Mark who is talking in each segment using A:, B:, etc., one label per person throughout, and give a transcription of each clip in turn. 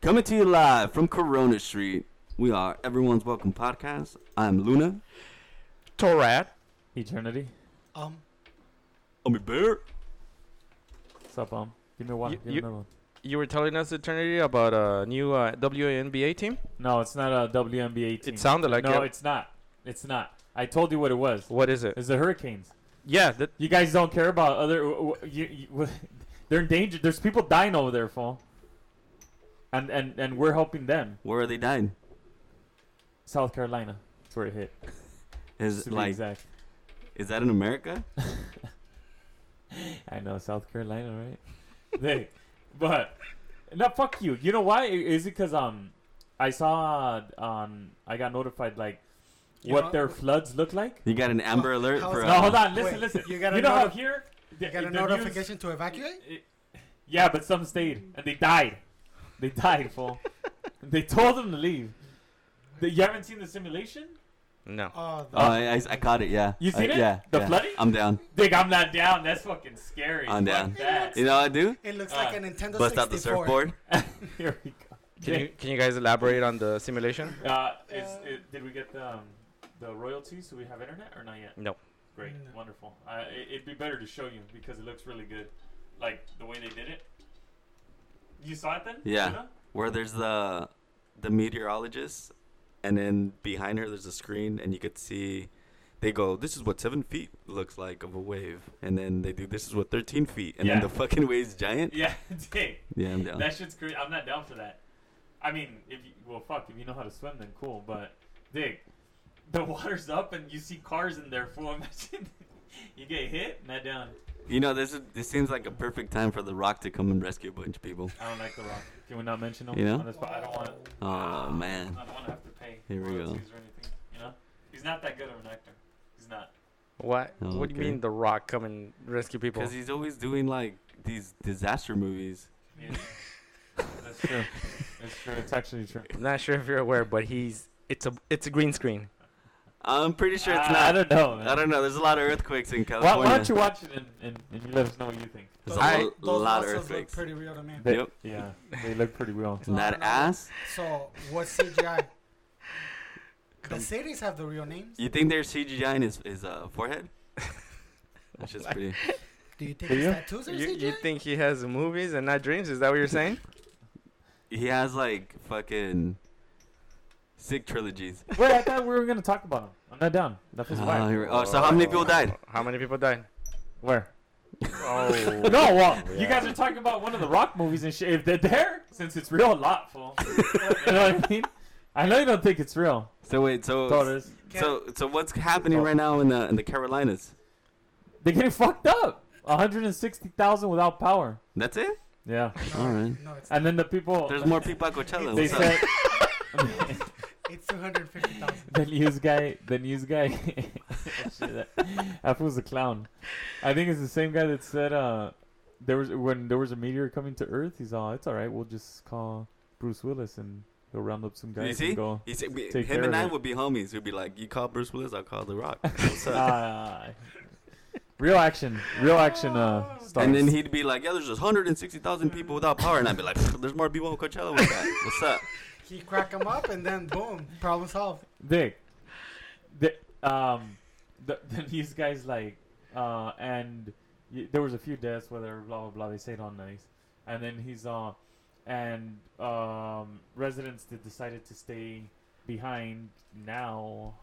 A: Coming to you live from Corona Street. We are Everyone's Welcome Podcast. I'm Luna.
B: Torad.
C: Eternity.
B: Um,
A: I'm a bear.
C: What's up, um? Give me one.
B: You-
C: give me
B: you-
C: another one.
B: you were telling us eternity about a new uh, WNBA team.
C: No, it's not a WNBA team.
B: It sounded like
C: no,
B: it.
C: it's not. It's not. I told you what it was.
B: What is it?
C: It's the Hurricanes.
B: Yeah, that,
C: You guys don't care about other. w- w- You, you, w- they're in danger. There's people dying over there, fool. And and and we're helping them.
A: Where are they dying?
C: South Carolina. That's where it hit.
A: Is
C: To be
A: like
C: exact.
A: is that in America?
C: I know South Carolina, right? they, but no, fuck you. You know why? I- Is it because um, I saw on I got notified like
D: You
C: what
D: know-
C: their floods look like.
A: You got an Amber
D: Well,
A: Alert
D: how
A: for
D: is
C: No,
D: Uh,
C: hold on. Listen,
D: wait,
C: listen. You,
D: you got a
C: know how
D: notif-
C: here the-
D: You got a
C: the news-
D: notification to evacuate?
C: it- yeah, but some stayed and they died. They died, fool. they told them to leave. The- you haven't seen the simulation?
B: no.
D: Oh, the,
A: Oh, I, I, I caught it. Yeah.
C: You
A: I-
C: seen
A: Uh,
C: it?
A: Yeah.
C: The
A: yeah.
C: flooding?
A: I'm down.
C: Dig, I'm not down. That's fucking scary.
A: I'm
C: Fuck
A: down.
C: that.
A: You know what I do?
D: it looks
C: uh,
D: like a Nintendo
A: Bust
D: 64.
A: out the surfboard.
C: Here we go.
B: Can you can you guys elaborate on the simulation?
C: Uh, is, it, did we get the, um, the royalties? Do we have internet or not yet?
B: No.
C: Great,
D: No.
C: wonderful. Uh, it, it'd be better to show you because it looks really good, like the way they did it. You saw it then?
A: Yeah.
C: Luna?
A: Where there's the the meteorologist, and then behind her there's a screen, and you could see. They go, this is what seven feet looks like of a wave, and then they do, this is what thirteen feet, and
C: Yeah.
A: then the fucking wave's giant.
C: Yeah, dang.
A: Yeah, I'm down.
C: That shit's crazy. I'm not down for that. I mean, if you, well, fuck, if you know how to swim, then cool. But, dig, the water's up and you see cars in there full. Imagine you get hit, not down.
A: You know, this is, this seems like a perfect time for The Rock to come and rescue a bunch of people.
C: I don't like the rock. Can we not mention them?
A: You know?
C: On this, po- I don't want.
A: Oh man,
C: I don't want to have to pay.
A: Here we go.
C: royalties Or anything, you know, he's not that good of an actor. He's not.
B: What?
A: Oh,
B: what do you
A: okay.
B: mean the Rock come and rescue people?
A: because he's always doing like these disaster movies.
C: Yeah. That's true. That's true. It's actually true.
B: I'm not sure if you're aware, but he's it's a it's a green screen.
A: I'm pretty sure it's
C: I-
A: not.
C: Ah, I don't know. Man.
A: I don't know. There's a lot of earthquakes in
C: Why,
A: California.
C: why don't you watch it and, and, and you let us know what you think?
A: There's
D: Those
A: a
B: I-
D: mu-
A: lo-
D: those
A: lot of
D: muscles look
A: earthquakes.
D: pretty real to me.
C: They-
A: Yep.
C: Yeah, they look pretty real.
A: And that
D: No, no, no.
A: ass.
D: So, what's CGI? the cities have the real names.
A: You think their CGI in his his uh, forehead? That's just pretty.
D: Do you think
C: Do
D: his
C: you?
D: tattoos are
B: You,
D: CGI?
B: you think he has movies and not dreams? Is that what you're saying?
A: He has like fucking sick trilogies.
C: Wait, I thought we were gonna talk about him. I'm not down. That was
A: Oh,
C: why.
A: here we- oh, so how many people died?
B: How many people died?
C: Where?
B: Oh.
C: No, well, you
B: Yeah.
C: guys are talking about one of the Rock movies and shit. If they're there, since it's real, a lot, fool. you know what I mean? I know you don't think it's real.
A: So wait, so
C: Thought it is.
A: so so what's
C: Oh.
A: happening right now in the in the Carolinas?
C: They're getting fucked up. 160,000 without power.
A: That's it.
C: Yeah.
D: No,
A: All right.
D: No, it's,
C: And then the people.
A: There's more people at Coachella.
C: They
A: What's up?
C: said.
D: it's 250,000.
C: the news guy. The news guy. Shit, that, that fool's a clown. I think it's the same guy that said uh, there was when there was a meteor coming to Earth. He's all, it's all right. We'll just call Bruce Willis and he'll round up some guys
A: You see?
C: and go.
A: He said, we, him
C: Take care
A: and
C: of
A: I
C: it.
A: would be homies. We'd be like, you call Bruce Willis, I'll call The Rock. What's up?
C: Ah, real action. Real action. Uh, stars.
A: and then he'd be like, yeah, there's just 160,000 people without power. And I'd be like, there's more people on Coachella with that. What's up?
D: He crack them up and then boom, problem solved.
C: Dick, the um, the, the news guys like, uh, and y- there was a few deaths, whether blah blah blah. They say it on nice, and then he's uh, and um, residents that decided to stay behind now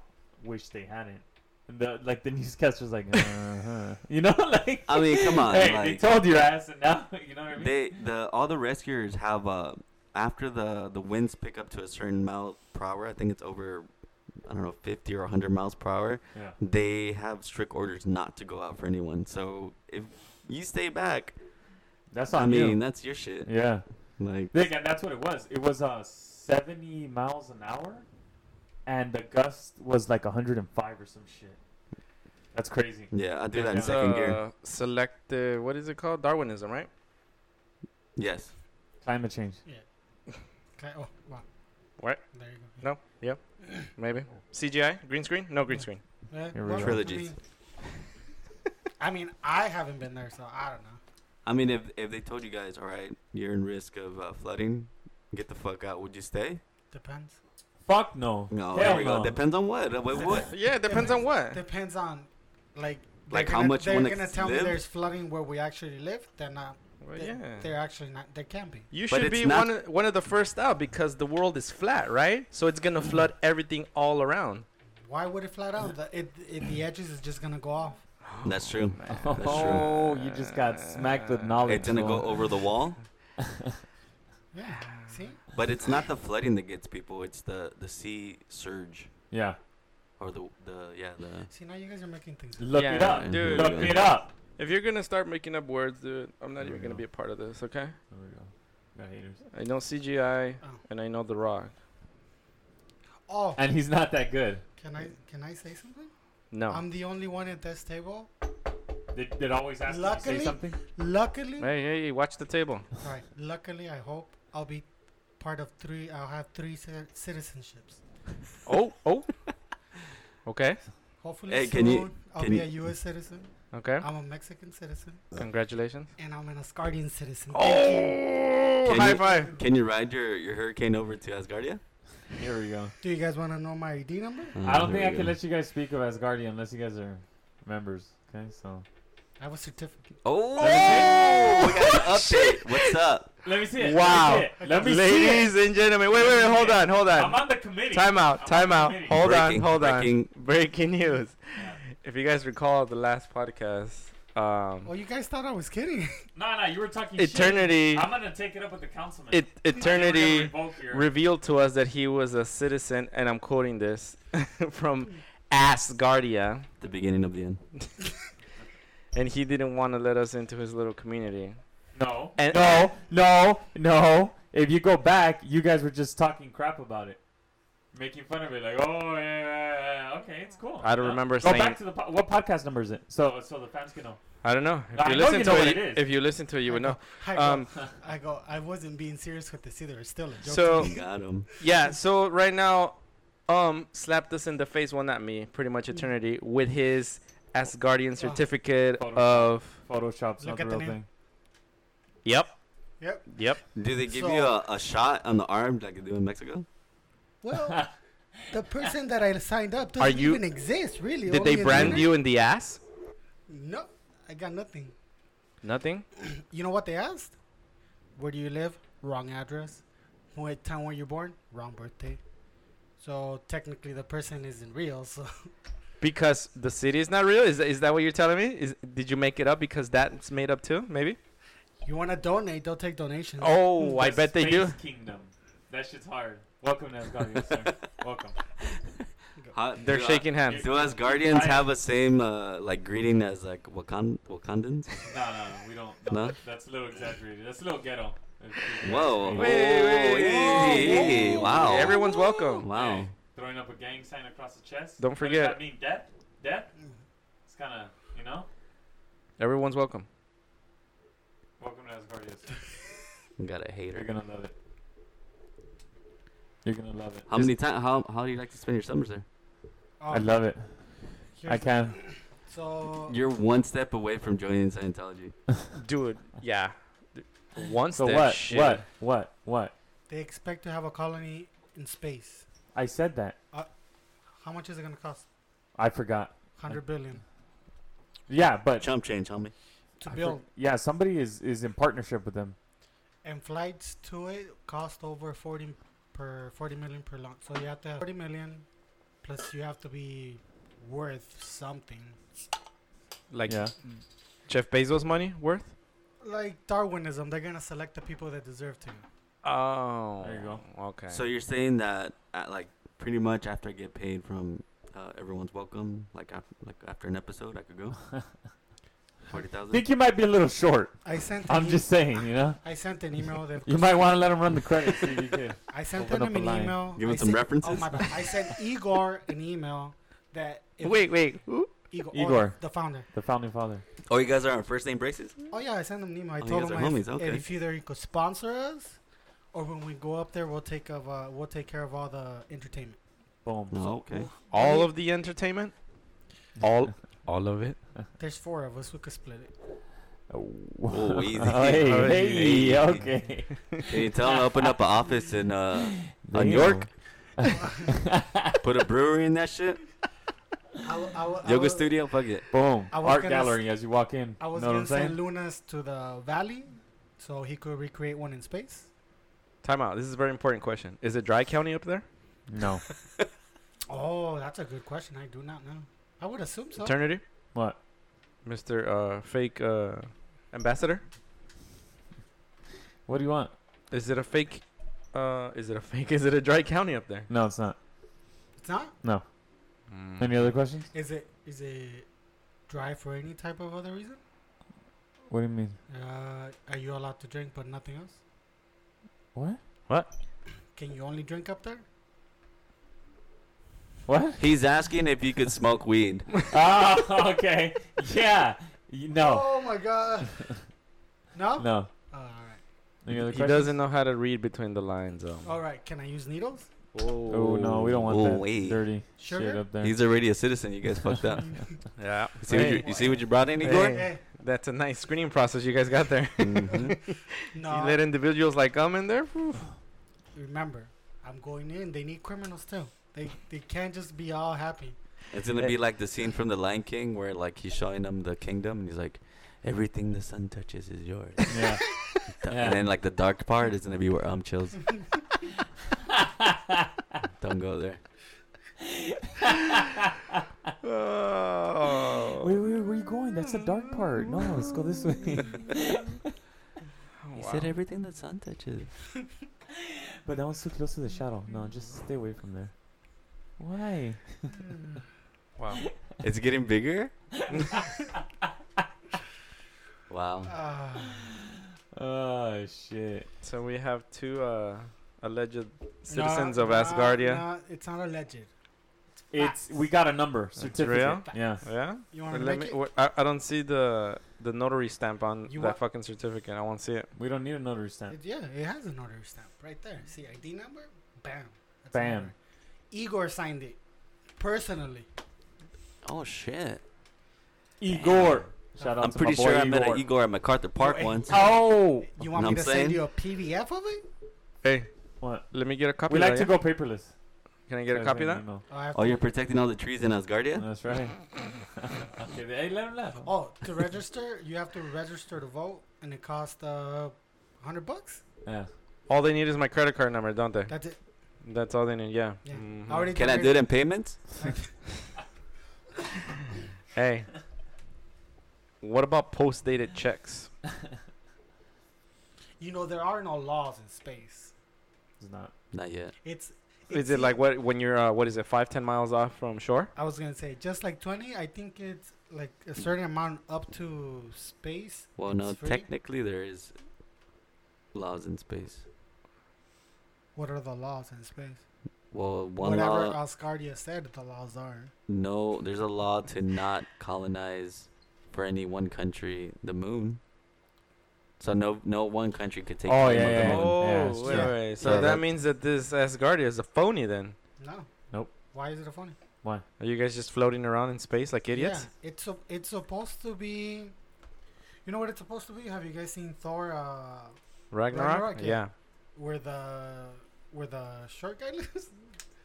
C: wish they hadn't. And the like the newscaster's like, uh-huh. you know, like
A: I mean, come on,
C: hey,
A: like-
C: they told your ass, and now you know what I mean.
A: They, the, all the rescuers have, uh, after the, the winds pick up to a certain mile per hour, I think it's over, I don't know, 50 or 100 miles per hour,
C: yeah.
A: they have strict orders not to go out for anyone. So if you stay back,
C: That's on
A: I mean,
C: you.
A: that's your shit.
C: yeah.
A: Like,
C: Big, and that's what it was. It was uh, 70 miles an hour, and the gust was like 105 or some shit. That's crazy.
A: yeah, I do that
C: Yeah.
A: in second gear.
B: Uh, selective. What is it called? Darwinism, right?
A: Yes.
C: Climate change.
D: Okay, oh, wow.
B: What?
D: There you go.
B: No. Yep. Maybe. CGI. Green screen. No green
D: Yeah.
B: screen.
D: Yeah,
C: Here we
D: Eh, well,
C: go.
A: Trilogies.
D: I mean, I mean, I haven't been there, so I don't know.
A: I mean, if if they told you guys, all right, you're in risk of uh, flooding, Get the fuck out. Would you stay?
D: Depends.
C: Fuck no.
A: No.
C: Hell
A: there we go.
C: no.
A: Depends on what. What? what?
B: Yeah, it depends on what.
D: Depends on, like, they're
A: Eh. Like how
D: gonna-
A: much
D: they're
A: one
D: gonna
A: ex-
D: tell me
A: live?
D: there's flooding where we actually live. They're not.
B: Well,
D: they-
B: yeah.
D: They're actually not. They can be.
B: You
A: But
B: should
A: it's
B: be
A: not-
B: one of, one of the first out because the world is flat, right? So it's gonna flood everything all around.
D: Why would it flat out? The, it, it, the edges is just gonna go off.
A: That's true. That's true.
C: Oh, you just got smacked with knowledge.
A: It's gonna go
C: bro.
A: over the wall.
D: Yeah. See.
A: But it's not the flooding that gets people. It's the the sea surge
C: Yeah.
A: or the the yeah the.
D: See now you guys are making things.
C: Look it
B: Yeah,
C: up.
B: dude.
C: Look it up.
B: If you're gonna start making up words, dude, I'm not
C: There
B: even
C: we
B: gonna
C: go.
B: be a part of this, okay?
C: There we go. Got haters.
B: I know CGI
D: Oh.
B: and I know The Rock.
D: Oh,
C: And he's not that good.
D: can I can I say something?
B: No.
D: I'm the only one at this table.
C: Did, did always ask you to
D: Luckily-
C: say something?
D: Luckily,
C: Eh.
B: hey, hey, watch the table.
D: right. Luckily, I hope I'll be part of three. I'll have three ci- citizenships.
B: Oh, oh. Okay,
D: Hopefully
A: Hey,
D: soon
A: can you-
D: I'll
A: can
D: be
A: you-
D: a U.S. citizen.
B: okay.
D: I'm a Mexican citizen,
B: Congratulations.
D: and I'm an Asgardian citizen.
B: Oh,
A: Can
B: high
A: you-
B: five.
A: Can you ride your, your hurricane over to Asgardia?
C: Here we go.
D: Do you guys want to know my ID number?
A: Mm,
C: I don't think I can let you guys speak of Asgardian unless you guys are members. Okay, so
D: I have a certificate.
A: Oh,
B: Oh!
A: we got an update. What's up?
C: let me see it.
B: Wow.
C: Let me see it. Let me
B: Ladies
C: see it.
B: and gentlemen, wait, wait, wait, hold on, hold
C: I'm
B: on.
C: on the committee.
B: Time out, time out.
C: committee.
B: Hold on,
A: Breaking-
B: hold on.
A: breaking-
B: Breaking news. If you guys recall the last podcast,
D: Oh,
B: um,
D: you guys thought I was kidding.
C: No, no, you were talking shit.
B: Eternity,
C: I'm gonna take it up with the councilman.
B: it,
C: We're
B: Eternity
C: gonna revoke your-
B: revealed to us that he was a citizen, and I'm quoting this from Asgardia,
A: The beginning of the end.
B: and he didn't want to let us into his little community.
C: no,
B: And-
C: no, no, no. If you go back, you guys were just talking crap about it, making fun of it. Like, oh yeah, yeah, yeah, okay, it's cool.
B: I don't
C: Yeah.
B: remember
C: Go
B: saying-
C: back to the po- what podcast number is it? So, so the fans can know.
B: I don't know. If
C: I
B: you
C: know
B: listen
C: you
B: to
C: know
B: it,
C: what
B: you-
C: it is.
B: if you listen to it, you would know.
D: I go,
B: Um,
D: I go. I wasn't being serious with this either. It's still a joke. to
B: So-
D: me.
A: We got him.
B: yeah. So right now, um, slapped us in the face. Well, not me. Pretty much Eternity with his Asgardian certificate
C: Photoshop.
B: of.
C: Photoshop's not
D: Look
C: the
D: at the
C: real
D: name.
C: thing.
B: Yep.
D: Yep.
B: Yep.
A: Do they give
D: So-
A: you a, a shot on the arm like they do in Mexico?
D: well, the person that I signed up
B: Are
D: doesn't
B: you-
D: even exist, really.
B: Did
D: only
B: they
D: in
B: brand
D: Twitter.
B: you in the ass?
D: No, I got nothing.
B: Nothing.
D: You know what they asked? Where do you live? Wrong address. What town were you born? Wrong birthday. So technically, the person isn't real. So
B: Because the city is not real. Is is that what you're telling me? Is did you make it up because that's made up too? Maybe.
D: you want to donate? They'll take donations.
B: Oh, I
C: The
B: bet they do.
C: Space Kingdom. That shit's hard. Welcome to Asgardian, sir. Welcome.
A: Huh?
B: They're
A: Do I-
B: shaking hands.
A: Do us guardians have a same uh, like greeting as like Wakand- Wakandans?
C: No, no, no, we don't. No,
A: No?
C: That's a little exaggerated. That's a little ghetto. It's- it's-
A: Whoa!
C: Hey,
A: Whoa,
B: Wait, wait,
A: hey, hey,
B: whoa,
A: Wow!
B: Everyone's welcome.
A: Oh, Wow!
C: Throwing up a gang sign across the chest.
B: Don't
C: What does
B: forget.
C: that mean death? Death?
B: Mm-hmm.
C: It's kind of, you know?
B: Everyone's welcome.
C: Welcome to Asgardian. sir.
A: We got a
C: You're
A: hater.
C: going to love it. You're going to love it.
A: How many times? How how do you like to spend your summers there?
D: Oh,
C: I love it.
D: here's
C: I
D: the-
C: can.
D: So
A: You're one step away from joining Scientology.
B: Dude, yeah. Once
C: So what? What? What? What?
D: they expect to have a colony in space.
C: I said that.
D: How much is it gonna cost?
C: I forgot.
D: Hundred billion
C: Yeah, but
A: Chump change, homie.
D: to
C: I for-
D: build,
C: yeah, somebody is is in partnership with them.
D: and flights to it cost over forty per forty million per launch. So you have to have forty million, plus you have to be worth something.
B: Like
C: yeah.
B: Jeff Bezos money worth?
D: Like Darwinism, they're gonna select the people that deserve to.
B: Oh.
C: There you go.
B: Okay.
A: So you're saying that uh like pretty much after I get paid from uh, everyone's welcome, like af- like after an episode, I could go forty thousand.
C: Think you might be a little short.
D: I sent. an
C: I'm
D: e-
C: just saying, you know.
D: I sent an email. That
C: You might want to let him run the credits. see if you can.
D: I sent
C: open
D: them
C: up a
D: an
C: line.
D: email.
A: Give
D: I
A: him some
D: sent- Oh
A: references.
D: my bad! I sent Igor an email that. if-
B: wait, wait. who?
D: Igor, oh,
C: Igor.
D: the founder.
C: The founding father.
A: Oh, you guys are on first name braces.
D: Oh yeah, I sent him an email. I
A: Oh, you
D: told
A: guys
D: him
A: are
D: I-
A: homies, okay.
D: if either you could sponsor us, or when we go up there, we'll take of uh, we'll take care of all the entertainment.
C: Boom.
A: No, okay.
B: All of the entertainment? All all of it?
D: There's four of us. We could split it.
A: Oh, easy.
C: hey,
B: Oh,
C: hey,
A: easy.
C: okay.
A: Can you tell them to open up an office in uh, on York? Put a brewery in that shit?
D: I, w- I w- I
A: Yoga
D: was-
A: studio? Fuck it.
C: Boom.
D: I was
C: Art
D: gonna s-
C: gallery as you walk in.
D: I was
C: know what
D: gonna
C: I'm
D: send
C: saying?
D: Lunas to the valley, so he could recreate one in space.
B: Time out. This is a very important question. Is it dry county up there?
C: No.
D: Oh, that's a good question. I do not know. I would assume so.
B: Eternity?
C: What?
B: Mr. Uh, fake uh, ambassador?
C: What do you want?
B: Is it a fake? Uh, is it a fake? Is it a dry county up there?
C: No, it's not.
D: It's not.
B: Hmm.
A: Mm.
C: Any other questions?
D: Is it? Is it dry for any type of other reason?
C: What do you mean?
D: Uh, are you allowed to drink but nothing else?
C: What?
D: Can you only drink up there?
C: What?
A: He's asking if you could smoke weed.
C: oh, okay. Yeah. You, no.
D: Oh my god. no.
C: No.
D: Oh, all right.
C: Any other
B: he
C: questions?
B: doesn't know how to read between the lines. Um.
D: All right. Can I use needles?
C: Oh no, we don't want
A: Oh,
C: that
A: wait.
C: dirty shit
D: Sugar?
C: up there.
A: He's already a citizen. You guys fucked up. You
B: Yeah.
A: see, what you, you, see what you brought in, Igor?
B: Hey. That's a nice screening process you guys got there.
C: Mm-hmm.
A: Mhm.
D: No.
B: You let individuals like come in there. phew.
D: Remember, I'm going in. They need criminals too. They they can't just be all happy.
A: It's gonna be like the scene from The Lion King where like he's showing them the kingdom and he's like, everything the sun touches is yours.
C: yeah. Yeah.
A: And then like the dark part is gonna be where um chills. Don't go there.
B: Oh.
C: Wait, wait, where are you going? That's the dark part. No, let's go this way.
B: Oh,
C: Oh,
A: He said everything the sun touches.
C: but that one's too close to the shadow. No, just stay away from there. Why?
B: Wow.
A: It's getting bigger. wow.
D: Uh,
C: Oh shit.
B: So we have two uh, alleged citizens of Asgardia.
D: No, it's not alleged.
C: It's we got a number certificate.
B: real?
C: Yeah.
B: Yeah.
D: You want to
B: Let
D: make
B: me-
D: it?
B: wh- I, I don't see the the notary stamp on
D: You
B: that
D: want-
B: fucking certificate. I won't see it.
C: We don't need a notary stamp.
D: It- Yeah, it has an order stamp right there. See ID number? Bam. That's an
C: Bam.
D: order. Igor signed it personally.
A: Oh shit.
C: Igor. Shout out
A: I'm
C: to
A: pretty
C: my boy
A: sure I
C: Igor.
A: met an Igor at MacArthur Park
D: Wait.
A: once.
C: Oh.
D: You want
A: Know what
D: me
A: I'm
D: to send
A: saying?
D: you a PDF of it?
B: Hey,
C: What?
B: let me get a copy.
C: We
B: of
C: like
B: that,
C: to
B: yeah?
C: go paperless.
B: Can I get a
C: Send
B: copy of
C: an
B: that?
C: email.
D: Oh, I have
A: Oh,
D: to-
A: you're protecting all the trees in
D: Uh,
A: Asgardia?
C: That's right. okay, hey, let him laugh.
D: oh, to register, you have to register to vote, and it costs uh, hundred bucks.
C: Yeah.
B: All they need is my credit card number, don't they?
D: That's it.
B: That's all they need. Yeah.
D: Yeah.
B: Mhm.
D: I already
A: Can I do it in payments?
B: Hey. What about post dated checks?
D: You know there are no laws in space.
C: It's not.
A: Not yet.
D: It's.
B: Is
D: it's
B: it like
D: e-
B: what when you're uh, what is it five ten miles off from shore?
D: I was gonna say? Just like twenty, I think it's like a certain amount up to space.
A: Well,
D: it's
A: no,
D: free.
A: technically there is laws in space.
D: What are the laws in space?
A: Well, one
D: Whatever uh,
A: law,
D: Asgardia said, the laws are.
A: no, there's a law to not colonize for any one country the moon. So no, no one country could take.
C: Oh,
A: claim
C: yeah,
A: of the
C: yeah, yeah.
A: moon.
B: Oh,
C: it's
B: wait,
D: true.
B: wait. So
A: Yeah,
B: that,
A: that-
B: means that this Asgardia is a phony then.
D: No.
C: Nope.
D: Why is it a funny?
B: Are you guys just floating around in space like idiots?
D: Yeah, it's sup- it's supposed to be. You know what it's supposed to be? Have you guys seen Thor? Uh,
B: Ragnarok?
D: Ragnarok, yeah.
B: yeah.
D: where the where the short guy lives?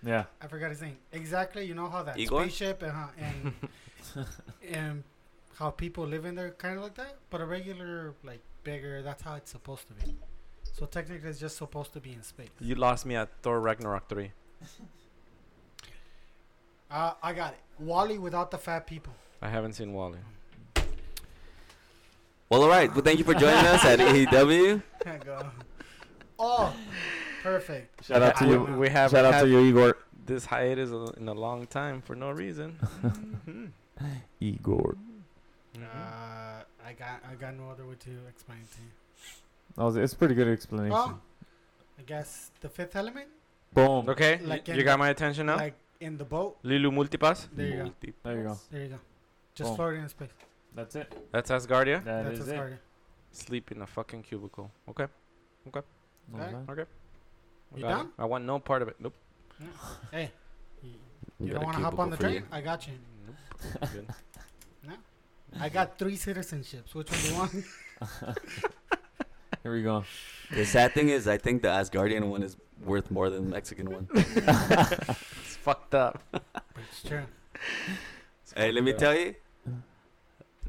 C: Yeah.
D: I forgot his name. Exactly. You know how that
A: Igor?
D: spaceship and how, and and how people live in there, kind of like that. But a regular, like bigger. That's how it's supposed to be. So technically, it's just supposed to be in space.
B: You lost me at Thor Ragnarok 3.
D: Uh, I got it. Wally without the fat people.
B: I haven't seen Wally.
A: Well, all right. Well, thank you for joining us at E EW.
D: Can't go. Oh, perfect.
C: Shout out to
D: I-
C: you.
B: We have
C: Shout out to you, Igor.
B: this hiatus a- in a long time for no reason. Mhm.
C: Igor.
B: Mhm.
D: Uh, I got I got no other way to explain it to you.
C: That was, it's a pretty good explanation.
D: Oh, I guess the fifth element,
C: Boom.
B: Okay, y-
D: Like
B: you
D: in-
B: got my attention now.
D: like in the boat.
B: Lilu Multipass.
D: There you go.
A: Multi-
C: There you go.
D: There you go. Just
C: Boom.
D: floating in space.
C: That's it.
B: That's Asgardia.
C: That
D: That's
C: is
D: as
C: it.
D: far.
B: Sleep in a fucking cubicle. Okay,
D: Okay.
C: Okay.
B: I
D: You
B: got it.
D: done?
B: I want no part of it. Nope.
D: Hey, you,
A: got
D: don't
A: a
D: want to hop
A: cubicle
D: on the
A: for
D: train?
A: you.
D: I got you.
B: Nope. Good.
D: No? I got three citizenships. Which one do you want?
C: Here we go.
A: The sad thing is, I think the Asgardian one is worth more than the Mexican one.
B: It's fucked up.
D: it's true.
A: hey, let me tell you,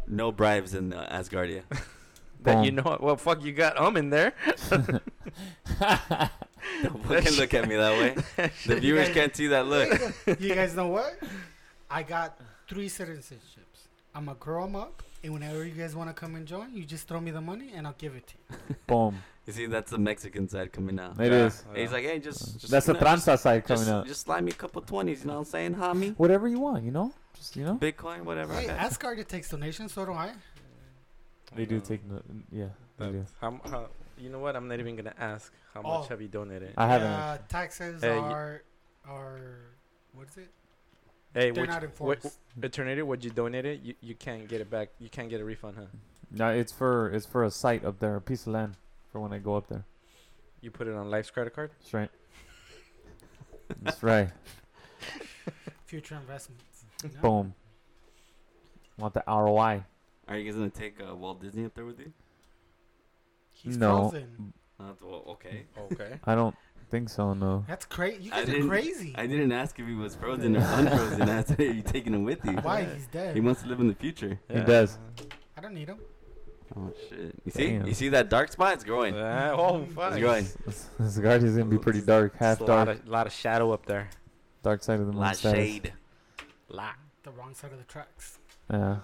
A: no bribes in uh, Asgardia.
B: That you
C: Boom.
B: know what? Well, fuck, you got um in there.
A: Don't fucking look at me that way. The viewers can't see that look.
D: You guys know what? I got three citizenships. I'm gonna grow 'em up, and whenever you guys want to come and join, you just throw me the money, and I'll give it to you.
C: Boom.
A: You see, that's the Mexican side coming out.
C: It is.
A: And he's like, hey, just, just
C: That's the
A: you know,
C: transa side coming
A: just,
C: out.
A: just slide me a couple twenties. You know what I'm saying, homie?
C: Whatever you want, you know? Just, you know?
A: Bitcoin, whatever. I
D: Hey,
A: got.
D: Asgard takes donations, so do I.
C: They do take, no, yeah, they do.
B: How, m- how, you know what? I'm not even gonna ask. How
D: Oh.
B: much have you donated?
C: I haven't.
D: Uh, taxes
B: Hey, y-
D: are are what is it?
B: hey,
D: They're
B: which,
D: not
B: what,
D: enforced.
B: eternity? What you donated? You, you can't get it back. You can't get a refund, huh?
C: no, it's for it's for a site up there, a piece of land for when I go up there.
B: You put it on Life's credit card.
C: That's right. That's right.
D: Future investments. you know?
C: Boom. Want the ROI?
A: Are you guys gonna take uh, Walt Disney up there with you?
D: He's
C: No.
D: frozen.
A: Uh, well, okay.
D: Oh.
B: Okay.
C: I don't think so. No.
D: That's crazy. You
A: I
D: guys are
A: didn't-
D: crazy.
A: I didn't ask if he was frozen or unfrozen. I said, are you taking him with you?
D: Why? He's
A: He
D: dead.
A: wants to live in the future.
C: He does.
B: Uh,
D: I don't need him.
A: Oh shit! You see,
C: Damn.
A: you see that dark spot? It's growing.
B: Ah, oh, fuck.
A: It's growing.
C: this guardian's gonna be pretty dark,
B: It's
C: half
B: a lot
C: dark,
B: of, lot of shadow up there.
C: dark side of the moon.
A: Lot
C: status.
A: shade.
B: Lot.
D: The wrong side of the tracks.
C: Yeah.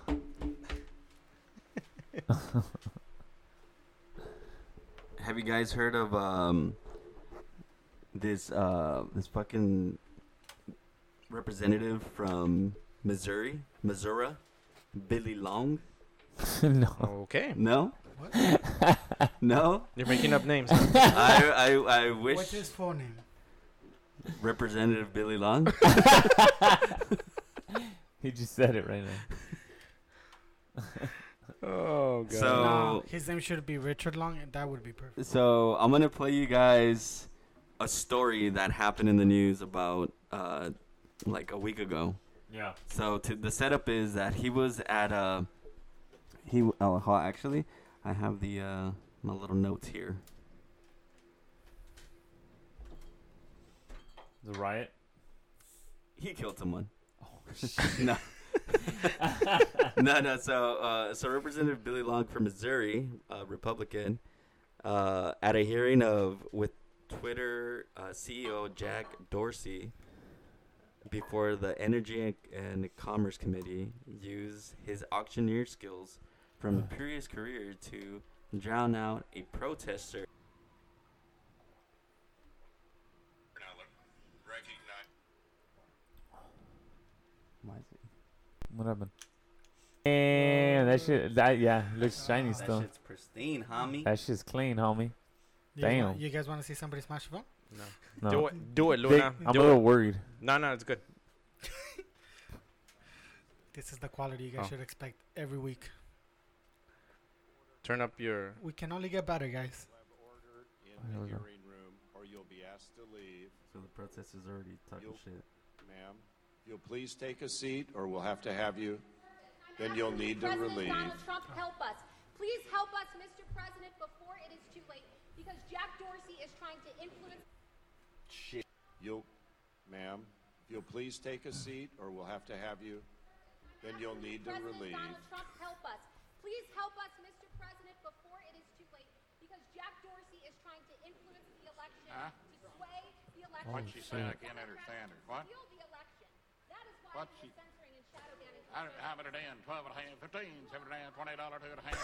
A: Have you guys heard of um this uh this fucking representative from Missouri, Missouri, Billy Long?
C: no.
B: Okay.
A: No,
D: What?
A: no.
B: You're making up names.
A: I I I wish
D: What's his full name?
A: Representative Billy Long.
C: He just said it right now.
B: oh god.
A: So-
D: Nah, his name should be Richard Long, and that would be perfect.
A: So I'm gonna play you guys a story that happened in the news about uh like a week ago.
C: Yeah.
A: So to, the setup is that he was at a he. w- Oh, ho- actually, I have the uh, my little notes here.
C: The riot.
A: He killed someone. no. no, no. So, uh, so Representative Billy Long from Missouri, uh, Republican, uh, at a hearing of with Twitter uh, CEO Jack Dorsey before the Energy and, and Commerce Committee, used his auctioneer skills from a previous career to drown out a protester
C: What happened? Damn, that shit. That yeah, looks shiny
A: That
C: still.
A: shit's pristine, homie.
C: That shit's clean, homie.
D: You guys wa-
C: Damn.
D: You guys want to see somebody smash a phone?
B: no.
C: No.
B: Do it. Do it,
C: They-
B: Luna.
C: I'm a
B: do
C: little
B: it.
C: worried.
B: No, no, it's good.
D: This is the quality you guys
B: Oh.
D: should expect every week.
B: Turn up your.
D: We can only get better, guys.
E: We'll have order in
C: Here
E: the
C: we go.
E: hearing room, or you'll be asked to leave.
A: So the protesters already talking
E: You'll-
A: shit.
E: Ma'am, if you'll please take a seat, or we'll have to have you. Then you'll need to
F: President
E: relieve.
F: Donald Trump, help us. Please help us, Mr. President, before it is too late, because Jack Dorsey is trying to influence.
E: You'll, ma'am, if you'll please take a seat, or we'll have to have you. Then you'll need to
F: President
E: relieve.
F: Donald Trump, help us. Please help us, Mr. President, before it is too late, because Jack Dorsey is trying to influence the election to sway the election.
G: What'd she say? I can't understand her. What?
F: Steal the election. That is why
G: What'd
F: he is
G: she-
F: censoring and shadow banning.
G: I don't have it at hand, twelve and a half, fifteen, seven and a half, twenty dollar, two and a half,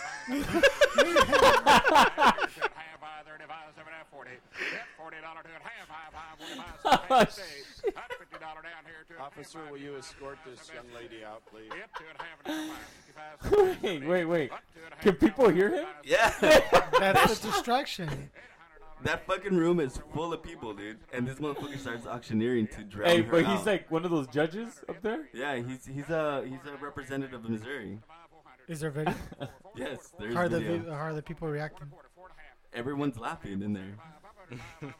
G: five. Two and a half, five, thirty-five, seven and a half, forty. Yep, forty dollar, two and a half, five, five, forty-five, seven and a half, fifty. Up fifty dollar down here, two and a half,
E: Officer,
G: five,
E: will you
G: fifty-five,
E: escort
G: fifty-five,
E: this
G: seven
E: young
G: and
E: lady
G: a half,
E: out, please?
G: Yep, two and a half, and a half, five, sixty-five,
C: Wait,
G: seventy.
C: wait, wait.
G: Up, two and a half,
C: Can people
G: five,
C: hear
G: five,
C: him?
G: five,
A: Yeah,
D: That's the distraction.
A: that fucking room is full of people, dude. And this motherfucker starts auctioneering to drown
C: Hey,
A: her
C: but he's
A: out.
C: like one of those judges up there.
A: yeah, he's he's a he's a representative of Missouri.
G: five, four hundred.
D: Is there video?
A: Yes, there's
D: How are the
A: video.
D: vi- how are the people reacting?
G: Quarter, four and a half.
A: Everyone's laughing in there.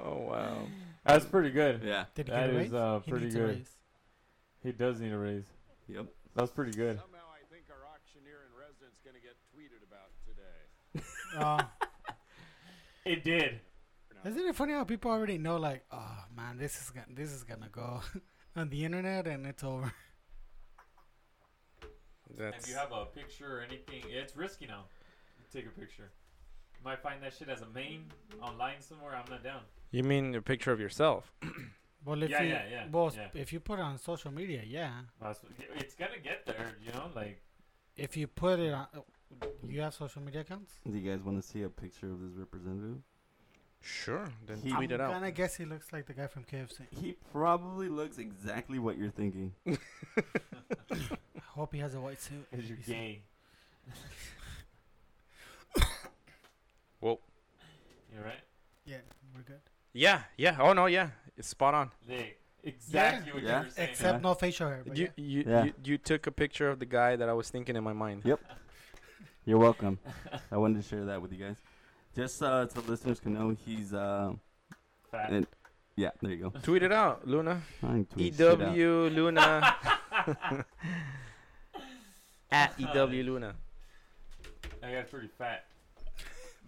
B: Oh wow.
C: That's pretty good.
A: Yeah,
D: Did he
C: That
D: get a
C: is,
D: raise?
C: uh,
D: He
C: pretty
D: needs a
C: good.
D: raise.
C: He does need a raise.
A: Yep.
C: That's pretty good.
E: Somehow I think our auctioneer in residence going to get tweeted about today.
D: Uh,
C: It did.
D: isn't it funny how people already know? Like, oh man, this is gonna, this is gonna go on the internet and it's over.
B: That's
C: If you have a picture or anything, it's risky now. Take a picture. Might find that shit as a meme online somewhere. I'm not down.
B: You mean a picture of yourself?
D: Well, if
C: Yeah,
D: you,
C: yeah, yeah,
D: well,
C: yeah.
D: if you put it on social media, yeah.
C: That's what- It's gonna get there, you know. Like
D: If you put it on, you have social media accounts.
A: Do you guys want to see a picture of this representative?
B: Sure. Then
A: He-
B: tweet it
D: I'm
B: out.
D: gonna guess he looks like the guy from KFC.
A: He probably looks exactly what you're thinking.
D: I hope he has a white suit.
C: because you're
D: He's-
C: gay.
B: Whoa.
C: You're right.
D: Yeah, we're good.
B: Yeah. Yeah. Oh no. Yeah. It's spot on.
C: They exactly what
A: Yeah.
C: you were saying.
D: Except
A: Yeah.
D: no facial hair. But
B: You
D: yeah.
B: you,
A: Yeah.
B: you you took a picture of the guy that I was thinking in my mind.
A: Yep. You're welcome. I wanted to share that with you guys. Just uh, so listeners can know, he's uh,
C: Fat.
A: and yeah, there you go.
B: Tweet it out, Luna.
A: I ain't tweeting shit out.
C: E
B: EW E Luna. At EW Luna.
C: That guy's pretty fat,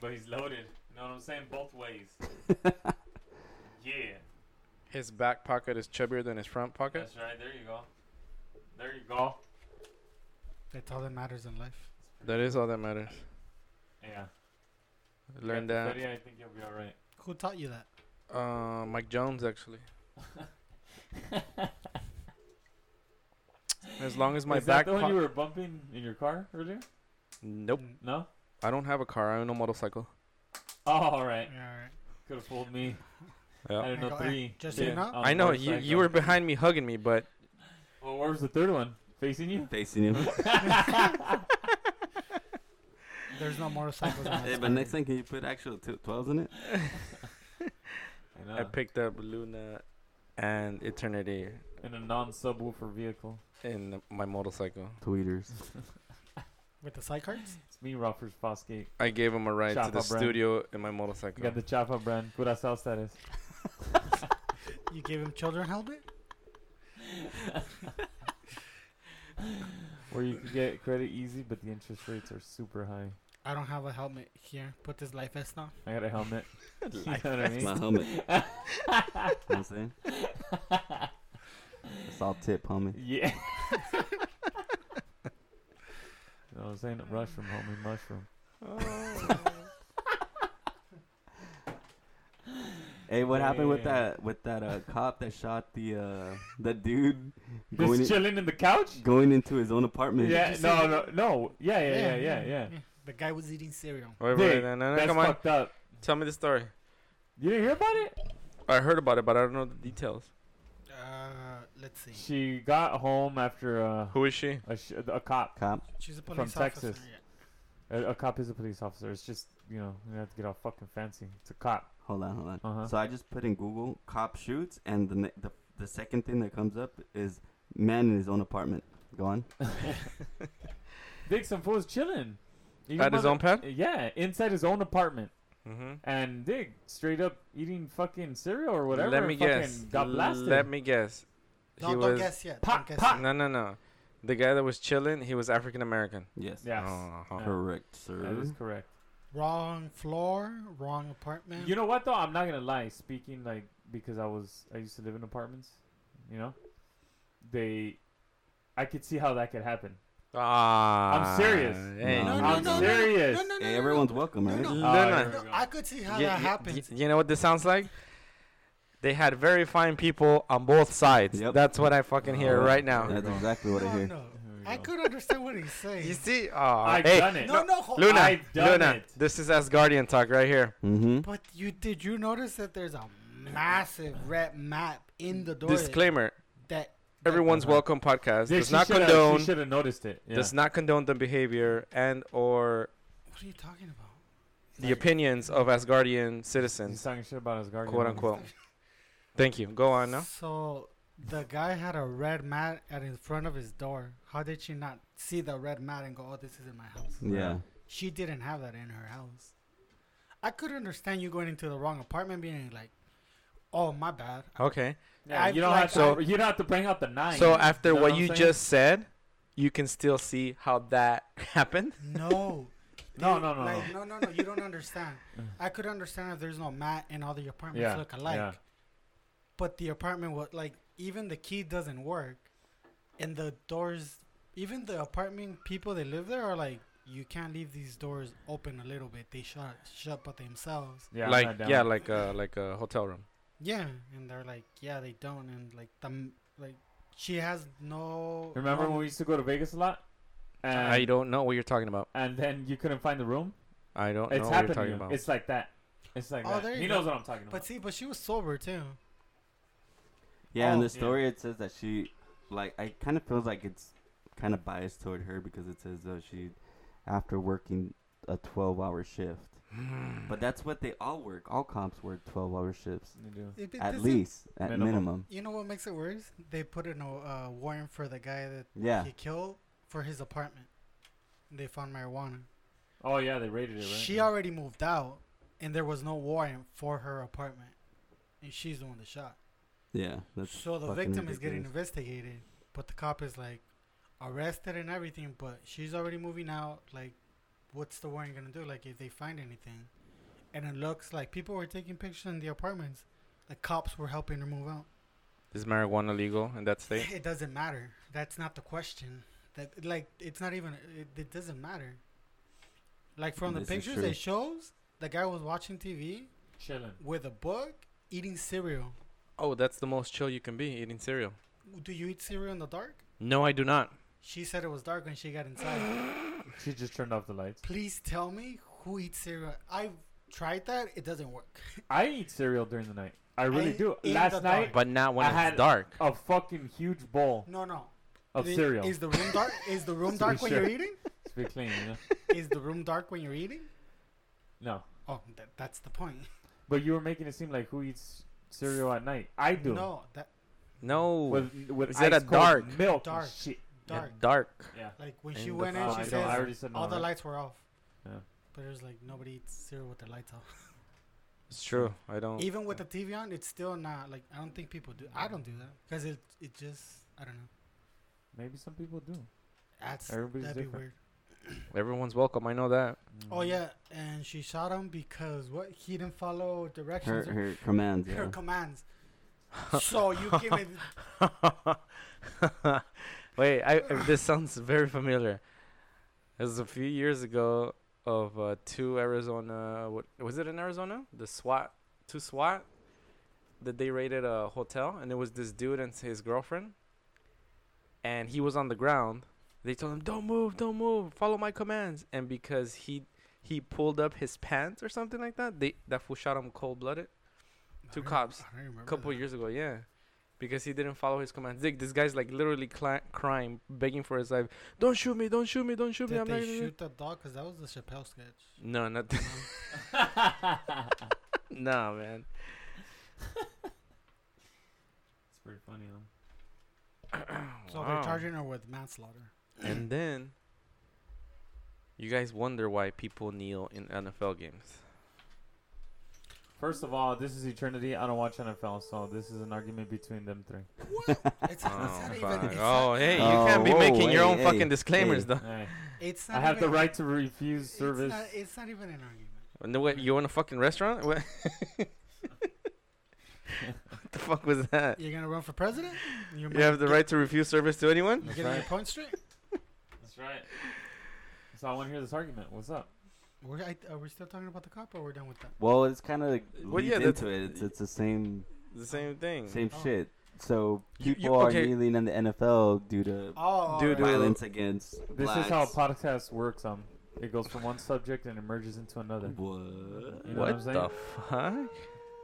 C: but he's loaded. You know what I'm saying? Both ways. yeah,
B: His back pocket is chubbier than his front pocket.
C: that's right. There you go. There you go.
D: That's all that matters in life.
B: That is all that matters.
C: Yeah.
B: Learn
C: Yeah,
B: that.
C: Buddy, I think you'll be all right.
D: Who taught you that?
B: Uh, Mike Jones actually. as long as my
C: Is
B: back
C: that the one
B: pocket.
C: you were bumping in your car earlier?
B: nope.
C: No.
B: I don't have a car. I own a motorcycle.
C: Oh, all right.
D: Yeah, all right.
C: Could have fooled me. I
B: Yeah.
C: don't know
D: Michael, eh,
C: three.
D: just so you know-
C: on
B: I know you.
C: motorcycle.
B: You were behind me hugging me, but
C: Well, where was the third one? Facing you.
A: Facing him.
D: There's no motorcycles. on
A: hey,
D: this
A: but
D: planet.
A: next time, can you put actual t- 12s in it?
C: I know.
B: I picked up Luna and Eternity
C: in a non-subwoofer vehicle.
B: in my motorcycle.
A: Tweeters.
D: with the side cards.
C: It's me, Roffers Fosgate.
B: I gave him a ride
C: Shout
B: to the
C: out, Brent.
B: studio in my
C: You
B: motorcycle.
C: got the Chapa brand. Curacao status.
D: You gave him children helmet.
C: Where you can get credit easy, but the interest rates are super high.
D: I don't have a helmet here. Put this life vest on.
C: I got a helmet. you know what
A: My
C: I mean?
A: helmet. you know what I'm saying? It's all tip, homie.
C: Yeah. you know what I'm saying? Mushroom, homie, mushroom.
A: Hey, what happened with
C: Yeah.
A: that with that uh, cop that shot the uh, the dude going in-
C: Just chilling in the couch?
A: going into his own apartment?
C: Yeah,
D: you see
C: no, no,
D: that?
C: no. Yeah, yeah, yeah, yeah, yeah.
D: The guy was eating cereal.
B: Wait, wait,
C: Dude,
B: no, no, no,
C: that's
B: come on.
C: fucked up.
B: Tell me the story.
C: You didn't hear about it?
B: I heard about it, but I don't know the details.
D: Uh, let's see.
C: She got home after uh,
B: Who is she?
C: a, sh- a cop.
A: Cop.
D: She's a police officer.
C: Texas.
D: yeah.
C: A, a cop is a police officer. It's just, you know, you have to get all fucking fancy. It's a cop.
A: Hold on, hold on.
C: Uh-huh.
A: So I just put in Google cop shoots, and the, ne- the the second thing that comes up is man in his own apartment. Go on.
C: Dick, some fool's chilling. You
B: At his
C: mother-
B: own pad?
C: Yeah, inside his own apartment.
B: Mm-hmm.
C: And Dig, straight up eating fucking cereal or whatever.
B: Let me
C: fucking
B: guess.
C: Got blasted.
B: Let me guess.
D: No,
B: he
D: don't
B: was
D: guess yet.
C: Pop,
D: don't guess
C: pop.
D: yet.
B: no, no, no. The guy that was chilling, he was African American.
A: Yes. Oh.
C: Yes.
B: Uh-huh.
A: Correct, sir.
C: That is correct.
D: Wrong floor, wrong apartment.
C: You know what though? I'm not gonna lie. Speaking like because I was I used to live in apartments, you know, they, I could see how that could happen.
B: Ah,
C: serious.
B: hey.
A: No,
D: no,
A: no,
D: no,
C: I'm
D: no, no,
C: serious.
D: No, no, no,
A: Hey,
D: no,
A: everyone's welcome,
D: no,
A: right?
D: no.
B: Luna.
C: Ah, there we
D: no.
C: go.
D: I could see how
B: You-
D: that
B: you-
D: happens.
B: you know what this sounds like? They had very fine people on both sides.
A: Yep.
B: That's what I fucking hear
A: Oh,
B: right now.
A: That's exactly what I
D: no,
A: hear.
D: no.
C: There we
D: I
C: go.
D: could understand what he's saying.
B: You see? Oh,
C: I've
B: hey,
C: done it.
D: no, no, hold
B: Luna,
C: I've done
B: Luna,
C: it.
B: this is Asgardian talk right here.
A: Mm-hmm.
D: But you did you notice that there's a massive red map in the door? that-
B: Disclaimer:
D: That, that
B: Everyone's
C: Uh-huh.
B: welcome podcast
C: Dig,
B: does
C: she
B: not
C: shoulda-
B: condone
C: She should have noticed it. Yeah.
B: does not condone the behavior and or
D: What are you talking about?
B: the opinions of Asgardian
C: He's
B: citizens,
C: talking shit about his guardian.
B: quote unquote. Thank you. Go on now.
D: So the guy had a red mat at in front of his door. How did she not see the red mat and go, "Oh, this is in my house"?
A: Yeah.
D: She didn't have that in her house. I could understand you going into the wrong apartment, being like, Oh, my bad.
B: Okay.
C: Yeah,
D: I-
C: you don't
D: like,
C: have to.
D: so-
C: you don't have to bring out the nine.
B: So after
C: know
B: what
C: I'm
B: you
C: saying?
B: just said, you can still see how that happened.
D: No.
C: No,
D: Dude,
C: no, no,
D: like, no, no, no. You don't understand. I could understand if there's no mat and all the apartments
C: Yeah,
D: look alike.
C: yeah.
D: But the apartment was like even the key doesn't work, and the doors. Even the apartment people that live there are like, you can't leave these doors open a little bit. They shut shut by themselves.
C: Yeah, I'm
B: like
C: not down.
B: yeah, like a like a hotel room.
D: Yeah, and they're like, yeah, they don't, and like the m- like she has no.
C: Remember
D: no-
C: when we used to go to Vegas a lot? And,
B: I don't know what you're talking about.
C: and then you couldn't find the room.
B: I don't know what
C: It's
B: you're
C: happened. to
B: talking
C: you.
B: about.
C: It's like that. It's like
D: Oh,
C: that.
D: there
C: he
D: you
C: knows
D: go.
C: what I'm talking about.
D: But see, but she was sober too.
H: Yeah, in
D: Oh.
H: the story it says that she, like, I kind of feels like it's kind of biased toward her because it says uh, she, after working a 12-hour shift. But that's what they all work. All comps work 12-hour shifts,
C: You do.
D: It- it
H: at
D: doesn't-
H: least at
C: Minimum.
H: minimum.
D: You know what makes it worse? They put in a uh, warrant for the guy that
H: Yeah,
D: he killed for his apartment. They found marijuana.
C: Oh yeah, they rated it. Right?
D: She already moved out, and there was no warrant for her apartment, and she's the one that shot.
H: yeah. That's
D: so the
H: fucking
D: victim is getting
H: ridiculous.
D: investigated, but the cop is like arrested and everything. But she's already moving out. Like, what's the warrant gonna do? Like, if they find anything, and it looks like people were taking pictures in the apartments. The cops were helping her move out.
B: Is marijuana legal in that state?
D: It doesn't matter. That's not the question. That like it's not even. It, it doesn't matter. Like from
H: This
D: the
H: is
D: pictures it
H: true.
D: shows, the guy was watching TV
C: chilling.
D: with a book, eating cereal.
B: Oh, that's the most chill you can be eating cereal.
D: Do you eat cereal in the dark?
B: No, I do not.
D: She said it was dark when she got inside.
C: She just turned off the lights.
D: Please tell me who eats cereal. I've tried that. It doesn't work.
C: I eat cereal during the night. I really
D: I-
C: do.
D: in
C: Last
D: the
C: night,
B: But not when
C: I
B: it's
C: had-
B: dark.
C: a fucking huge bowl
D: No, no.
C: of
D: I-
C: cereal.
D: Is the room dark? Is the room
C: To be
D: dark when
C: sure.
D: you're eating?
C: to be clean, you know?
D: Is the room dark when you're eating?
C: No,
D: Oh, that, that's the point.
C: but you were making it seem like who eats cereal at night? I do.
D: No, that
B: No,
C: With with
B: Is that a
C: ice cold
B: dark?
C: milk and
D: Dark.
C: shit.
D: dark.
B: dark.
C: Yeah.
D: Like when
B: In
D: she
B: the
D: went in,
C: Oh,
D: she
C: I
D: says
C: know, I already said no,
D: all the
C: right?
D: lights were off.
C: Yeah.
D: But there's like nobody eats cereal with their lights off.
B: It's true. I
C: Oh,
B: don't.
D: Even with the TV on, it's still not like I don't think people do. I don't do that because it it just I don't know.
C: Maybe some people do.
D: That's
C: Everybody's
D: that'd be
C: different. Mm.
D: weird.
B: Everyone's welcome. I know that.
D: Oh yeah, and she shot him because what he didn't follow
H: her
D: directions or
H: her commands.
D: her
H: Yeah.
D: commands. so you give me
B: Wait, I, I- this sounds very familiar. It was a few years ago of uh, two Arizona. What, was it in Arizona? The SWAT, two SWAT, that they raided a hotel, and it was this dude and his girlfriend, and he was on the ground. They told him, "Don't move, don't move, follow my commands." And because he he pulled up his pants or something like that, they that fool shot him cold blooded. Two
D: I don't-
B: cops.
D: I don't remember
B: couple
D: that.
B: years ago, yeah. Because he didn't follow his commands. Dick, this guy's like literally cli- crying, begging for his life. Don't shoot me! Don't shoot me! Don't shoot me!
D: Did
B: I'm not
D: they
B: gonna do-"
D: shoot the dog? Because that was the Chappelle sketch.
B: No, not no, man.
C: It's pretty funny though.
B: Oh,
D: So
B: Wow.
D: they're charging her with manslaughter.
B: And then you guys wonder why people kneel in NFL games.
C: First of all, this is Eternity. I don't watch NFL, so this is an argument between them three.
D: It's, it's
B: Oh,
D: not even.
B: fuck.
D: It's
B: Oh,
D: not,
B: hey, you
H: Oh,
B: can't be
H: whoa,
B: making your
H: hey,
B: own
H: hey,
B: fucking disclaimers,
H: hey.
B: though.
C: Hey,
D: it's not
C: I have
D: even,
C: the right to refuse
D: it's
C: service.
D: Not, it's not even an argument.
B: No, what, you in a fucking restaurant? What? what the fuck was that?
D: You're gonna run for president? You're
B: You have the right to refuse service to anyone?
D: You're
C: That's
D: getting your
C: right.
D: points straight.
C: That's right. So I want to hear this argument. What's up?
D: We're, I, are we still talking about the cop, or we're done with that?
H: Well, it's kind of
B: Well,
H: leads
B: yeah, that's-
H: into it. It's, it's the same
B: The same thing.
H: same
D: Oh.
H: shit. So
B: You- you-
H: people are
B: okay.
H: kneeling in the NFL due to
D: Oh,
B: Dude,
D: alright.
H: violence against
C: This
H: blacks.
C: is how a podcast works. Um, it goes from one subject and emerges into another.
H: What?
C: You know what I'm
B: What
C: saying?
B: the fuck?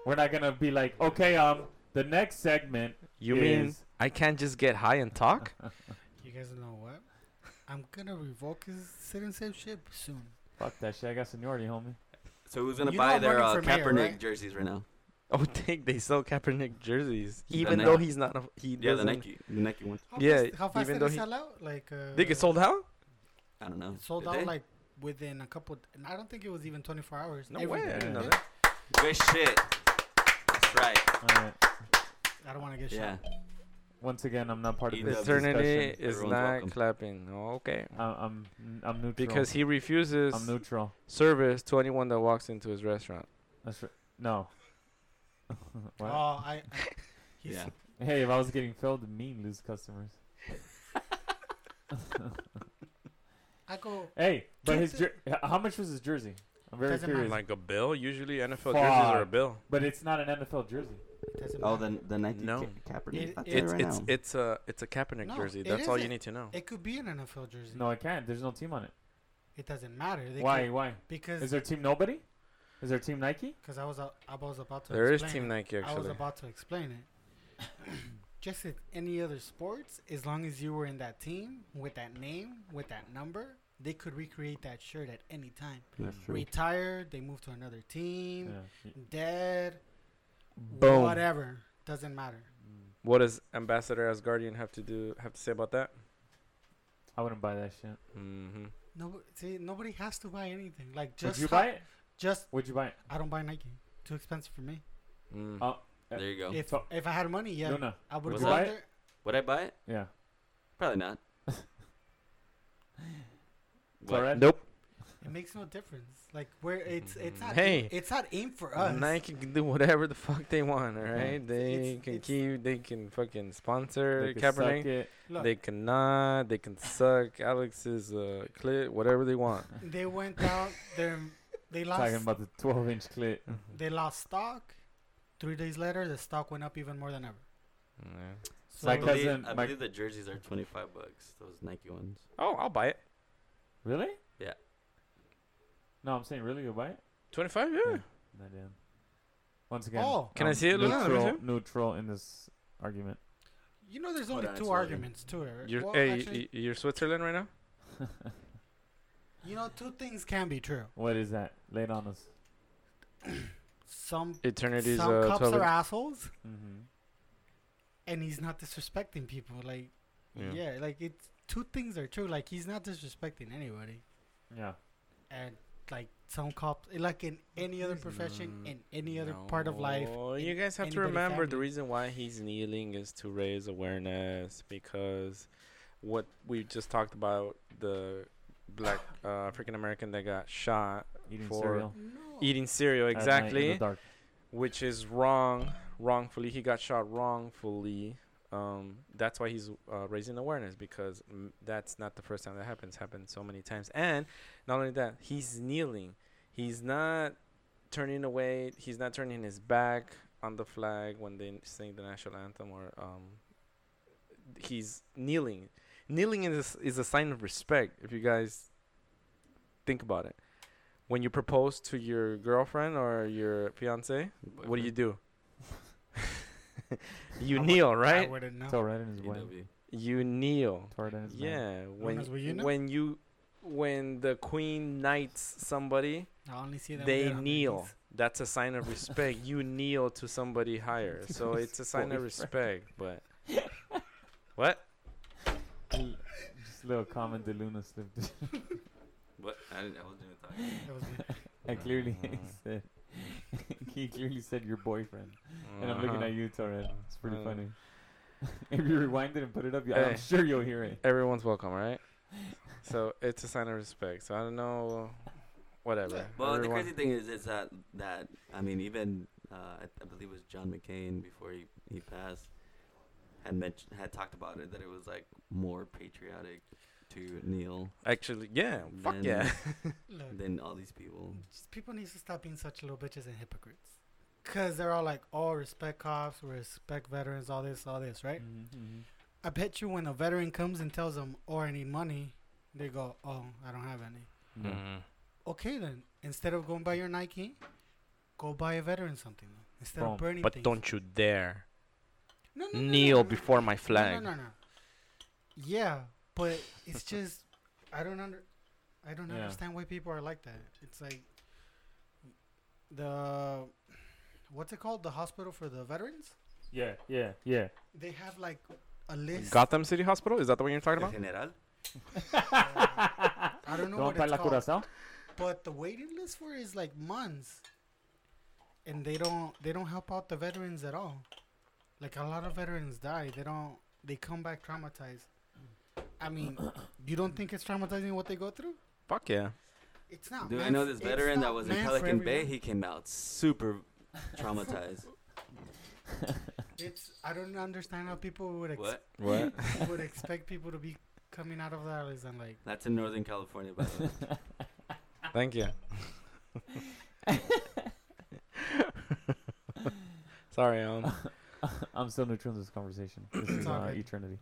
C: We're not gonna be like, okay, um, the next segment.
B: You mean
C: is-
B: I can't just get high and talk?
D: You guys know what? I'm gonna revoke his citizenship soon.
C: Fuck that shit. I got seniority, homie.
A: So who's gonna
D: You know
A: buy
D: I'm
A: their uh,
D: running for mayor,
A: Kaepernick
D: right?
A: jerseys right now?
B: Oh, think they sell Kaepernick jerseys,
H: The
B: even though
H: Nike.
B: he's not. A, he
A: Yeah, the
B: doesn't.
A: Nike, the Nike ones.
D: How
B: Yeah,
D: fast, how fast
B: even
D: did
B: though
D: it
B: he-
D: sell out? Like, uh,
B: They get sold out?
A: I don't know.
D: it sold
A: Did
D: out
A: they?
D: like within a couple. And I don't think it was even 24 hours.
B: No
D: Every
B: way! I
D: day.
B: didn't know
D: Yeah.
B: that.
A: good shit. That's right.
C: All right.
D: I don't want to get
A: Yeah.
D: shot.
C: Once again, I'm not part of
A: He
C: this
A: does
B: Eternity
C: discussion.
A: discussion.
B: is
A: Everyone's
B: not
A: welcome.
B: clapping. Okay.
C: I'm I'm, I'm neutral.
B: Because he refuses
C: I'm neutral.
B: service to anyone that walks into his restaurant.
C: That's right. No.
D: Oh,
C: What?
D: I. I he's,
A: Yeah.
C: Hey, if I was getting filled, me lose customers.
D: I go.
C: Hey, but
D: Keep
C: his
D: the-
C: jer- h- how much was his jersey? I'm very
D: Doesn't
C: curious.
D: matter.
B: Like a bill? Usually NFL jerseys are a
C: Fuck.
B: bill.
C: But it's not an NFL jersey.
D: It doesn't
H: Oh,
D: matter.
H: the the Nike
B: No.
H: Ka-
D: It-
H: Kaepernick. I'll tell you
B: It's
H: right
B: it's
H: now.
B: it's a it's a Kaepernick
D: No,
B: jersey.
D: it
B: That's all you
D: isn't.
B: need to know.
D: It could be an NFL jersey.
C: No, I can't. There's no team on it.
D: It doesn't matter. They
C: Why?
D: Could,
C: Why? Is
D: because
C: there team nobody? Is there team Nike?
D: because I was out- I was about to.
B: There is
D: explain
B: Team
D: it.
B: Nike
D: I was
B: actually.
D: about to explain it. Just in any other sports, as long as you were in that team with that name, with that number, they could recreate that shirt at any time.
H: That's true.
D: Retired, they moved to another team,
C: Yeah.
D: dead,
B: Boom.
D: whatever, doesn't matter.
B: What does Ambassador Asgardian have to do have to say about that?
C: I wouldn't buy that shit.
B: Mm-hmm.
D: No, see, nobody has to buy anything. Like just
C: Would you
D: how-
C: buy it?
D: Just
C: Would you buy it?
D: I don't buy Nike. Too expensive for me.
B: Mm.
C: Uh,
A: There you go.
D: If
C: So-
D: if I had money, yeah,
C: Luna.
D: I would
C: would
D: go
C: you
D: out
C: buy it?
D: there.
A: Would I buy it?
C: Yeah.
A: Probably not. What?
C: Alright.
B: Nope.
D: It makes no difference. Like where it's it's not
B: Hey.
D: it's not aimed for us.
B: Nike can do whatever the fuck they want, all right? They
D: it's-
B: can
D: it's-
B: keep, they can fucking sponsor
C: They could suck
B: Kaepernick.
C: it.
D: Look,
B: They
D: they,
B: cannot. They can suck Alex's uh, clit, whatever they want.
D: went out there. They
C: Talking
D: lost.
C: about the 12 inch clit.
D: They lost stock. Three days later, the stock went up even more than ever.
B: Yeah.
D: So
A: I
C: Like
A: believe,
C: cousin-
A: I
C: my-
A: believe the jerseys are 25 bucks. Those Nike ones.
B: Oh, I'll buy it.
C: Really?
A: Yeah.
C: No, I'm saying really you buy it?
B: Twenty-five, yeah.
C: Yeah. No, I didn't. Once again.
D: Oh.
B: Can I
C: I'm
B: see it, Luna? Let me
C: Neutral,
B: see.
C: neutral in this argument.
D: you know, there's
A: Hold
D: only
A: on, it's
D: two
A: loading.
D: arguments to it. right?
B: You're,
D: Well,
B: hey,
D: actually,
B: y- you're Switzerland right now.
D: you know, two things can be true.
C: What is that? Lay it on us.
D: Some
B: Eternity's
D: some
B: uh,
D: cops
B: twelve.
D: are assholes,
C: Mm-hmm.
D: and he's not disrespecting people. Like,
B: Yeah.
D: yeah. like it's two things are true. Like he's not disrespecting anybody,
C: Yeah.
D: and like some cops, like in any other
B: He's
D: profession,
B: not.
D: in any other part of life.
B: Mm, No,
D: in
B: you guys have to
D: anybody's
B: remember the
D: family.
B: reason why he's kneeling is to raise awareness because what we just talked about the black uh, African American that got shot
C: Eating
B: For-
C: cereal.
D: No.
B: eating cereal
C: at night in the
B: exactly,
C: dark.
B: which is wrong, wrongfully. He got shot wrongfully. Um, that's why he's uh, raising awareness because mm, that's not the first time that happens. Happened so many times, and not only that, he's kneeling. He's not turning away. He's not turning his back on the flag when they sing the national anthem, or um, he's kneeling. Kneeling is is a sign of respect. If you guys think about it, when you propose to your girlfriend or your fiance, what do you do? you
D: I would-
B: kneel,
D: I
B: right?
D: wouldn't know.
C: It's all right in his way.
A: EW.
B: You kneel.
C: It's all right in his way.
B: Yeah, when
D: as well, you know.
B: when you when the queen knights somebody,
D: I only see them. when
B: they
D: they're on their
B: kneel.
D: knees.
B: That's a sign of respect. you kneel to somebody higher, so it's a sign of respect. But what?
C: L- Just a little comment that Luna slipped. in.
A: What? I, didn't, I wasn't even talking.
D: That was good.
C: I clearly said. he clearly said your boyfriend. And I'm looking
B: Uh-huh.
C: at you, Torred. It's pretty
B: Uh.
C: funny. if you rewind it and put it up, you- I'm
B: Hey.
C: sure you'll hear it.
B: Everyone's welcome, right? so it's a sign of respect. So I don't know, whatever.
A: Well,
B: Everyone-
A: the crazy thing is, is that that I mean, even uh, I, I believe it was John McCain before he, he passed had mentioned had talked about it that it was like more patriotic to kneel
B: actually, yeah, fuck
A: Then-
B: yeah.
D: Look,
A: than all these people.
D: just people need to stop being such little bitches and hypocrites. Cause they're all like, "Oh, respect cops, respect veterans, all this, all this,
B: Mm.
D: right?"
C: Mm-hmm.
D: I bet you when a veteran comes and tells them, "Oh, I need money," they go, "Oh, I don't have any."
C: Mm-hmm.
B: Mhm.
D: Okay, then instead of going buy your Nike, go buy a veteran something. Then. Instead
C: Boom.
D: of burning
B: But
D: things.
B: don't you dare
D: No, no, no, no,
B: kneel
D: no, no.
B: before my flag.
D: No, no, no, no. Yeah, but it's just I don't under I don't
C: Yeah.
D: understand why people are like that. It's like the what's it called? The hospital for the veterans?
C: Yeah, yeah, yeah.
D: They have like a list.
B: Gotham City Hospital? Is that the one you're talking
A: El
B: about?
A: General.
D: I don't know
C: Don't
D: what it's
C: la
D: called,
C: curazao?
D: but the waiting list for it is like months. and they don't they don't help out the veterans at all. Like a lot of veterans die. They don't. They come back traumatized. I mean, you don't think it's traumatizing what they go through?
B: Fuck yeah.
D: It's not.
A: Dude, I
D: man,
A: know this
D: it's
A: veteran that
D: not
A: was in
D: meant for
A: Pelican Bay.
D: everyone.
A: He came out super traumatized.
D: It's I don't understand how people would ex-
A: what?
B: What?
D: would expect people to be coming out of the alleys and like
A: That's in Northern California, by the way.
B: Thank you. Sorry, um,
C: I'm still neutral in this conversation. This is
D: It's all
C: uh,
D: good.
C: eternity.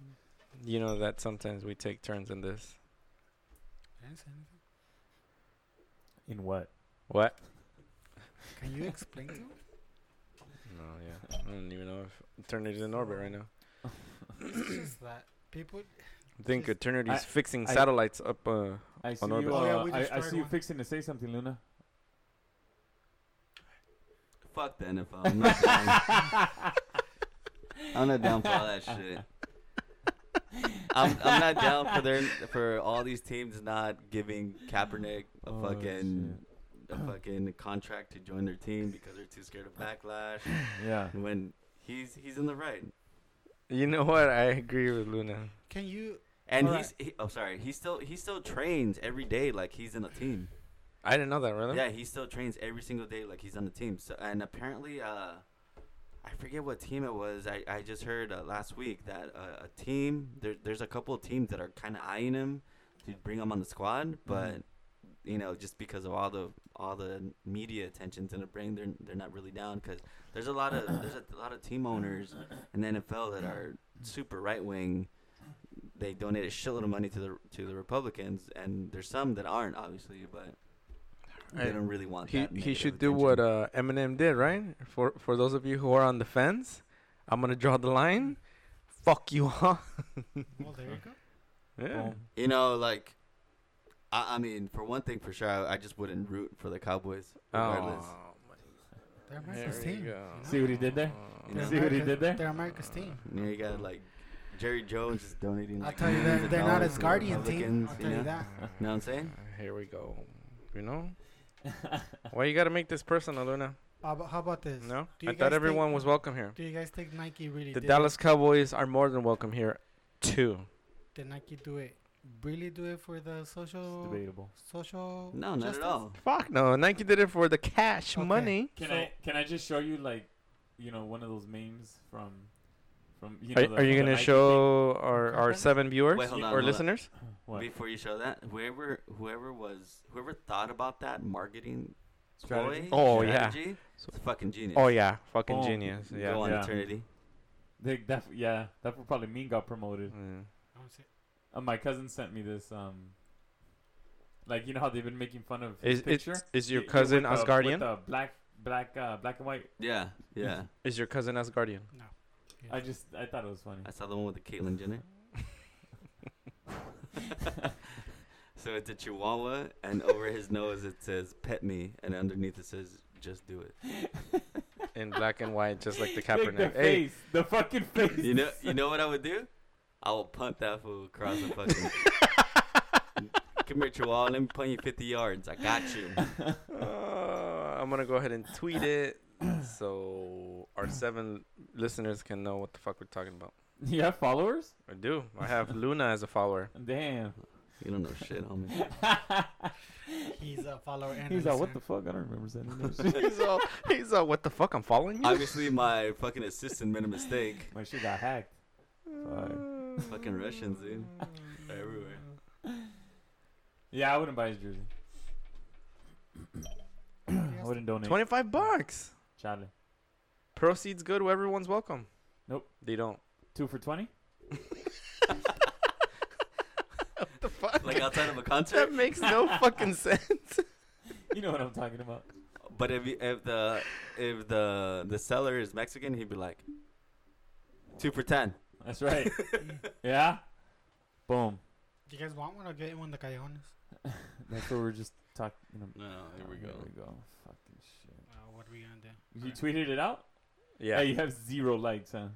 B: you know that sometimes we take turns in this.
D: I didn't say anything.
C: In what?
B: What?
D: Can you explain to him?
B: No, yeah. I don't even know if Eternity's in orbit right now.
D: It's just that people
B: I think
D: Just-
B: Eternity's
C: I-
B: fixing
C: I-
B: satellites up. Uh,
C: I see
B: orbit.
C: you. Uh,
D: Oh, yeah, we
C: I, I
D: destroyed
C: see you
D: one.
C: fixing to say something, Luna.
A: Fuck the NFL. I'm not down. I'm not down for all that shit. I'm, I'm not down for their for all these teams not giving Kaepernick a
C: Oh,
A: fucking a fucking contract to join their team because they're too scared of backlash.
C: Yeah.
A: When he's he's in the right,
B: you know what? I agree with Luna.
D: can you
A: and
D: All
A: he's he, oh sorry, he still he still trains every day like he's in a team.
B: I didn't know that, really.
A: Yeah, he still trains every single day like he's on the team. So and apparently, uh, I forget what team it was. I, I just heard uh, last week that uh, a team there, there's a couple of teams that are kind of eyeing him to bring him on the squad, but you know just because of all the all the media attention's gonna bring they're they're not really down because there's a lot of there's a lot of team owners in the NFL that are super right wing. They donate a shitload of money to the to the Republicans, and there's some that aren't obviously, but they
B: Right.
A: don't really want
B: He
A: that.
B: he
A: negative
B: should do
A: attention.
B: what uh, Eminem did, right? For for those of you who are on the fence, I'm gonna draw the line. Fuck you all.
D: well there you go.
B: yeah.
C: Boom.
A: you know, like. I, I mean, for one thing, for sure, I, I just wouldn't root for the Cowboys. Regardless.
B: Oh,
C: Oh,
D: They're America's
B: there
D: team.
B: you
D: you
B: go. Oh,
D: know?
C: See what he did there?
A: You
D: They're
A: know?
C: See what he
D: America-
C: did there?
D: They're America's team.
A: You, know, you got like Jerry Jones is donating.
D: I'll
A: Like,
D: tell you
A: millions
D: that
A: of
D: they're not
A: dollars
D: as
A: to the
D: guardian team.
A: Republicans,
D: I'll
A: you
D: tell you
A: know?
D: that.
A: Know what I'm saying?
B: Uh, Here we go. You know. Why you gotta make this personal, Luna?
D: How about, how about this?
B: No,
D: Do
B: I
D: you
B: thought
D: guys
B: everyone
D: think-
B: was welcome here.
D: Do you guys think Nike really
B: The
D: did
B: Dallas Cowboys are more than welcome here, too.
D: It? Did Nike do it? Really do it for the social
C: Debatable.
D: social?
A: No, not
D: justice?
A: at all.
B: Fuck no, Nike did it for the cash
D: Okay.
B: money.
C: Can
D: So-
C: I can I just show you like, you know, one of those memes from, from you know.
B: Are,
C: the-
B: are you
C: the
B: gonna
C: Nike thing?
B: show our, our
D: Company?
B: seven viewers
A: Wait, hold on,
B: or
A: hold on.
B: listeners?
C: What?
A: Before you show that, whoever whoever was whoever thought about that marketing ploy,
C: Strategy?
B: Oh, yeah.
A: strategy, it's fucking genius.
B: Oh yeah, fucking
C: Boom.
B: genius.
A: Go
B: Yeah.
A: on
C: Yeah.
A: eternity.
C: They, that, yeah, that would probably mean got promoted.
B: Mm.
D: I don't see-
B: Mm-hmm.
C: Uh, my cousin sent me this. Um, like you know how they've been making fun of his
B: Is
C: picture.
B: it's, is your
C: Y- y-
B: cousin
C: with the-
B: Asgardian?
C: With the black, black, uh, black and white.
A: Yeah, yeah.
B: Is your cousin Asgardian?
C: I just I thought it was funny.
A: I saw the one with the Caitlyn Jenner. so it's a chihuahua, and over his nose it says "pet me," and underneath it says "just do it."
B: In black and white, just like the
C: Like the
B: Kaepernick. Hey,
C: face, the fucking face.
A: You know, you know what I would do? I will punt that fool across the fucking. Come here, chihuahua. Let me punt you 50 yards. I got you.
B: uh, I'm gonna go ahead and tweet it so our seven listeners can know what the fuck we're talking about.
C: you have followers?
B: I do. I have Luna as a follower.
C: Damn.
A: You don't know shit, homie.
D: He's a follower. And
C: He's
D: a
C: like, what the
D: listener.
C: fuck? I don't remember sending this.
B: He's all, he's all, what the fuck? I'm following you.
A: Obviously, my fucking assistant made a mistake.
C: my shit got hacked.
A: Fucking Russians, dude. Everywhere.
C: Yeah, I wouldn't buy his jersey. I
D: Yes.
C: wouldn't donate.
B: Twenty-five bucks.
C: Charlie.
B: Proceeds go to everyone's welcome.
C: Nope.
B: They don't.
C: Two for twenty?
B: The fuck?
A: Like uh, outside of a concert.
B: that makes no fucking sense.
C: You know what I'm talking about.
A: But if you- if the if the the seller is Mexican, he'd be like two for ten.
C: That's right. yeah? Boom.
D: Do you guys want one? I'll get you one. The callejones.
C: That's what we're just talking about.
A: No,
C: Oh, Here we go. Fucking shit.
D: Uh, what are we gonna do?
C: You tweeted it out?
B: Yeah.
C: Hey, you have zero likes, huh?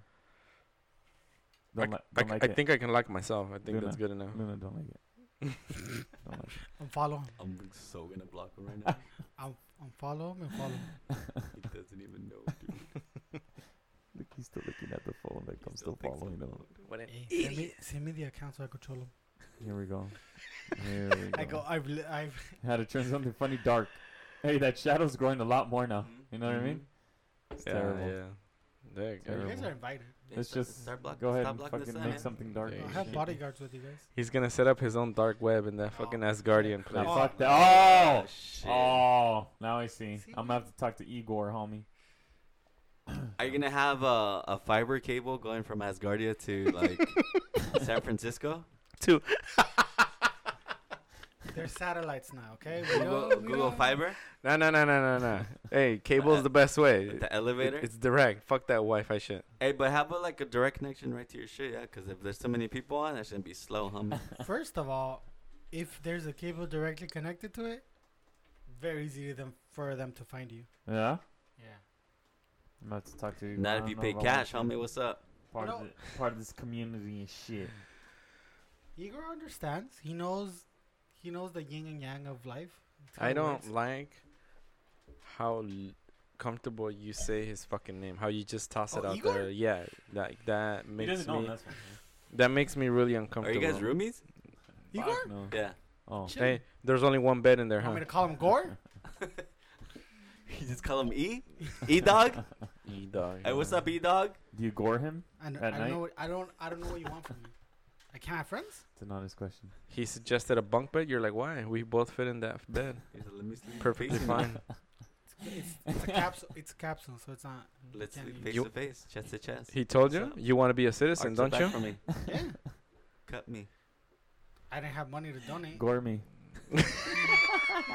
B: I,
C: Don't,
B: c-
C: li-
B: I
C: don't
B: c-
C: like
B: I
C: it.
B: think I can like myself. I think
C: Luna.
B: that's good enough.
C: No, no, don't like it. don't like
D: Unfollow him.
A: I'm so gonna block him right now.
D: Unfollow him and follow him.
A: He doesn't even know. Dude.
I: Look, he's still looking at the phone. Like, I'm still
A: thinks
I: following him.
B: What an
D: Hey, send, me,
B: idiot.
D: send me the account so I control them.
I: Here we go. Here we go.
D: I go. I've. Li- I've.
C: Had to turn something funny dark. Hey, that shadow's growing a lot more now.
A: Mhm.
C: You know what I mean? It's
B: Mm-hmm. Yeah,
C: terrible.
B: yeah. There you
D: You
B: go.
C: Terrible.
D: guys are invited.
A: Hey,
C: Let's
A: start-
C: just
A: start block-
C: go ahead
A: stop
C: and
A: blocking the
C: fucking
A: sun,
C: make
A: eh?
C: something dark.
B: There
D: I
B: you
D: have
B: go.
D: bodyguards with you guys.
B: He's gonna set up his own dark web in that fucking Asgardian
C: Nah,
B: place.
D: Oh,
C: fuck
A: Ah,
C: that.
A: shit.
C: Oh, oh, now I see.
D: See?
C: I'm gonna have to talk to Igor, homie.
A: Are you gonna have a, a fiber cable going from Asgardia to like San Francisco?
D: They're satellites now. Okay. We
A: Google,
D: don't- we
A: Google
D: don't-
A: Fiber,
B: No, no, no, no, no, no. Hey, cable's the best way.
A: with
B: It-
A: the elevator.
B: it's direct. Fuck that Wi-Fi shit.
A: hey, but how about like a direct connection right to your shit? Yeah, because if there's so many people on, that shouldn't be slow, homie.
D: First of all, if there's a cable directly connected to it, very easy to them for them to find you.
C: Yeah?
D: Yeah.
C: I'm gonna have to talk to Igor. I
A: Not if
C: don't
A: you
C: know
A: pay
C: if I
A: cash,
C: want to
A: homie. What's up?
C: be Part of,
D: You know-
C: the- part of this community and shit.
D: Igor understands. He knows. He knows the yin and yang of life. It's how
B: I
D: it
B: don't
D: works.
B: like how l- comfortable you say his fucking name. How you just toss it
D: Oh,
B: out
D: Igor?
B: there. Yeah, like that
C: He
B: makes
C: doesn't know
B: me.
C: that's one.
B: That makes me really
A: Are
B: uncomfortable.
A: you guys roomies?
D: Igor.
C: Fuck no.
A: Yeah.
C: Oh.
D: Chill.
B: Hey, there's only one bed in there,
D: Want
B: huh?
D: me to
C: uh-huh.
D: call him Gore?
A: You just call him E, E dog.
B: E dog.
A: Hey, what's up, E dog?
C: Do you gore him?
D: I, n-
C: At
D: I don't
C: night?
D: know. What, I don't. I don't know what you want from me. I can't have friends.
C: It's an honest question.
B: He suggested a bunk bed. You're like, why? We both fit in that bed.
A: He said, Let me sleep
B: Perfectly
A: facing you.
B: fine.
D: It's, it's a capsule. It's a capsule, so it's not.
A: Let's
D: Yeah,
A: sleep
D: you-
A: face
B: You-
A: to face, chest to chest.
B: He told
A: What's
B: you
A: up?
B: you want to be a citizen,
A: Arch your
B: don't
A: back
B: you?
A: for me.
D: Yeah.
A: Cut me.
D: I didn't have money to donate.
C: Gore me.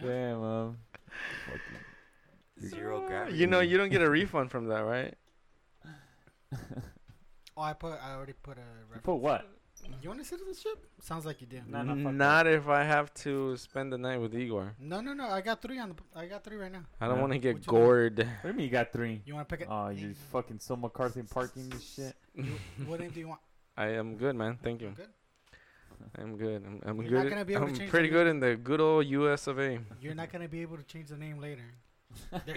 C: Damn, um.
A: Zero gravity.
B: You know you don't get a refund from that, right?
D: Oh, I put. I already put a.
C: You
D: Reference.
C: put what?
D: You want a citizenship? Sounds like you do.
C: No, no, fuck that.
B: Not if I have to spend the night with Igor.
D: No, no, no. I got three on. The, I got three right now.
B: I don't
C: Yeah.
B: want to get
D: What you mean?
B: gored.
C: What do you mean you got three?
D: You want to pick it?
C: Oh, you fucking so McCarthy and parking this shit.
D: what name do you want?
B: I am good, man. Thank you.
D: Good.
B: I'm good. I'm, I'm
D: You're not
B: good.
D: gonna be able to
B: I'm
D: change
B: pretty
D: the-
B: good in the good old U.S. of A.
D: You're not gonna be able to change the name later. There-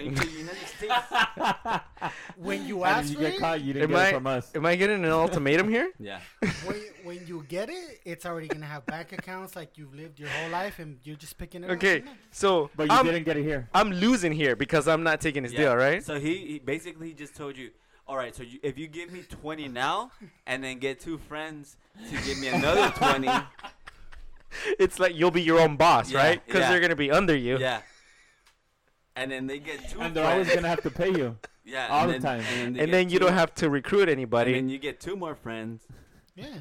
D: when you
C: And
D: ask
C: you
D: for
C: get
D: it,
C: caught, you
B: Am
C: didn't get
B: I-
C: it from us.
B: Am I getting an ultimatum here?
A: Yeah.
D: when, when you get it, it's already gonna have bank accounts like you've lived your whole life, and you're just picking it. up.
B: Okay,
D: No.
B: so
C: But you
B: I'm
C: didn't get it here.
B: I'm losing here because I'm not taking his
A: Yeah.
B: deal, right?
A: So he, he basically just told you, all right. So you, if you give me twenty now, and then get two friends to give me another twenty,
B: It's like you'll be your own boss,
A: Yeah,
B: right? Because
A: yeah.
B: they're gonna be under you.
A: yeah. And then they get two.
C: And they're always
A: friends.
C: gonna have to pay you.
A: yeah,
C: all
A: and
C: the
A: then-
C: time.
A: they
B: And
A: get
B: then you
A: two-
B: don't have to recruit
A: And
B: anybody,
A: then you get two more friends.
D: Yeah,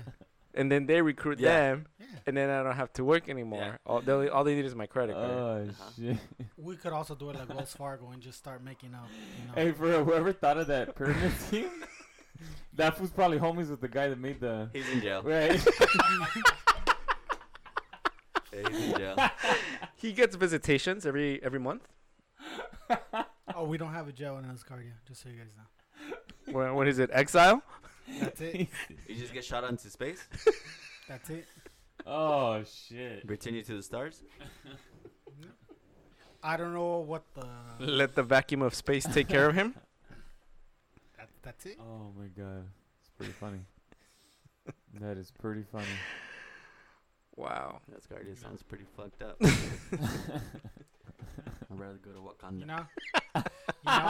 B: and then they recruit
A: Yeah.
B: them,
D: yeah.
B: and then I don't have to work anymore. All, they, all they need is my credit card.
A: Uh.
C: Oh shit.
A: Uh-huh.
D: We could also do it like Wells Fargo and just start making up. You know,
C: Hey, for whoever thought of that pyramid scheme, that was probably homies with the guy that made the.
A: He's in jail.
C: Right.
A: Yeah, He's in jail.
B: He gets visitations every every month
D: oh, we don't have a jail in Asgardia, just so you guys know.
B: when, what is it? Exile?
D: That's it.
A: You just get shot out into space,
D: That's it.
C: oh shit.
A: return you to the stars.
D: I don't know what the.
B: Let the vacuum of space take care of him.
D: That, that's it.
C: Oh my god, it's pretty funny. that is pretty funny.
B: Wow.
A: That's Guardian sounds pretty fucked up. I'd rather go to Wakanda.
D: You know. You know,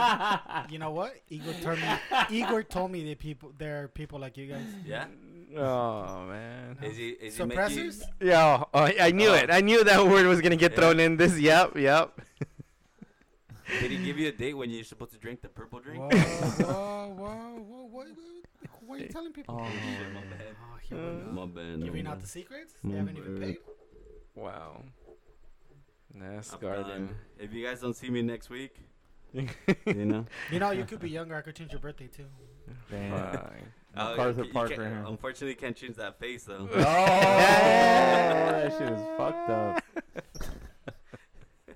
D: you know what? Igor told me. Igor told me that people there are people like you guys.
A: yeah.
B: Oh man.
A: Is he? Is he make you-
D: Suppressors?
B: Yeah, oh, I I knew
A: Oh.
B: it. I knew that word was gonna get
A: Yeah.
B: thrown in. This, yep, yep.
A: Did he give you a date when you're supposed to drink the purple drink? Oh,
D: Whoa, whoa, whoa, whoa! Oh, What, what, what are you telling people?
C: Oh,
D: Oh,
A: Shit, my bad.
D: here we go.
A: My bad.
D: Giving
A: my
D: out
A: bad.
D: the secrets? They haven't even paid?
B: Wow. Nice
A: I'm
B: garden.
A: done. If you guys don't see me next week, you know.
D: You know, you could be younger. I could change your birthday too.
C: Damn.
B: Fine.
A: Uh,
C: MacArthur
A: you
C: Park
A: can't-
C: right here.
A: Unfortunately, can't change that face though.
C: Oh, that shit is fucked up.
D: Uh,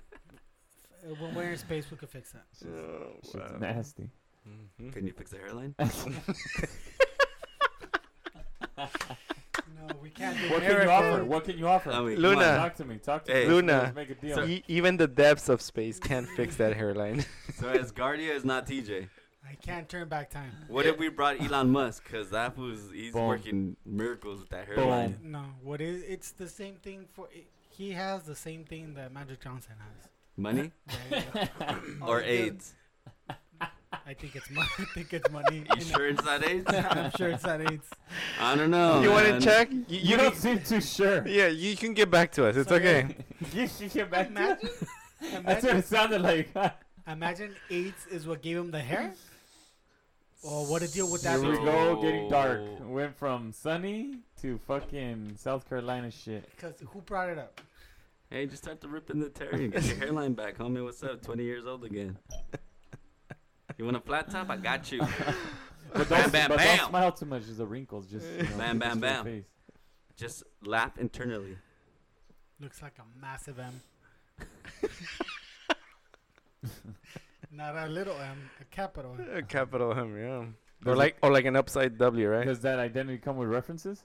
D: When we're in space, we could fix that.
A: Oh,
C: Shit's nasty.
B: Mhm.
A: Can you fix the hairline?
D: No, we can't do
C: What can you offer? What can you offer?
A: I mean,
B: Luna.
A: come on.
C: Talk to me. Talk to
A: Oh, Hey.
C: me.
B: Luna.
C: Let's make a deal.
B: E- even the depths of space can't fix that hairline.
A: So as Guardia is not TJ.
D: I can't turn back time.
A: What if we brought Elon Musk? Because that fool's he's
C: Boom.
A: working miracles with that hairline.
D: No, what is? It's the same thing for. It, he has the same thing that Magic Johnson has.
A: Money
D: There you go.
A: or
D: Oh,
A: AIDS?
D: dude, I think it's money. I think it's money.
A: You sure it's not AIDS?
D: I'm sure it's not AIDS.
A: I don't know.
B: you want to
A: Oh, man.
B: check? You,
C: You
B: you
C: don't
B: can-
C: seem too sure.
B: yeah, you can get back to us. It's
D: Sorry.
B: okay.
C: you should get back to
D: Imagine,
C: That's what
D: imagine,
C: it sounded like.
D: imagine AIDS is what gave him the hair. Oh, what a deal with that
C: Here we
D: dude.
C: go, getting dark.
A: So-
C: Went from sunny to fucking South Carolina shit.
D: Because who brought it up?
A: Hey, just start to ripping the terry and get your hairline back, homie. What's up? Twenty years old again. You want a flat top? I got you.
C: But
A: Bam,
C: don't,
A: bam,
C: but
A: bam.
C: don't smile too much. There's the wrinkles. Just you know,
A: Bam,
C: just
A: bam,
C: your
A: bam.
C: face.
A: Just laugh internally.
D: Looks like a massive M. Not a little M, a capital M.
B: A Uh, Capital M, yeah. Or
C: Does
B: like, or like an upside W, right?
C: Does that identity come with references,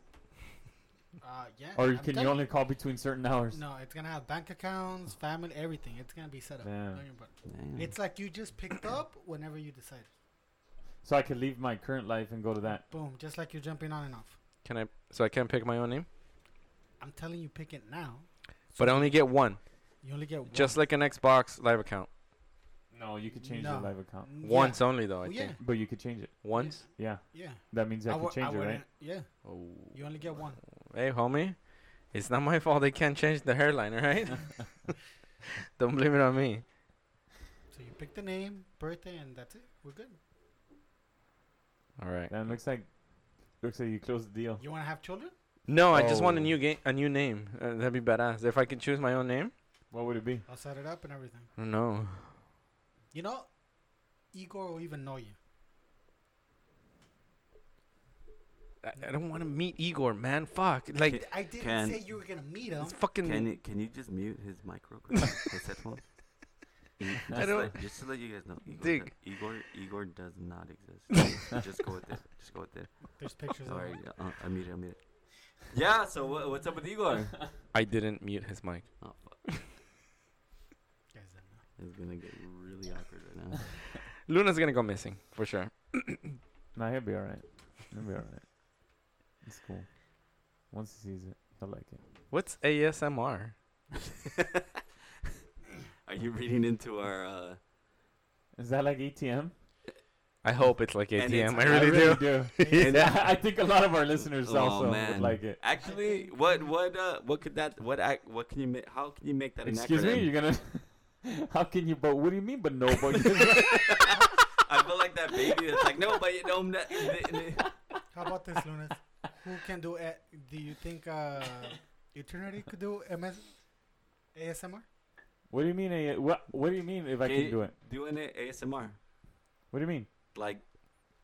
D: Uh, yeah.
C: or
D: I'm
C: can you
D: telling-
C: only call between certain hours?
D: No, it's gonna have bank accounts, family, everything. It's gonna be set up.
C: Damn.
D: Don't you worry.
A: Damn.
D: It's like you just picked up whenever you decide.
C: So I could leave my current life and go to that.
D: Boom, just like you're jumping on and off.
B: Can I? So I can't pick my own name,
D: I'm telling you, pick it now.
B: but I only get one.
D: You only get one.
B: Just like an Xbox Live account.
C: No, you could change
D: No.
C: your live account,
D: Mm, yeah.
B: Once only, though. I
D: Well,
B: think
D: yeah,
C: but you could change it.
B: once.
C: Yeah,
D: yeah.
C: that means I,
D: wou-
C: could change it, right?
D: wouldn't- Yeah,
B: Oh.
D: you only get one.
B: Hey, homie, it's not my fault they can't change the hairline, all right? Don't blame it on me.
D: So you pick the name, birthday, and that's it. We're good.
B: All right.
C: That looks like looks like you closed the deal.
D: You want to have children?
B: No, I just want a
C: Oh.
B: new game, a new name. Uh, that'd be badass. If I could choose my own name.
C: What would it be?
D: I'll set it up and everything.
B: No.
D: You know, Igor will even know you.
B: I, I don't want to meet Igor, man. Fuck. Like,
D: I didn't
A: Can-
D: say you were gonna meet him.
B: it's fucking.
A: Can you can you just mute his mic real quick? his headphone. E- Just,
B: don't-
A: like- just to let you guys know, Igor,
B: Dig.
A: do- Igor, Igor does not exist. just go with it. Just go with it.
D: There's pictures of
A: Sorry,
D: him.
A: uh, I mute it. I mute it. Yeah. So what, what's up with Igor?
B: I didn't mute his mic.
A: Oh, fuck.
D: You guys don't know.
A: It's gonna get really awkward right now.
B: Luna's gonna go missing for sure.
C: No, he'll be all right. He'll be all right. It's cool. Once he sees it, he'll like it.
B: What's ASMR?
A: Are you reading into our? Uh,
C: Is that like ATM?
B: I hope it's like
A: And
B: ATM.
A: it's-
B: I really, do.
C: I think a lot of our listeners
A: Oh,
C: also would like it.
A: Actually, what what uh what could that what act what can you make how can you make that
C: Excuse
A: an
C: me,
A: acronym?
C: you're gonna. How can you? But what do you mean? But no, but you-
A: I feel like that baby that's like no, but you know I'm not- th- th-
D: How about this, Lunas? Who can do it? Do you think uh, Eternity could do MS- ASMR?
C: what do you mean? eh, What What do you mean? If I
A: Can
C: can
A: you-
C: do it,
A: doing it ASMR.
C: what do you mean?
A: Like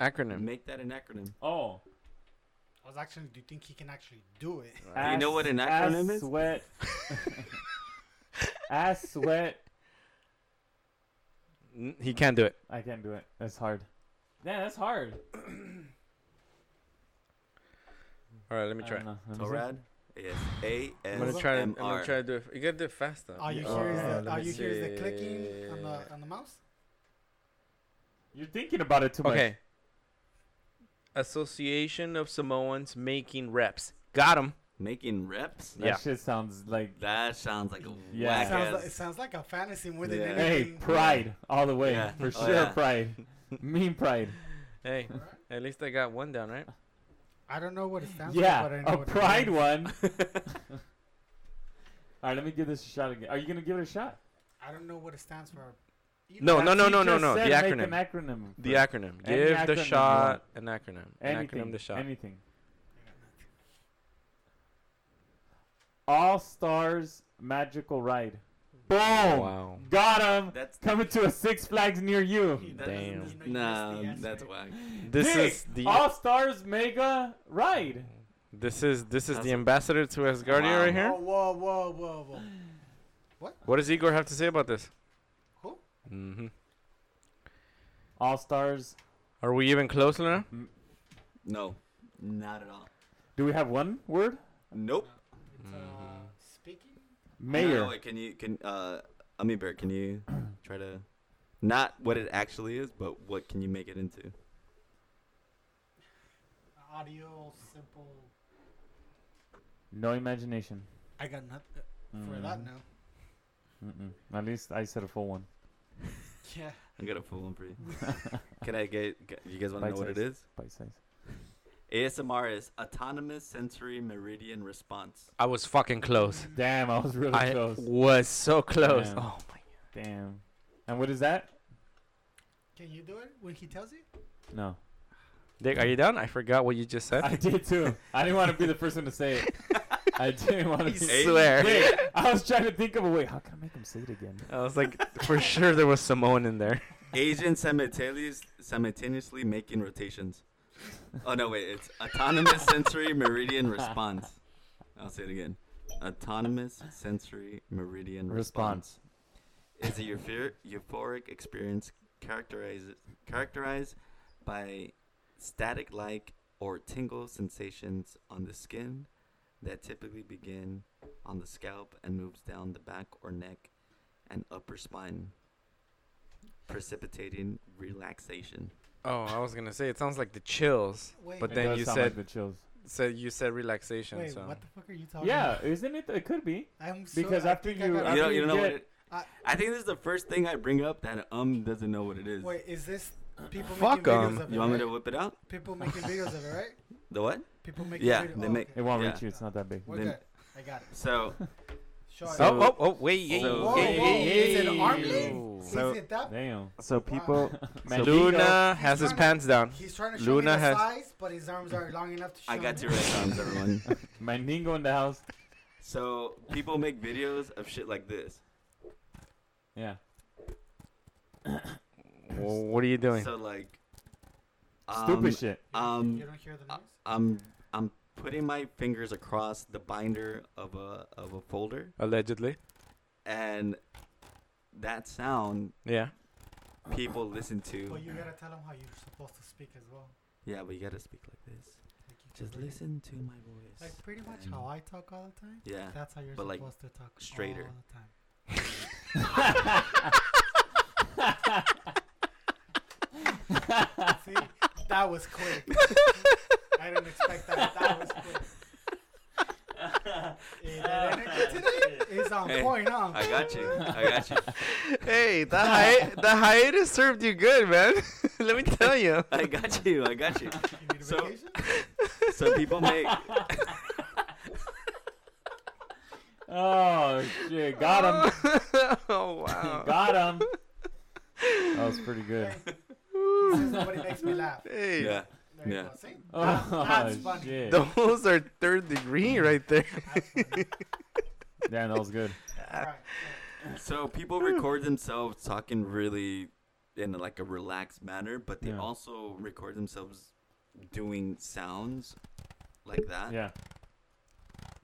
B: Acronym.
A: make that an acronym.
C: Oh,
D: I was actually. Do you think he can actually do it?
A: you know what an
C: ass
A: acronym is?
C: Sweat. ass sweat.
B: N- He can't do it.
C: I can't do it. That's hard. Yeah, that's hard.
B: All right, let me
C: I
B: try.
C: don't know. Let me see.
A: Torad. Yes. A
B: I'm
A: S
B: gonna try to.
A: M
B: I'm
A: R. Oh.
B: gonna try to do it. You gotta do it faster.
D: All you
C: Yeah.
D: hear is
C: Uh,
D: the,
B: let
D: all
B: me
D: you hear is the clicking on
B: see.
D: the on the mouse.
C: You're thinking about it too much.
B: Okay. Association of Samoans making reps. Got him.
A: Making reps.
C: That
B: Yeah.
C: shit sounds like
A: That sounds like a
C: Yeah.
A: whack
D: sounds like, it
A: ass.
D: sounds like a fantasy more than
A: Yeah.
C: Hey,
D: anything.
C: pride all the way
A: Yeah.
C: for
A: Oh,
C: sure.
A: yeah.
C: Pride, mean pride.
B: Hey, at least I got one down, right?
D: I don't know what it stands
C: yeah,
D: for, but I know
C: a
D: what it
C: pride
D: means.
C: one. all right, let me give this a shot again. Are you gonna give it a shot?
D: I don't know what it stands for. either.
B: No, no,
C: That's
B: no,
C: you
B: no, no,
C: just
B: no. The
C: said make
B: acronym.
C: An acronym.
B: The
C: for
B: acronym.
C: Any
B: Give
C: acronym
B: the
C: you
B: shot an acronym.
C: anything,
B: An acronym. The shot.
C: Anything. All stars magical ride. Boom!
B: Wow.
C: Got him.
A: That's
C: Coming to a Six Flags near you.
A: that
B: Damn.
A: doesn't-
D: You know, you
A: No,
D: missed the S
A: that's
D: word.
A: whack.
B: This
C: Dick,
B: is the.
C: All Stars Mega Ride.
B: This is this is
A: That's-
B: the ambassador to Asgardia
A: Wow.
B: right here.
D: Whoa, whoa, whoa, whoa, whoa.
B: What does Igor have to say about this?
D: Who?
B: Mm-hmm.
C: All Stars.
B: Are we even close, Luna?
A: No, not at all.
C: Do we have one word?
A: Nope.
D: It's, uh,
A: Mm-hmm.
B: Mhm.
D: speaking.
A: No,
I: Mayor.
A: wait, can you can uh, Ami Bear, can you try to not what it actually is, but what can you make it into?
D: Audio, simple.
C: No imagination.
D: I got nothing for that
C: Mm.
D: now.
C: Mm-mm. At least I said a full one.
D: Yeah.
A: I got a full one for you. can I get? g- You guys want to know what it is?
C: Bite size.
A: ASMR is autonomous sensory meridian response.
B: I was fucking close.
C: Damn, I was really
B: I
C: close.
B: was so close.
C: Yeah.
B: Oh my.
C: Damn. And what is that?
D: Can you do it when he tells you?
C: No.
B: Dick, are you done? I forgot what you just said.
C: I did too. I didn't want to be the first one to say it. I didn't want to
B: I
C: be.
B: swear.
C: Wait, I was trying to think of a way. How can I make him say it again?
B: I was like, for sure there was Samoan in there.
A: Asian simultaneous, simultaneously making rotations. Oh no, wait, it's autonomous sensory meridian response. I'll say it again. Autonomous sensory meridian response,
C: Response.
A: is a euphor- euphoric experience characterized characterized by static like or tingle sensations on the skin that typically begin on the scalp and moves down the back or neck and upper spine precipitating relaxation.
B: Oh, I was gonna say it sounds like the chills,
D: Wait.
B: but
C: It
B: then
C: does
B: you
C: sound
B: said
C: like the chills.
B: so you said relaxation.
D: Wait,
B: so
D: what the fuck are you talking?
C: Yeah, isn't it? It could be.
D: About? I'm so,
C: Because
D: I
C: after
D: think I
C: you-
D: got
C: after
A: You
D: it.
A: know, you know what
C: get-
A: it,
D: I-
A: I think this is the first thing I bring up that um doesn't know what it is.
D: Wait, is this people
B: Fuck
D: making videos
B: 'em.
D: of it?
A: you want me to
D: right?
A: whip it out?
D: People making videos of it, right?
A: The what?
D: People making
A: Yeah,
D: videos.
A: they
D: oh,
A: make-
D: okay.
C: It won't
A: Yeah.
C: reach you. It's not that big.
D: We're
A: then-
D: good. I got it.
A: So
D: Sure. I
A: So-
D: got it.
B: oh, oh, oh, wait, yeah.
A: So-
D: Whoa, whoa, is it an
B: Ooh.
D: armlet?
H: So-
D: is it that?
C: Damn.
H: So people,
C: Man,
B: Luna has his
D: He's
B: pants down.
D: He's trying to show
B: Luna
D: me the
B: has-
D: size, but his arms aren't long enough to show
A: I got
D: me.
A: your right arms, everyone.
C: Mandingo in the house.
A: So people make videos of shit like this.
C: Yeah.
B: Well, what are you doing?
A: So like, um,
C: Stupid shit.
A: Um,
D: You don't hear the
A: I-
D: noise?
A: I'm I'm putting my fingers across the binder of a of a folder,
B: Allegedly,
A: and that sound
B: yeah.
A: people listen to.
D: But you gotta tell him how you're supposed to speak as well.
A: Yeah, but you gotta speak like this.
D: Like you
A: Just
D: pretty-
A: listen to my voice.
D: Like pretty much
A: and-
D: how I talk all the time.
A: Yeah.
D: That's how you're
A: but, like,
D: supposed to talk
A: straighter.
D: all the time. See, that was quick. I didn't expect that. That was quick. Eh, that energy today is on
A: Hey,
D: point, huh?
A: I got you. I got you.
B: Hey, that hi- the hiatus served you good, man. Let me tell you.
A: I got you. I got you.
D: You need a
A: So-
D: vacation?
A: So people make
C: Oh shit! Got him.
B: oh wow.
C: Got him. That was pretty good.
D: He says nobody makes me laugh.
B: Hey,
A: yeah.
D: There you
A: Yeah.
D: go. See?
C: Oh
D: That's funny.
C: shit!
B: those are third degree right there.
D: That's funny.
C: Damn, that was good.
D: All right.
A: So people record themselves talking really in like a relaxed manner, but they
C: Yeah.
A: also record themselves doing sounds like that
C: Yeah.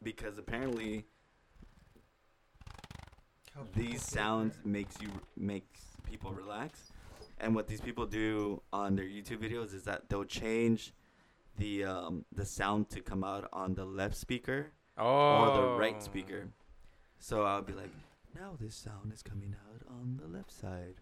A: because apparently
D: so-
A: these sounds makes you makes people relax. And what these people do on their YouTube videos is that they'll change the um, the sound to come out on the left speaker
B: Oh.
A: or the right speaker. So I'll be like, now this sound is coming out on the left side.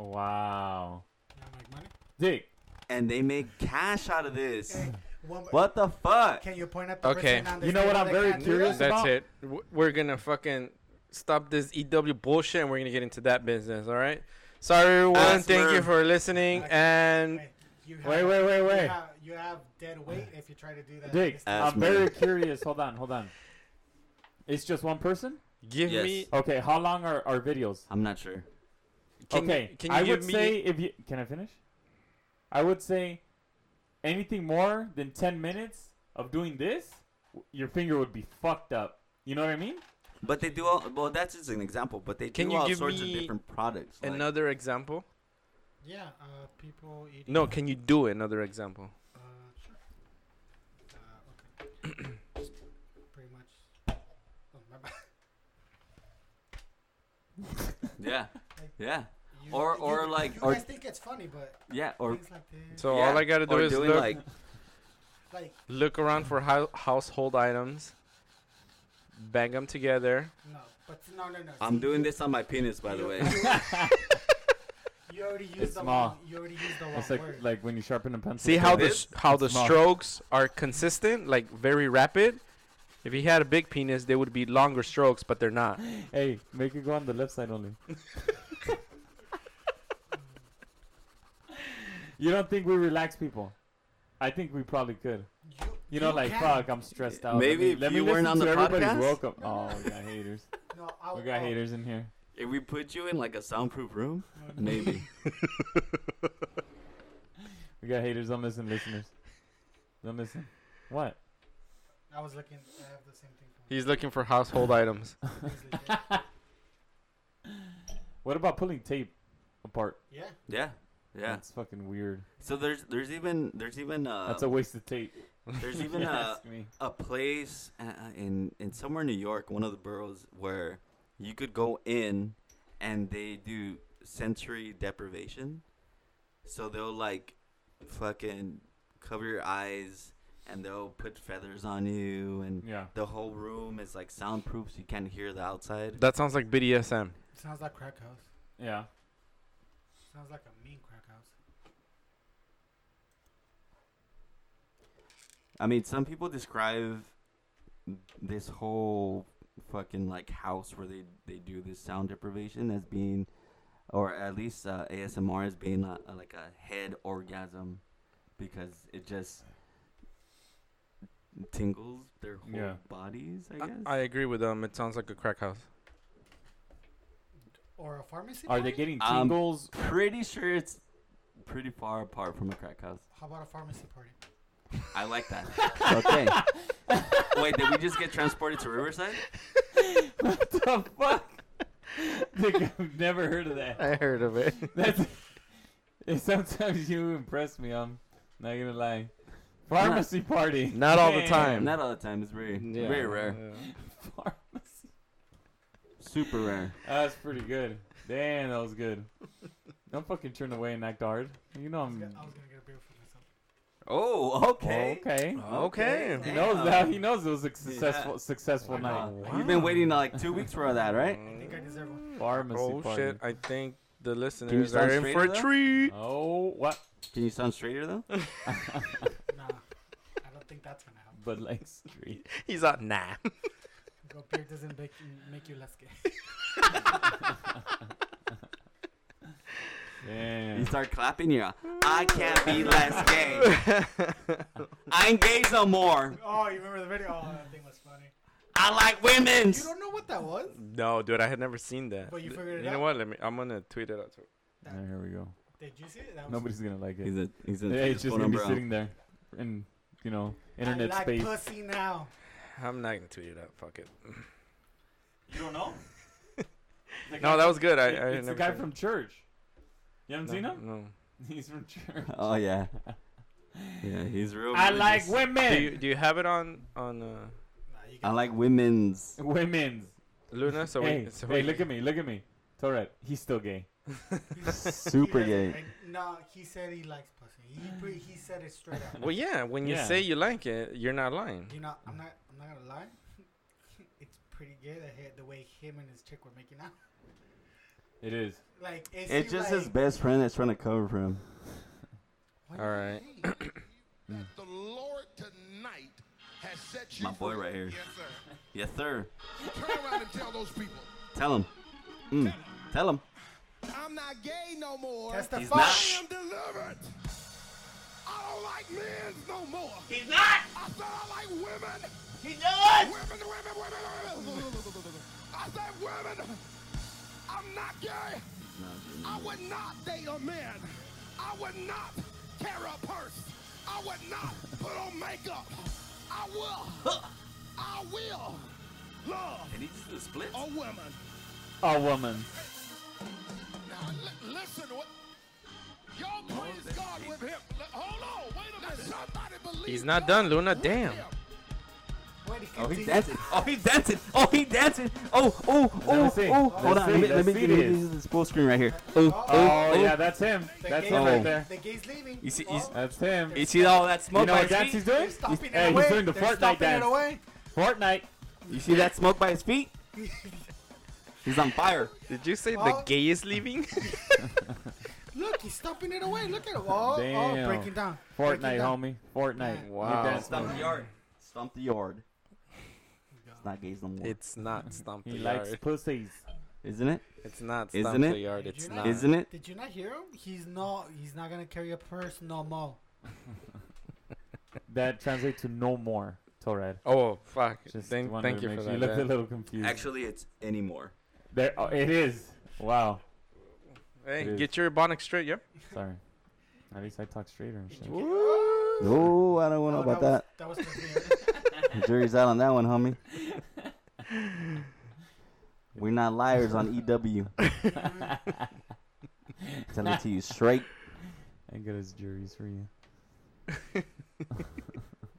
C: Wow.
D: Yeah, make money.
C: Dick.
A: And they make cash out of this.
D: Hey, one-
A: What the fuck?
D: Can you point at the
B: Okay.
D: person on the
C: You know what
D: table
C: I'm
D: that
C: very
D: can't do
C: curious
D: that?
B: That's
C: about-
B: it. W- We're gonna fucking stop this EW bullshit, and we're gonna get into that business. All right. Sorry, everyone. Thank you
A: Asthma.
B: for listening.
D: Okay.
B: And
D: Hey, you have,
C: Wait, wait, wait,
D: You
C: wait.
D: have, you have dead weight if you try to do that.
C: Dick.
D: It's
B: Uh,
D: not-
A: Ass
C: I'm very
A: man.
C: curious. Hold on. Hold on. It's just one person.
B: give
A: Yes.
B: me.
C: Okay. How long are our videos?
A: I'm not sure.
B: Can
C: okay.
B: You, can you
C: I
B: give
C: would
B: me?
C: say if you can I finish? I would say anything more than 10 minutes of doing this, w- your finger would be fucked up. You know what I mean?
A: But they do all. Well, that's just an example. But they
B: Can
A: do
B: you
A: all
B: give
A: sorts of
B: me
A: different products. like-
B: another example?
D: Yeah, uh, people eat.
B: No. Can you do another example?
D: Uh, sure. Uh, okay. Pretty much. Oh, my bad.
A: yeah,
D: Like-
A: yeah,
D: You-
A: Or-
D: you-
A: or like-
D: You
A: or-
D: guys think it's funny, but
A: yeah. Or
D: things like this,
B: So
A: yeah,
B: all I gotta do
A: or
B: is
A: doing
B: look,
A: like
D: like
B: look around for hou- household items. bang them together.
D: No, but no, no, no.
A: I'm doing this on my penis, by the way.
D: You already used
C: It's
D: the
C: small.
D: wrong. You already used the wrong
C: It's like
D: word.
C: like when you sharpen a pencil.
B: See how the
A: this?
B: s- how the
C: Small.
B: strokes are consistent, like very rapid. If he had a big penis, they would be longer strokes, but they're not.
C: Hey, make it go on the left side only. you don't think we relax people? I think we probably could.
D: you,
C: You know, like
D: can.
C: fuck, I'm stressed out. Let
A: Maybe
C: me-
A: if
C: let me
A: you weren't
C: listen
A: on
C: to
A: the
C: everybody's
A: podcast?
C: welcome. Oh, we got haters.
D: No,
B: Oh,
D: I'll,
C: We got
D: I'll-
C: haters in here.
A: if we put you in like a soundproof room, maybe.
C: We got haters. Don't listen, listeners. Don't listen. What?
D: I was looking. I have the same thing. for
B: He's looking for household items.
D: Weasley.
C: What about pulling tape apart?
D: yeah.
A: Yeah, yeah.
C: That's fucking weird.
A: So there's there's even there's even uh,
C: That's a waste of tape.
A: there's even
C: You
A: a
C: ask me.
A: a place uh, uh, in in somewhere in New York, one of the boroughs, where you could go in and they do sensory deprivation. So they'll like fucking cover your eyes and they'll put feathers on you and
C: Yeah.
A: the whole room is like soundproof so you can't hear the outside.
B: That sounds like BDSM.
D: Sounds like crack house.
C: Yeah.
D: Sounds like a mean crack house.
A: I mean, some people describe this whole fucking like house where they they do this sound deprivation as being, or at least uh, ASMR as being a, a- like a head orgasm, because it just tingles their whole
C: Yeah.
A: bodies. I
B: I,
A: guess.
B: I agree with them. It sounds like a crack house.
D: Or a pharmacy.
C: Are they
D: party?
C: getting
A: Um,
C: tingles?
A: pretty sure it's pretty far apart from a crack house.
D: How about a pharmacy party?
A: I like that. okay. Wait, did we just get transported to Riverside?
C: what the fuck? Like, I've never heard of that.
B: I heard of it.
C: That's. eh, Sometimes you impress me. I'm not gonna lie. Pharmacy party.
B: Not all the
C: Damn.
B: time.
A: Not all the time. It's very,
B: Yeah.
A: very rare.
C: Pharmacy.
A: Super rare.
C: That's pretty good. Damn, that was good. Don't fucking turn away and act hard. You know
D: I was,
C: I'm. oh,
D: gonna, I was gonna get a beer for myself.
A: Oh, okay.
C: Okay.
B: Okay.
C: He
A: Damn.
C: knows that. He knows it was a successful
A: Yeah.
C: successful night.
B: Wow.
A: You've been waiting like two weeks for that, right?
C: Mm.
B: Mm.
D: I think I deserve one.
C: Pharmacy
B: Oh
C: party.
B: shit! I think the listeners
A: listeners are
B: are
A: sound
B: in
A: in
B: for
A: for
B: a
A: straight a though?
B: treat.
C: Oh what?
A: Can you sound straighter though?
D: Nah, I don't think that's gonna happen.
C: But like street.
B: He's like, nah.
D: Go beer doesn't make make you less gay.
A: You
C: Damn.
A: start clapping, you're. I can't be less gay. I ain't gay no more.
D: Oh, you remember the video? Oh, that thing was funny.
A: I like
D: You
A: women's.
D: don't know what that was?
B: No, dude, I had never seen that.
D: But you
B: Th-
D: figured it
B: You know
D: out?
B: what? Let me. I'm gonna tweet it out. Too.
C: Yeah, here we go.
D: Did you see it? That was
C: Nobody's gonna like it.
A: a he's a
C: Yeah, it's just gonna be sitting there in you know internet
D: I like
C: space.
D: pussy now.
B: I'm not gonna tweet it out. Fuck it.
C: You don't know?
B: No, that was good. I. I
C: it's the
B: never
C: guy
B: seen it.
C: from church. You haven't seen
B: no,
C: him?
B: No.
C: He's from church.
A: Oh yeah. Yeah, he's real.
C: I like
A: women.
B: Do you,
C: women.
B: do you have it on on uh,
D: Nah, you
A: I
D: got
A: like women's.
C: Women's.
B: Luna? So
C: hey,
B: we. So
C: hey,
B: we,
C: look at me, look at me. Toret, he's still gay.
H: Super gay.
D: No, he said he likes pussy. He pre- he said it straight up.
B: Well, yeah. When you
C: Yeah.
B: say you like it, you're not lying.
D: You know, I'm not I'm not gonna lie. It's pretty gay the he- the way him and his chick were making out.
C: It is.
D: Like it's,
H: It's just
D: like,
H: his best friend that's trying to cover for him.
D: All
B: All right.
G: That the Lord tonight has set you
A: My boy
G: free.
A: right here.
G: Yes, sir.
A: Yes, sir.
G: Turn around and tell those people,
A: Tell him. Mm. Tell him.
G: I'm not gay no more.
D: Testify.
A: He's not.
G: I am delivered. I don't like men no more. He's not. I said I like women. He does. Women, women, women, women. I said women. I'm not gay. I would not date a man. I would not carry a purse. I would not put on makeup. I will. I will love
A: And he just did a split.
G: a woman.
C: A woman.
G: Now, li- listen, what? Y'all praise God with him. Li- Hold on, wait a minute. Somebody believe
B: He's not
G: God
B: done, Luna.
G: with
B: Damn.
G: him.
D: Wait, he
A: Oh, he's
D: continues.
A: dancing. Oh, he's dancing. Oh, he's dancing. Oh, oh, oh,
C: see.
A: oh.
C: Let's
A: Hold on.
C: see.
A: Let me,
C: Let's
A: let me,
C: see
A: let me
C: this.
A: use this full screen right here. Oh, oh,
C: Oh,
A: oh.
C: yeah, that's him.
D: The
C: That's
D: gay-
C: him right
A: Oh.
C: there.
D: The gay's leaving.
A: You see-
D: Oh,
A: he's-
C: That's him.
A: You see all that smoke?
C: you know
A: by
C: what
A: his
C: dance
A: feet?
C: uh, he's doing?
D: they're stomping it
C: hey,
D: away.
C: he's doing the
D: they're
C: Fortnite
D: stomping
C: dance.
D: it away.
C: Fortnite.
A: You see that smoke by his feet? He's on fire.
B: Did you say the
D: Well-
B: gay is leaving?
D: Look, he's stomping it away. Look at him. Oh, oh
C: Damn.
D: breaking down. Breaking
C: Fortnite,
D: down.
C: homie. Fortnite.
B: Wow.
C: He danced
A: Stomp
C: with
A: the
C: it.
A: yard. Stomp the yard. It's not gays no more.
B: it's not stomp the
C: He likes
B: yard.
C: pussies.
A: isn't it?
B: It's not
A: Isn't
B: stomp
A: it?
B: the yard.
D: Did
B: It's
D: you
B: not.
D: not-
A: Isn't it?
D: Did you not hear him? He's not. He's not gonna carry a purse no more.
C: That translates to no more, Torad.
B: Oh fuck!
C: Just
B: thank,
C: wanted
B: thank
C: to
B: you
C: make
B: for
C: sure- You
B: that.
C: looked a
B: yeah.
C: little confused.
J: Actually, it's anymore.
C: there, oh, it is. Wow.
B: Hey,
C: Dude.
B: get your bonnet straight, yeah.
C: Sorry. At least I talk straighter and shit.
A: No, I don't know
D: Oh,
A: about
D: that
A: that.
D: was, that was confusing.
A: Jury's out on that one, homie. We're not liars on E EW. Tell it to you straight.
C: And good as juries for you.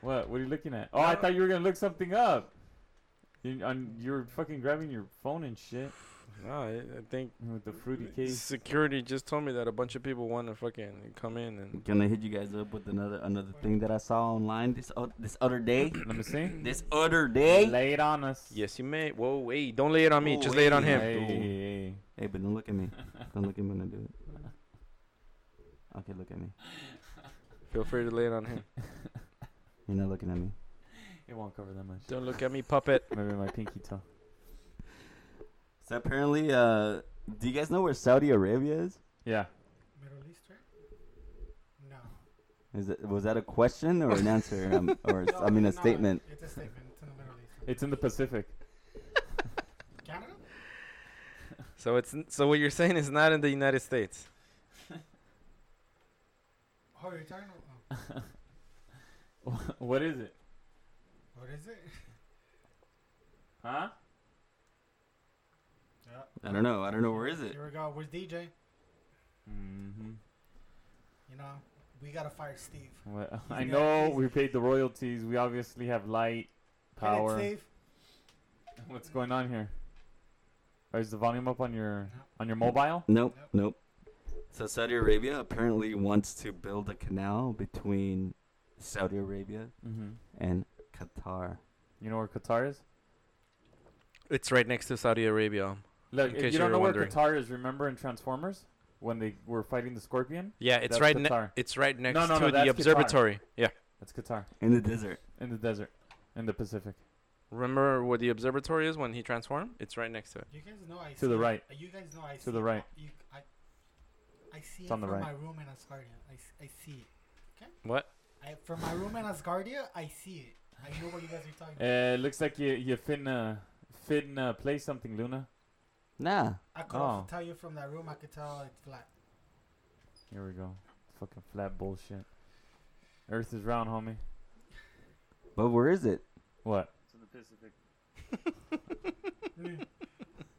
C: what? What are you looking at? Oh, I thought you were gonna look something up. You, on, you were fucking grabbing your phone and shit
B: No, I, I think
C: with the fruity case.
B: security just told me that a bunch of people want to fucking come in and.
A: Gonna hit you guys up with another another thing that I saw online this o- this other day.
C: Let me see.
A: This other day.
C: Lay it on us.
B: Yes, you may. Whoa, wait! Don't lay it on me.
A: Oh,
B: Just lay it on
A: wait.
B: him.
C: Hey.
A: Hey, but don't look at me. Don't look at me when I do it. Okay, look at me.
B: Feel free to lay it on him.
A: You're not looking at me.
C: It won't cover that much.
B: Don't look at me, puppet.
C: Maybe my pinky toe.
A: So apparently, uh, do you guys know where Saudi Arabia is?
C: Yeah.
D: Middle East, right? No.
A: Is it, was that a question or an answer? Um, or s- I
D: No,
A: mean, a
D: no,
A: statement.
D: It's a statement. It's in the Middle East.
C: It's in the Pacific.
D: Canada?
B: So it's n- so what you're saying is not in the United States.
D: Oh, you're talking. About, oh,
C: what is it?
D: what is it?
C: Huh?
A: I don't know. I don't know where is it.
D: Here we go. Where's DJ?
C: Mm-hmm.
D: You know, we gotta fire Steve.
C: Well,
D: He's
C: I
D: got-
C: know
D: he's-
C: we paid the royalties. We obviously have light,
D: Hit it,
C: power.
D: Steve.
C: What's going on here? Oh, Is the volume up on your
D: No.
C: on your mobile?
A: Nope,
D: Nope.
A: nope. So Saudi Arabia apparently wants to build a canal between Saudi Arabia
C: Mm-hmm.
A: and Qatar.
C: You know where Qatar is?
B: It's right next to Saudi Arabia.
C: Look,
B: In
C: if
B: case
C: you don't
B: you
C: know
B: were
C: where
B: wondering.
C: Qatar is, remember in Transformers when they were fighting the scorpion?
B: Yeah, it's
C: That's
B: right. Ne-
C: Qatar.
B: it's right next
C: no, no,
B: to
C: that's
B: the
C: Qatar.
B: observatory. Yeah.
C: That's Qatar
A: In the desert.
C: in the desert, in the Pacific.
B: Remember where the observatory is when he transformed? It's right next to it.
D: You guys know I.
C: To the
D: see-
C: right.
D: You guys know I.
C: To
D: see
C: the right.
D: You, I, I see
C: It's
D: it
C: on
D: from
C: the right.
D: my room in Asgardia. I, s- I see it.
B: What?
D: I, from my room in Asgardia, I see it. I know what you guys are talking about.
C: Uh, looks like you you finna finna play something, Luna.
A: Nah.
D: I could also
C: oh.
D: tell you from that room. I could tell it's flat.
C: Here we go. Fucking flat bullshit. Earth is round, homie.
A: But where is it?
C: What? To the Pacific.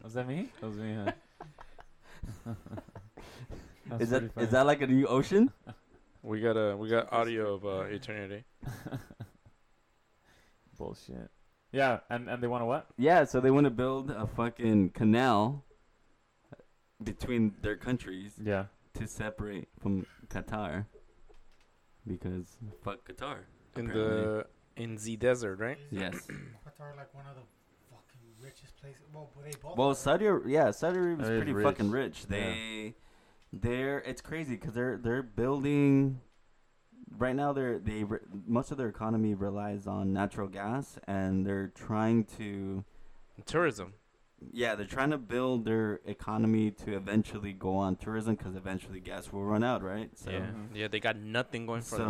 C: Was that me? That was me, huh? That's
A: Is that
C: pretty
A: is
C: funny.
A: that like a new ocean?
B: We got a we got audio of uh, eternity.
C: bullshit? Yeah, and, and they want to what?
A: Yeah, so they want to build a fucking canal between their countries
C: Yeah.
A: to separate from Qatar. Because fuck Qatar.
B: in
A: apparently.
B: the in the desert, right?
A: Yes.
D: Isn't Qatar like one of the fucking richest places? Well, they both.
A: Well,
D: are.
A: Saudi, Ar- yeah, Saudi Arabia's
C: That is
A: pretty
C: rich.
A: fucking rich.
C: Yeah.
A: They, they're it's crazy because they're they're building. Right now, they're they re- most of their economy relies on natural gas, and they're trying to,
B: Tourism.
A: yeah, they're trying to build their economy to eventually go on tourism because eventually gas will run out, right? So,
B: yeah, yeah. They got nothing going for them.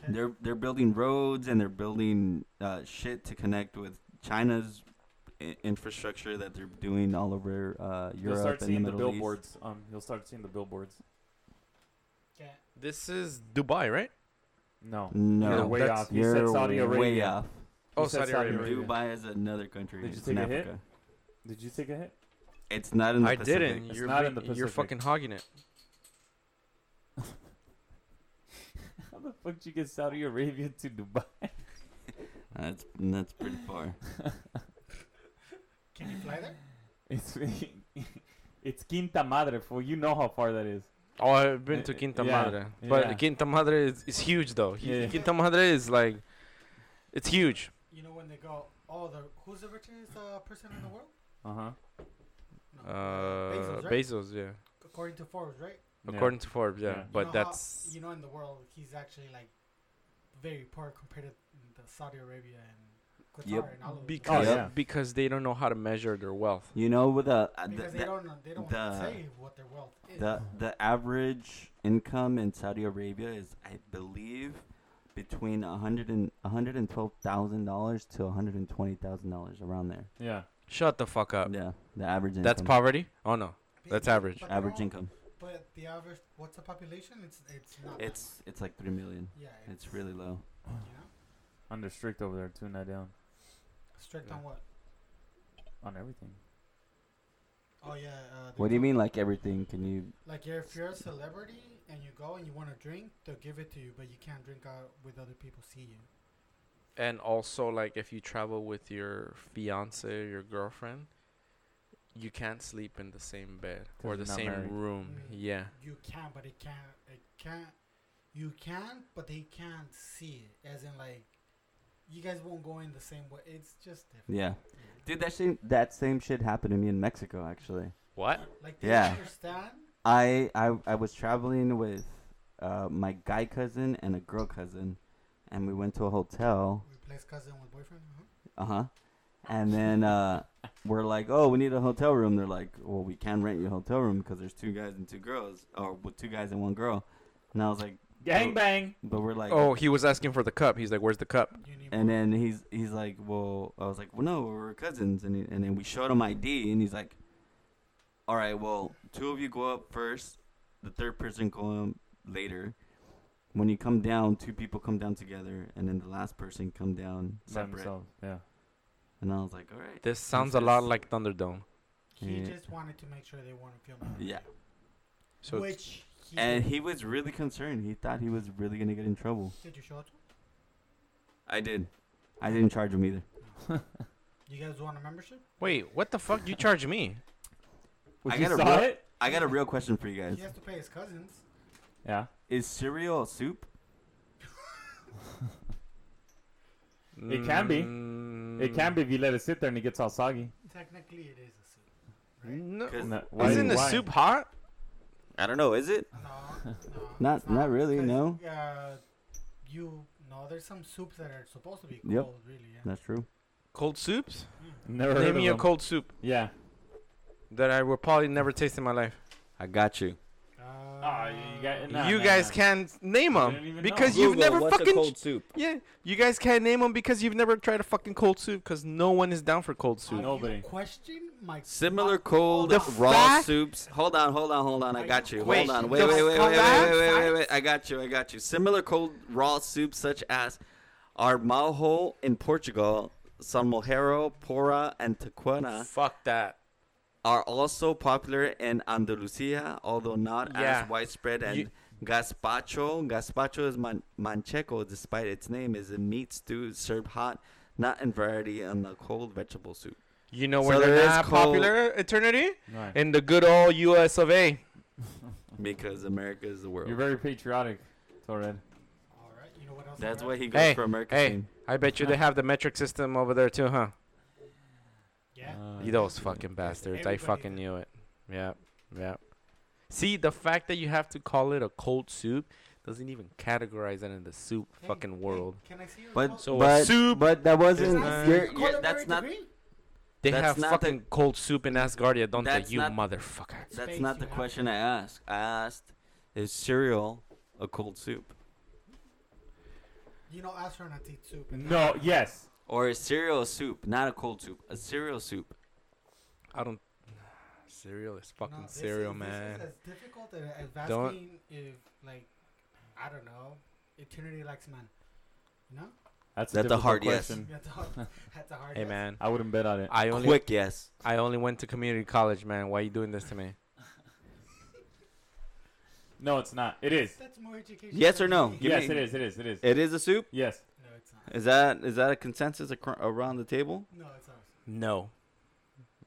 A: so they're they're building roads and they're building uh, shit to connect with China's I- infrastructure that they're doing all over uh,
C: You'll
A: Europe
C: start
A: and the
C: seeing the,
A: Middle East.
C: billboards. Um, you'll start seeing the billboards.
D: Yeah.
B: This is Dubai, right?
C: No.
A: No,
C: You're way
B: That's-
C: off. He said Saudi Arabia.
A: Way off.
B: Oh,
C: said
B: Saudi
C: Saudi
B: Arabia.
C: Arabia.
A: Dubai is another country.
C: Did you
A: it's
C: take
A: in
C: a hit?
A: Africa.
C: Did you take a hit?
A: It's not in the
B: I
A: Pacific.
B: didn't.
C: It's
B: you're
C: not
B: re-
C: in the
B: You're
C: Pacific.
B: fucking hogging it.
C: How the fuck did you get Saudi Arabia to Dubai?
A: That's that's pretty far.
D: Can you fly there?
C: It's it's Quinta Madre, for you know how far that is.
B: Oh, I've been to
C: Yeah,
B: Quinta
C: Eh, yeah,
B: Madre, but
C: yeah.
B: Quinta Madre is, is huge though. He-
C: Yeah.
B: Quinta Madre is like, it's huge.
D: You when they go, oh, the who's the richest uh, person in the world?
C: Uh huh.
D: No,
B: Uh,
D: Bezos, right?
B: Bezos, yeah.
D: According to Forbes, right?
B: According to Forbes, yeah.
C: Yeah. You
D: You
B: But
D: know how-
B: that's
D: you know in the world he's actually like very poor compared to the Saudi Arabia and Qatar
H: Yep.
D: and all of them.
B: because
H: Oh, yeah.
B: because they don't know how to measure their wealth.
H: You know, with a uh, the,
D: Because they
H: the-
D: don't know, they don't
H: the-
D: say what their wealth is.
H: the the average income in Saudi Arabia is, I believe, between a hundred and a hundred and twelve thousand dollars to a hundred and twenty thousand dollars around there.
C: Yeah.
B: Shut the fuck up.
H: Yeah, the average. Income.
B: That's poverty. Oh no,
D: But-
B: that's average.
D: but they
H: average
D: don't-
H: income.
D: But the average, what's the population? It's it's not. that.
H: It's it's like three million.
D: yeah,
H: It's really low.
D: you know
C: Under strict over there, too, not down
D: strict
B: Yeah.
D: on what?
C: on everything.
D: Oh yeah. Uh, they
H: What do you
D: don't-
H: mean, like everything? Can you?
D: Like you're, if you're a celebrity and you go and you want to drink, they'll give it to you, but you can't drink out with other people see you.
B: And also, like, if you travel with your fiance, your girlfriend, you can't sleep in the same bed or
C: you're
B: the
C: not
B: same
C: married.
B: room.
D: Mm.
B: Yeah.
D: You can, but it can't. It can't. You can, but they can't see it. As in, like, you guys won't go in the same way. It's just different.
H: Yeah, dude, that same that same shit happened to me in Mexico actually.
B: What?
D: Like, they
H: Yeah.
D: understand.
H: I I, I was traveling with uh, my guy cousin and a girl cousin, and we went to a hotel.
D: Replace cousin with boyfriend. uh
H: Uh huh. And then uh, we're like, oh, we need a hotel room. They're like, well, we can rent you a hotel room because there's two guys and two girls, or with two guys and one girl. And I was like,
C: Gang bang.
H: but we're like,
B: Oh, he was asking for the cup. He's like, "Where's the cup?"
D: You need
H: And then he's he's like, well, I was like, well, no, we're cousins, and he, and then we showed him ID, and he's like, all right, well, two of you go up first, the third person go up later. When you come down, two people come down together, and then the last person come down
C: By
H: separate.
C: themselves. Yeah.
H: And I was like, all right,
B: This sounds a lot
H: is-
B: like Thunderdome.
D: he
H: Yeah.
D: just wanted to make sure they weren't filming.
H: yeah.
B: So it's-
D: Which he
H: And
D: did.
H: he was really concerned. He thought he was really gonna get in trouble.
D: did you show it to him?
H: I did. I didn't charge him either.
D: You guys want a membership?
B: wait, what the fuck? You charge me?
H: I
C: you
H: got a
C: saw
H: real-
C: it?
H: I got a real question for you guys.
D: He has to pay his cousins.
C: Yeah.
H: Is cereal a soup?
C: It can be. It can
B: Mm,
C: be if you let it sit there and it gets all soggy.
D: Technically, it is a suit.
B: No.
H: 'Cause-
C: No,
H: Why-
B: Isn't the
C: why?
B: soup hot?
H: I don't know. Is it?
D: No, no,
H: Not-
D: it's
H: not really,
D: 'cause,
H: no.
D: Uh, you no, there's some soups that are supposed to be cold,
H: Yep.
D: really. Yeah.
H: That's true.
B: Cold soups?
C: Never heard
B: Name
C: of
B: me a
C: them.
B: cold soup
C: Yeah.
B: that I will probably never taste in my life.
H: I got you.
B: Ah,
D: Uh,
C: you got- Nah,
B: you
C: nah,
B: guys
C: nah.
B: can't name
C: You
B: them
C: don't even
B: because
C: know.
B: you've never
K: what's
B: fucking.
K: a cold soup?
B: yeah, you guys can't name them because you've never tried a fucking cold soup because no one is down for cold
D: are
B: soup.
D: you
C: Nobody.
D: Question my
A: Similar cold
B: The
A: raw
B: fact-
A: soups. Hold on, hold on, hold on. I
D: Wait,
A: got you.
B: wait,
A: hold on.
B: the
A: Wait, wait, wait, wait, wait,
B: fact-
A: wait, wait, wait, wait. I got you. I got you. Similar cold raw soups such as Armajo in Portugal, Salmorejo, Pora, and Taquena
B: Fuck that.
A: are also popular in Andalusia, although not
B: Yeah.
A: as widespread. And
B: You-
A: gazpacho, gazpacho is man- manchego, despite its name, is a meat stew served hot, not in variety, in a cold vegetable soup.
B: You know
A: So
B: where
A: there
B: they're
A: is
B: not
A: cold-
B: popular, Eternity?
C: Right.
B: In the good old US of A.
A: Because America is the world.
C: You're very patriotic, Torred.
D: All right. You know what else? I
A: That's
D: read?
A: why he goes
B: Hey,
A: for American
B: hey,
A: team.
B: I bet you they have the metric system over there too, huh?
D: Uh, Yeah.
B: You those fucking bastards. I
D: Everybody
B: fucking
D: did.
B: knew it. Yep. Yep. See, the fact that you have to call it a cold soup doesn't even categorize it in the soup
D: Hey,
B: fucking
D: hey,
B: world.
D: can I see your
H: But
D: phone?
B: So a
H: but,
B: soup
H: but that
D: Can
H: wasn't.
D: I
A: not-
D: see your
H: Your,
A: you're-
D: color
A: yeah, that's
D: variant
A: not-
D: degree?
B: They
A: That's
B: have
A: not the-
B: fucking cold soup in Asgardia, don't they,
A: That's
B: you
A: not-
B: motherfucker?
A: That's
D: Space
A: not
D: you
A: the
D: have.
A: question I asked. I asked, is cereal a cold soup?
D: You know, astronaut eat soup. and-
C: No, yes.
A: Or is cereal a soup? Not a cold soup. A cereal soup.
B: I don't. Cereal is
D: No,
B: fucking
D: this
B: cereal,
D: is,
B: man.
D: This is as difficult as, as
B: Don't-
D: Vaseline if, like, I don't know, eternity likes man. No,
C: That's,
A: That's a
C: difficult
A: hard yes.
D: that's a hard. That's a hard.
B: Hey,
D: yes.
B: man.
C: I wouldn't bet on it.
B: I only
A: Quick yes.
B: I only went to community college, man. Why you doing this to me?
C: No, it's not. It is.
D: That's more education.
A: Yes or
D: than
A: no?
D: me.
A: Give
C: yes,
A: me-
C: it is. It is. It is.
A: It is a soup.
C: yes.
D: No, it's not.
A: Is that is that a consensus acro- around the table?
D: No, it's ours.
B: No.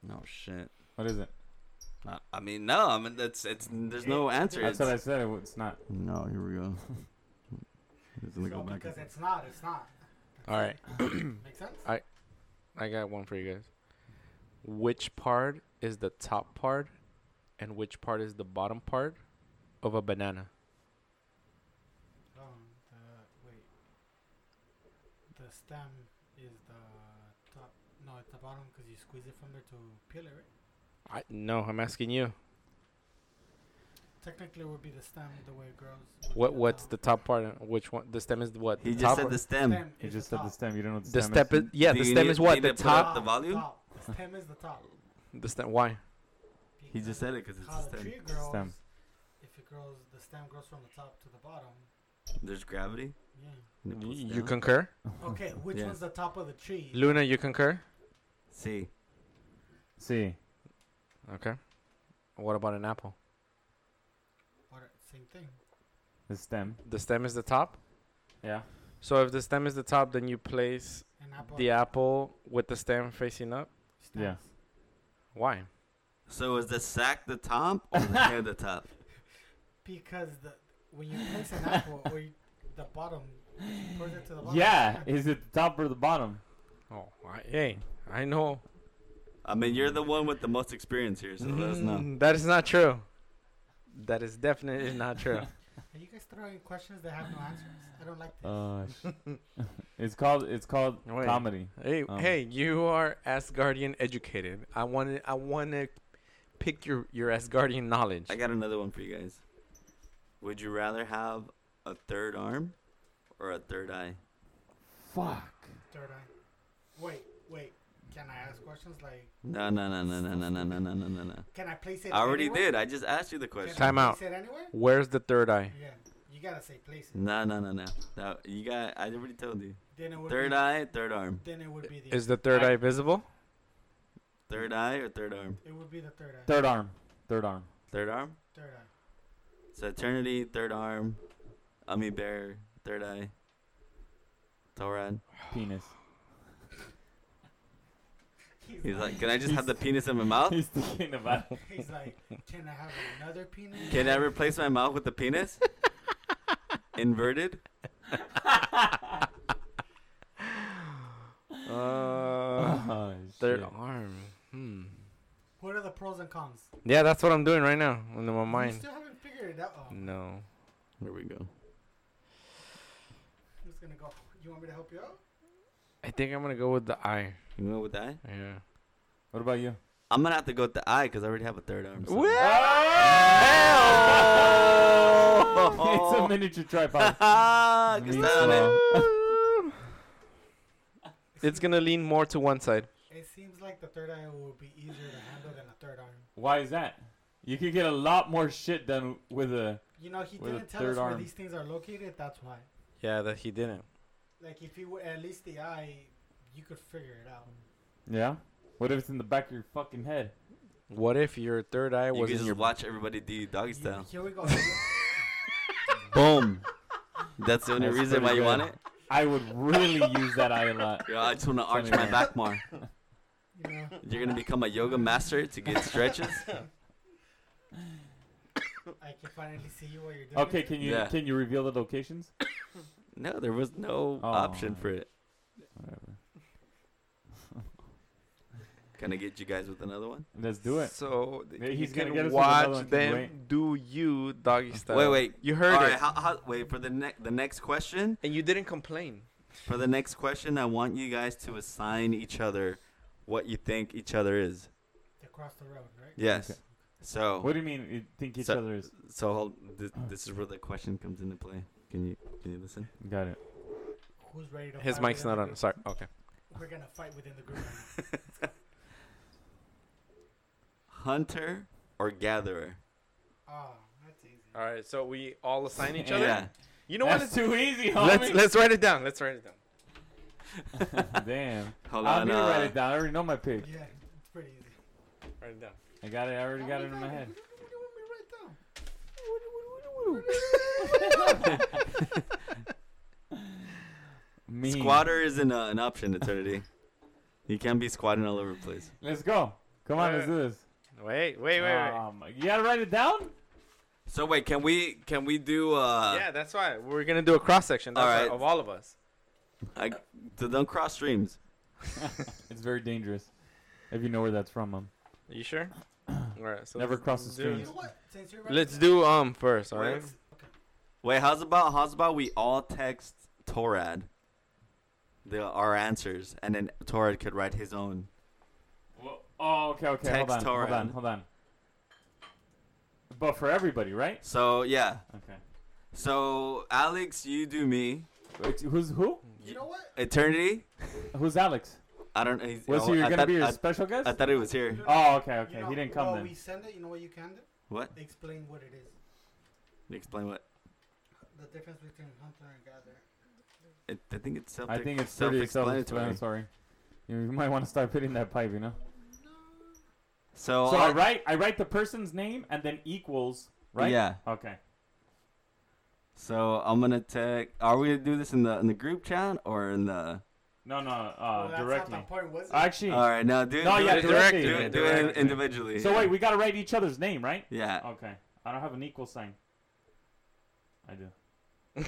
A: No shit.
C: What is it?
A: I- I mean, no. I mean, that's it's. There's no answer. It's,
C: That's what I said. It, it's not.
H: no, here we go. It's gonna
D: So
H: go back.
D: because it's not, it's not.
B: All right.
D: Make sense?
B: I I got one for you guys. Which part is the top part, and which part is the bottom part of a banana?
D: Oh, the wait. The stem is the top. No, it's the bottom because you squeeze it from there to peel it. Right?
B: I no, I'm asking you.
D: Technically, it would be the stem the way it grows. would
B: What
D: be
B: what's
D: top.
B: the top part? and Which one? The stem is the what?
H: He
B: the
H: just
B: top
H: said
B: or-
H: the stem.
C: You
D: is
C: just said the
D: top.
C: stem. You don't know what the,
B: the
C: stem
B: step is
C: is.
B: yeah.
A: Do
B: The
A: you
B: stem
A: need-
B: is what
A: need
B: the
A: to put up
B: top.
A: the volume?
D: Top. The stem is the top.
B: The stem. Why?
H: He just said it 'cause it's the
D: how the
H: stem.
D: tree
C: It's the
D: grows.
C: stem.
D: If it grows, the stem grows from the top to the bottom.
A: There's gravity.
D: Yeah.
A: and it pulls
B: You
A: down.
B: concur,
D: Okay, which
A: Yeah.
D: one's the top of the tree?
B: Luna? You concur?
A: see.
C: See,
B: Okay. What about an apple?
D: Or same thing.
C: the stem.
B: The stem is the top.
C: Yeah.
B: So if the stem is the top, then you place
D: An apple.
B: the apple with the stem facing up.
D: stems.
C: Yeah.
B: Why?
A: So is the sack the top or the hair the top?
D: Because the when you place an apple or you, the bottom, you put it to the bottom.
C: Yeah. Is it the top or the bottom?
B: Oh, I, hey, I know.
A: I mean, you're the one with the most experience here, so let us know.
B: Mm, That is not true. That is definitely not true.
D: Are you guys throwing questions that have no answers? I don't like this.
C: Uh, it's called it's called
B: Wait.
C: comedy.
B: hey,
C: Um.
B: hey, you are Asgardian educated. I want to, I want to pick your your Asgardian knowledge.
A: I got another one for you guys. Would you rather have a third arm or a third eye?
C: Fuck.
D: Third eye. Wait, wait. Can I ask questions like?
A: No, no, no, no, no, no, no, no, no, no, no, no.
D: Can I place it?
A: I already
D: anywhere?
A: did. I just asked you the
D: Can I
A: question.
B: Time out.
D: Place it anywhere?
B: Where's the third eye?
D: Yeah. You gotta say place it.
A: No, no, no, no. No, You got. I already told you.
D: Then it would
A: Third
D: be,
A: eye, third arm.
D: Then it would be the.
B: Is the third
C: I-
B: eye visible?
A: Third eye or third arm?
D: it would be the third eye.
C: Third arm. Third arm.
A: Third arm.
D: Third eye.
A: So eternity, third arm. I mean bear, third eye. Torad.
C: Penis.
D: He's,
A: He's like, can I just have the penis in my mouth?
C: He's thinking about it.
D: He's like, can I have another penis?
A: Can I replace my mouth with the penis? Inverted.
B: Uh,
C: Oh,
B: third
C: shit.
B: arm. Hmm.
D: What are the pros and cons?
B: Yeah, that's what I'm doing right now in my
D: You
B: mind.
D: still haven't figured it out. Oh, I'm
B: No.
A: There we go.
D: just gonna go. You want me to help you out?
B: I think I'm gonna go with the eye.
A: You know with that?
B: Yeah.
C: What about you?
A: I'm gonna have to go with the eye because I already have a third arm. so-
C: it's a miniature tripod.
A: Ah,
C: Me
A: good sound, eh?
B: It's gonna lean more to one side.
D: It seems like the third eye will be easier to handle than a third arm.
C: Why is that? You could get a lot more shit done with a.
D: You know, he
C: With a
D: didn't tell
C: third
D: us where
C: arm.
D: these things are located. That's why.
B: Yeah, that he didn't.
D: Like, if you at least the eye, you could figure it out.
C: Yeah. What if it's in the back of your fucking head?
B: What if your third eye
A: You
B: was
A: can
B: in
A: just
B: your
A: watch everybody do doggy
D: You-
A: style.
D: Here we go.
A: Boom. That's the only
C: That's
A: reason
C: pretty
A: why you
C: good.
A: want it.
C: I would really use that eye a lot.
A: Yeah, I just want to arch my
C: Something like
A: back more.
D: You know,
A: You're gonna become a yoga master to get stretches.
D: I can finally see you while you're doing.
C: Okay,
D: it.
C: can you
A: Yeah.
C: can you reveal the locations?
A: No, there was no
C: Oh.
A: option for it.
C: Whatever.
A: Can I get you guys with another one?
C: Let's do it.
B: So
C: Yeah,
B: he's
C: he's
B: gonna
C: gonna get us with another one,
B: watch
C: can
B: them
C: wait.
B: do you doggy style.
A: Wait, wait.
B: You heard
A: All
B: it,
A: right, how, how, wait for the next the next question.
B: and you didn't complain.
A: For the next question, I want you guys to assign each other what you think each other is.
D: To cross the road, right?
A: Yes.
C: Okay.
A: So
C: What do you mean? You think each
A: So-
C: other is?
A: so hold, this, this is where the question comes into play. Can you can you listen?
C: Got it.
D: Who's ready to?
B: His
D: fight
B: mic's
D: within
B: not
D: the
B: on.
D: group?
B: Sorry. Okay.
D: We're gonna fight within the group.
A: Hunter or gatherer?
D: oh, that's easy.
B: All right. So we all assign each other.
A: Yeah.
B: You know
C: No
B: what?
C: That's too easy,
B: Let's
C: homie.
B: let's write it down. Let's write it down.
C: Damn.
A: Hold
C: I
A: on.
C: need to write
A: Uh,
C: it down. I already know my pick.
D: Yeah, it's pretty easy.
B: Write it down.
C: I got it. I already got it in my head.
D: What do you want me
A: uh,
C: Me.
A: squatter isn't uh, an option. Eternity. you can't be squatting all over the place.
C: Let's go. Come on, let's do this.
B: Wait, wait, wait, wait.
C: Um, you gotta write it down.
A: So wait, can we can we do? Uh,
B: yeah, that's why we're gonna do a cross section. That's
A: All
B: why-
A: right.
B: of all of us.
A: I, so don't cross streams.
C: It's very dangerous. If you know where that's from, um.
B: You sure? all right. So
C: Never
B: let's
C: cross the
B: do-
D: You
C: streams.
D: know what? Since you're
B: Let's do um first, all right?
A: Wait, wait, how's about how's about we all text Torad the our answers, and then Torad could write his own.
C: Well, oh, okay, okay. Hold on,
A: Text
C: hold on,
A: Torrent.
C: hold on. But for everybody, right?
A: So yeah,
C: Okay.
A: so Alex, you do me.
C: Wait, who's who?
D: You know what?
A: Eternity.
C: Who's Alex?
A: I don't. know. he's-
C: Was
A: oh,
C: he
A: I
C: gonna
A: thought-
C: be your
A: I,
C: special guest?
A: I thought it was here.
C: oh, okay, okay.
D: You know,
C: he didn't come
D: well,
C: then.
D: we send it. You know what you can do?
A: What?
D: Explain what it is.
A: Explain what.
D: The difference between hunter and gatherer.
A: It, I think it's self.
C: I think it's pretty
A: self-explanatory.
C: self-explanatory. You you might want to start hitting that pipe, you know.
A: So, uh, all-
C: so I write, I write the person's name and then equals, right?
H: Yeah.
C: Okay.
H: So I'm gonna take. Are we gonna do this in the in the group chat or in the?
C: No, no,
D: Well,
C: uh,
D: that's
C: directly.
D: not the point, was it?
C: Actually,
A: Uh,
H: All right, now do.
C: no,
H: do
C: yeah,
H: it-
B: it directly,
C: directly.
A: do it, do it
B: Directly.
A: individually.
C: So wait, we gotta write each other's name, right?
A: Yeah.
C: Okay. I don't have an equal sign. I do.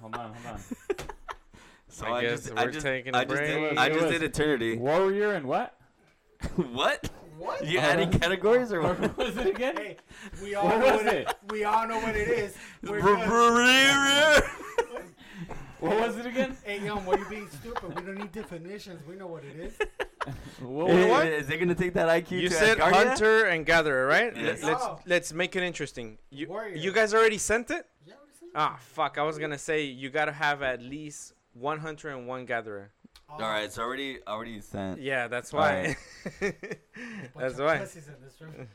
C: hold on, hold on.
A: So
B: I
A: I,
B: guess
A: just,
B: we're
A: I just,
B: taking a
A: I just,
B: break.
A: Did, I
C: It
A: just
C: was-
A: did eternity.
C: Warrior and what?
A: what?
D: What?
A: You adding categories or what?
C: What was it again?
D: Hey, we all
C: What
D: know
C: was
D: what it.
C: it?
D: We all know what it is. We're good.
A: Brewery.
C: What was it again?
D: Hey, young, why you being stupid? We don't need definitions. We know what it is.
C: What was
B: Hey,
C: it?
B: what?
A: Is it gonna take that IQ
B: You
A: to
B: said
A: Asgardia?
B: hunter and gatherer, right? Let-
A: Yes.
B: Let's
D: No.
B: let's make it interesting. You
D: Warrior.
B: you guys already sent it?
D: Yeah, what is it?
B: Ah, fuck. I was going to say you got to have at least one hunter and one gatherer.
D: Oh,
H: All right, it's already already sent.
B: Yeah, that's why.
D: bunch
B: that's
D: of
B: why.
D: pussies in this room.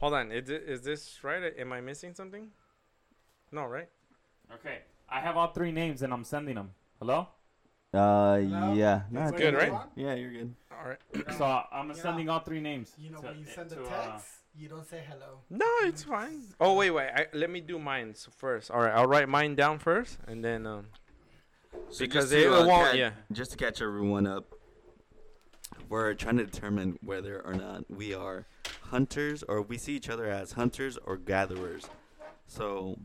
B: Hold on. Is, thi- is this right? Am I missing something? No, right?
C: Okay, I have all three names and I'm sending them. Hello?
H: Uh,
D: No?
H: yeah. No, it's-
D: That's what
B: good,
D: you
B: right?
D: want?
H: yeah, you're good.
B: All right.
C: So I'm
D: Yeah.
C: sending all three names.
D: You know,
C: to-
D: when you send a
C: to, uh,
D: text, you don't say hello.
B: No, it's fine. Oh, wait, wait. I, let me do mine s- first. All right. I'll write mine down first and then um
A: So
B: because
A: just to,
B: it
A: uh,
B: won't
A: catch-
B: yeah.
A: Just to catch everyone up, we're trying to determine whether or not we are hunters or we see each other as hunters or gatherers. So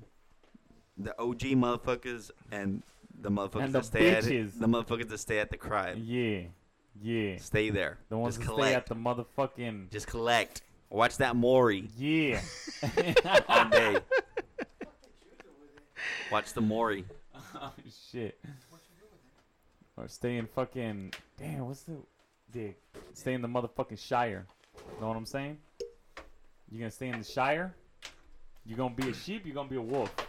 A: the OG motherfuckers and the motherfuckers
C: And the
A: that stay
C: bitches.
A: at the motherfuckers that stay at the crib.
C: yeah, yeah.
A: Stay there.
C: The ones
A: just
C: that
A: collect.
C: stay at the motherfucking
A: just collect. Watch that Maury
C: yeah.
A: all day. Watch the Maury.
C: oh shit. Or stay in fucking damn. What's the dig? Stay in the motherfucking Shire. Know what I'm saying? You gonna stay in the Shire? You gonna be a sheep? You gonna be a wolf?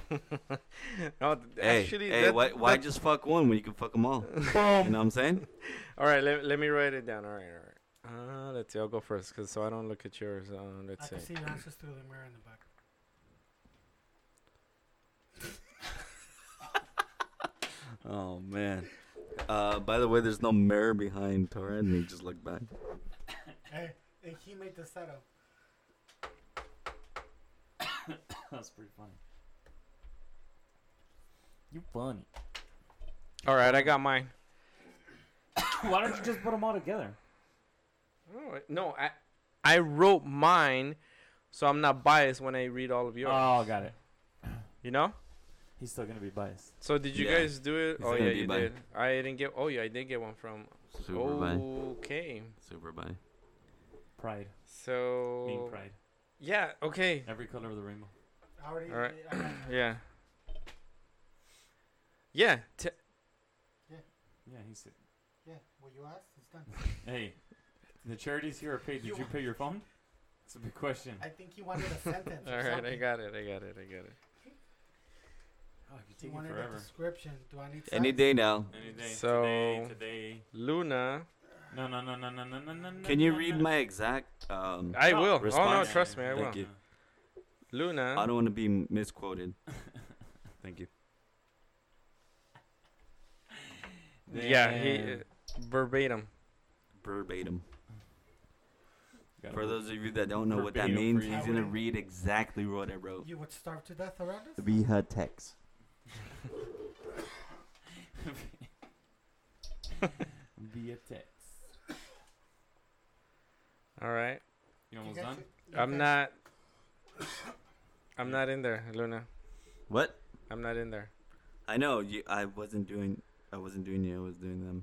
B: No, th-
A: Hey,
B: actually,
A: hey,
B: that-
A: why, why
B: that-
A: just fuck one when you can fuck them all? You know what I'm saying?
B: All right, let, let me write it down. All right, all right. Uh, let's see. I'll go first, cause so I don't look at yours. Uh,
D: I
B: let's
D: can
B: see.
D: see your answers through the mirror in the back.
A: Oh man. Uh, by the way, there's no mirror behind Torad, and he just looked back.
D: Hey, hey, he made the setup.
C: That's pretty funny. You funny.
B: All right, I got mine.
C: Why don't you just put them all together?
B: All right, No, I I wrote mine, so I'm not biased when I read all of yours.
C: Oh, got it.
B: you know.
C: He's still gonna be biased.
B: So did you
A: Yeah.
B: guys do it?
A: He's
B: Oh
A: gonna
B: yeah,
A: be
B: you
A: bi-
B: did. I didn't get. Oh yeah, I did get one from.
A: Super bye.
B: okay.
A: Super bye.
C: Pride. Mean
B: So.
C: pride.
B: Yeah. Okay.
C: Oh. Every color of the rainbow.
D: I already.
B: All right.
D: I got-
B: Yeah. Yeah. T-
C: Yeah, he said.
D: yeah, what you asked, it's done.
C: Hey, the charities here are paid. Did
D: You-
C: you pay your phone? It's a big question.
D: I think he wanted a sentence. or
B: all right, I
D: something.
B: got it. I got it. I got it.
C: Oh, it could
D: He
C: take you
D: wanted a
C: forever.
D: description. Do I need
A: Any
D: size?
A: day now.
C: Any day.
B: So-
C: Today, today.
B: Luna.
C: No, no, no, no, no, no, no, no.
A: Can you
C: no,
A: read
C: no.
A: my exact? Um,
B: I
C: No.
B: will. Oh no,
A: Response.
B: trust me, I will.
A: Thank you.
B: Luna.
A: I don't want to be misquoted. Thank you.
B: yeah, he uh,
C: Damn.
B: verbatim.
A: Verbatim.
C: Gotta
A: For
C: work.
A: those of you that don't know what that
C: Verbatim
A: means,
C: for you.
A: he's gonna read exactly what I wrote.
D: You would starve to death around us?
H: Via text.
C: Via text.
B: All right.
C: You
D: You
C: almost
D: guys
C: done?
D: should- you
B: I'm
D: guys-
B: not. I'm not in there, Luna.
H: What?
B: I'm not in there.
A: I know you. I wasn't doing. I wasn't doing you. I was doing them.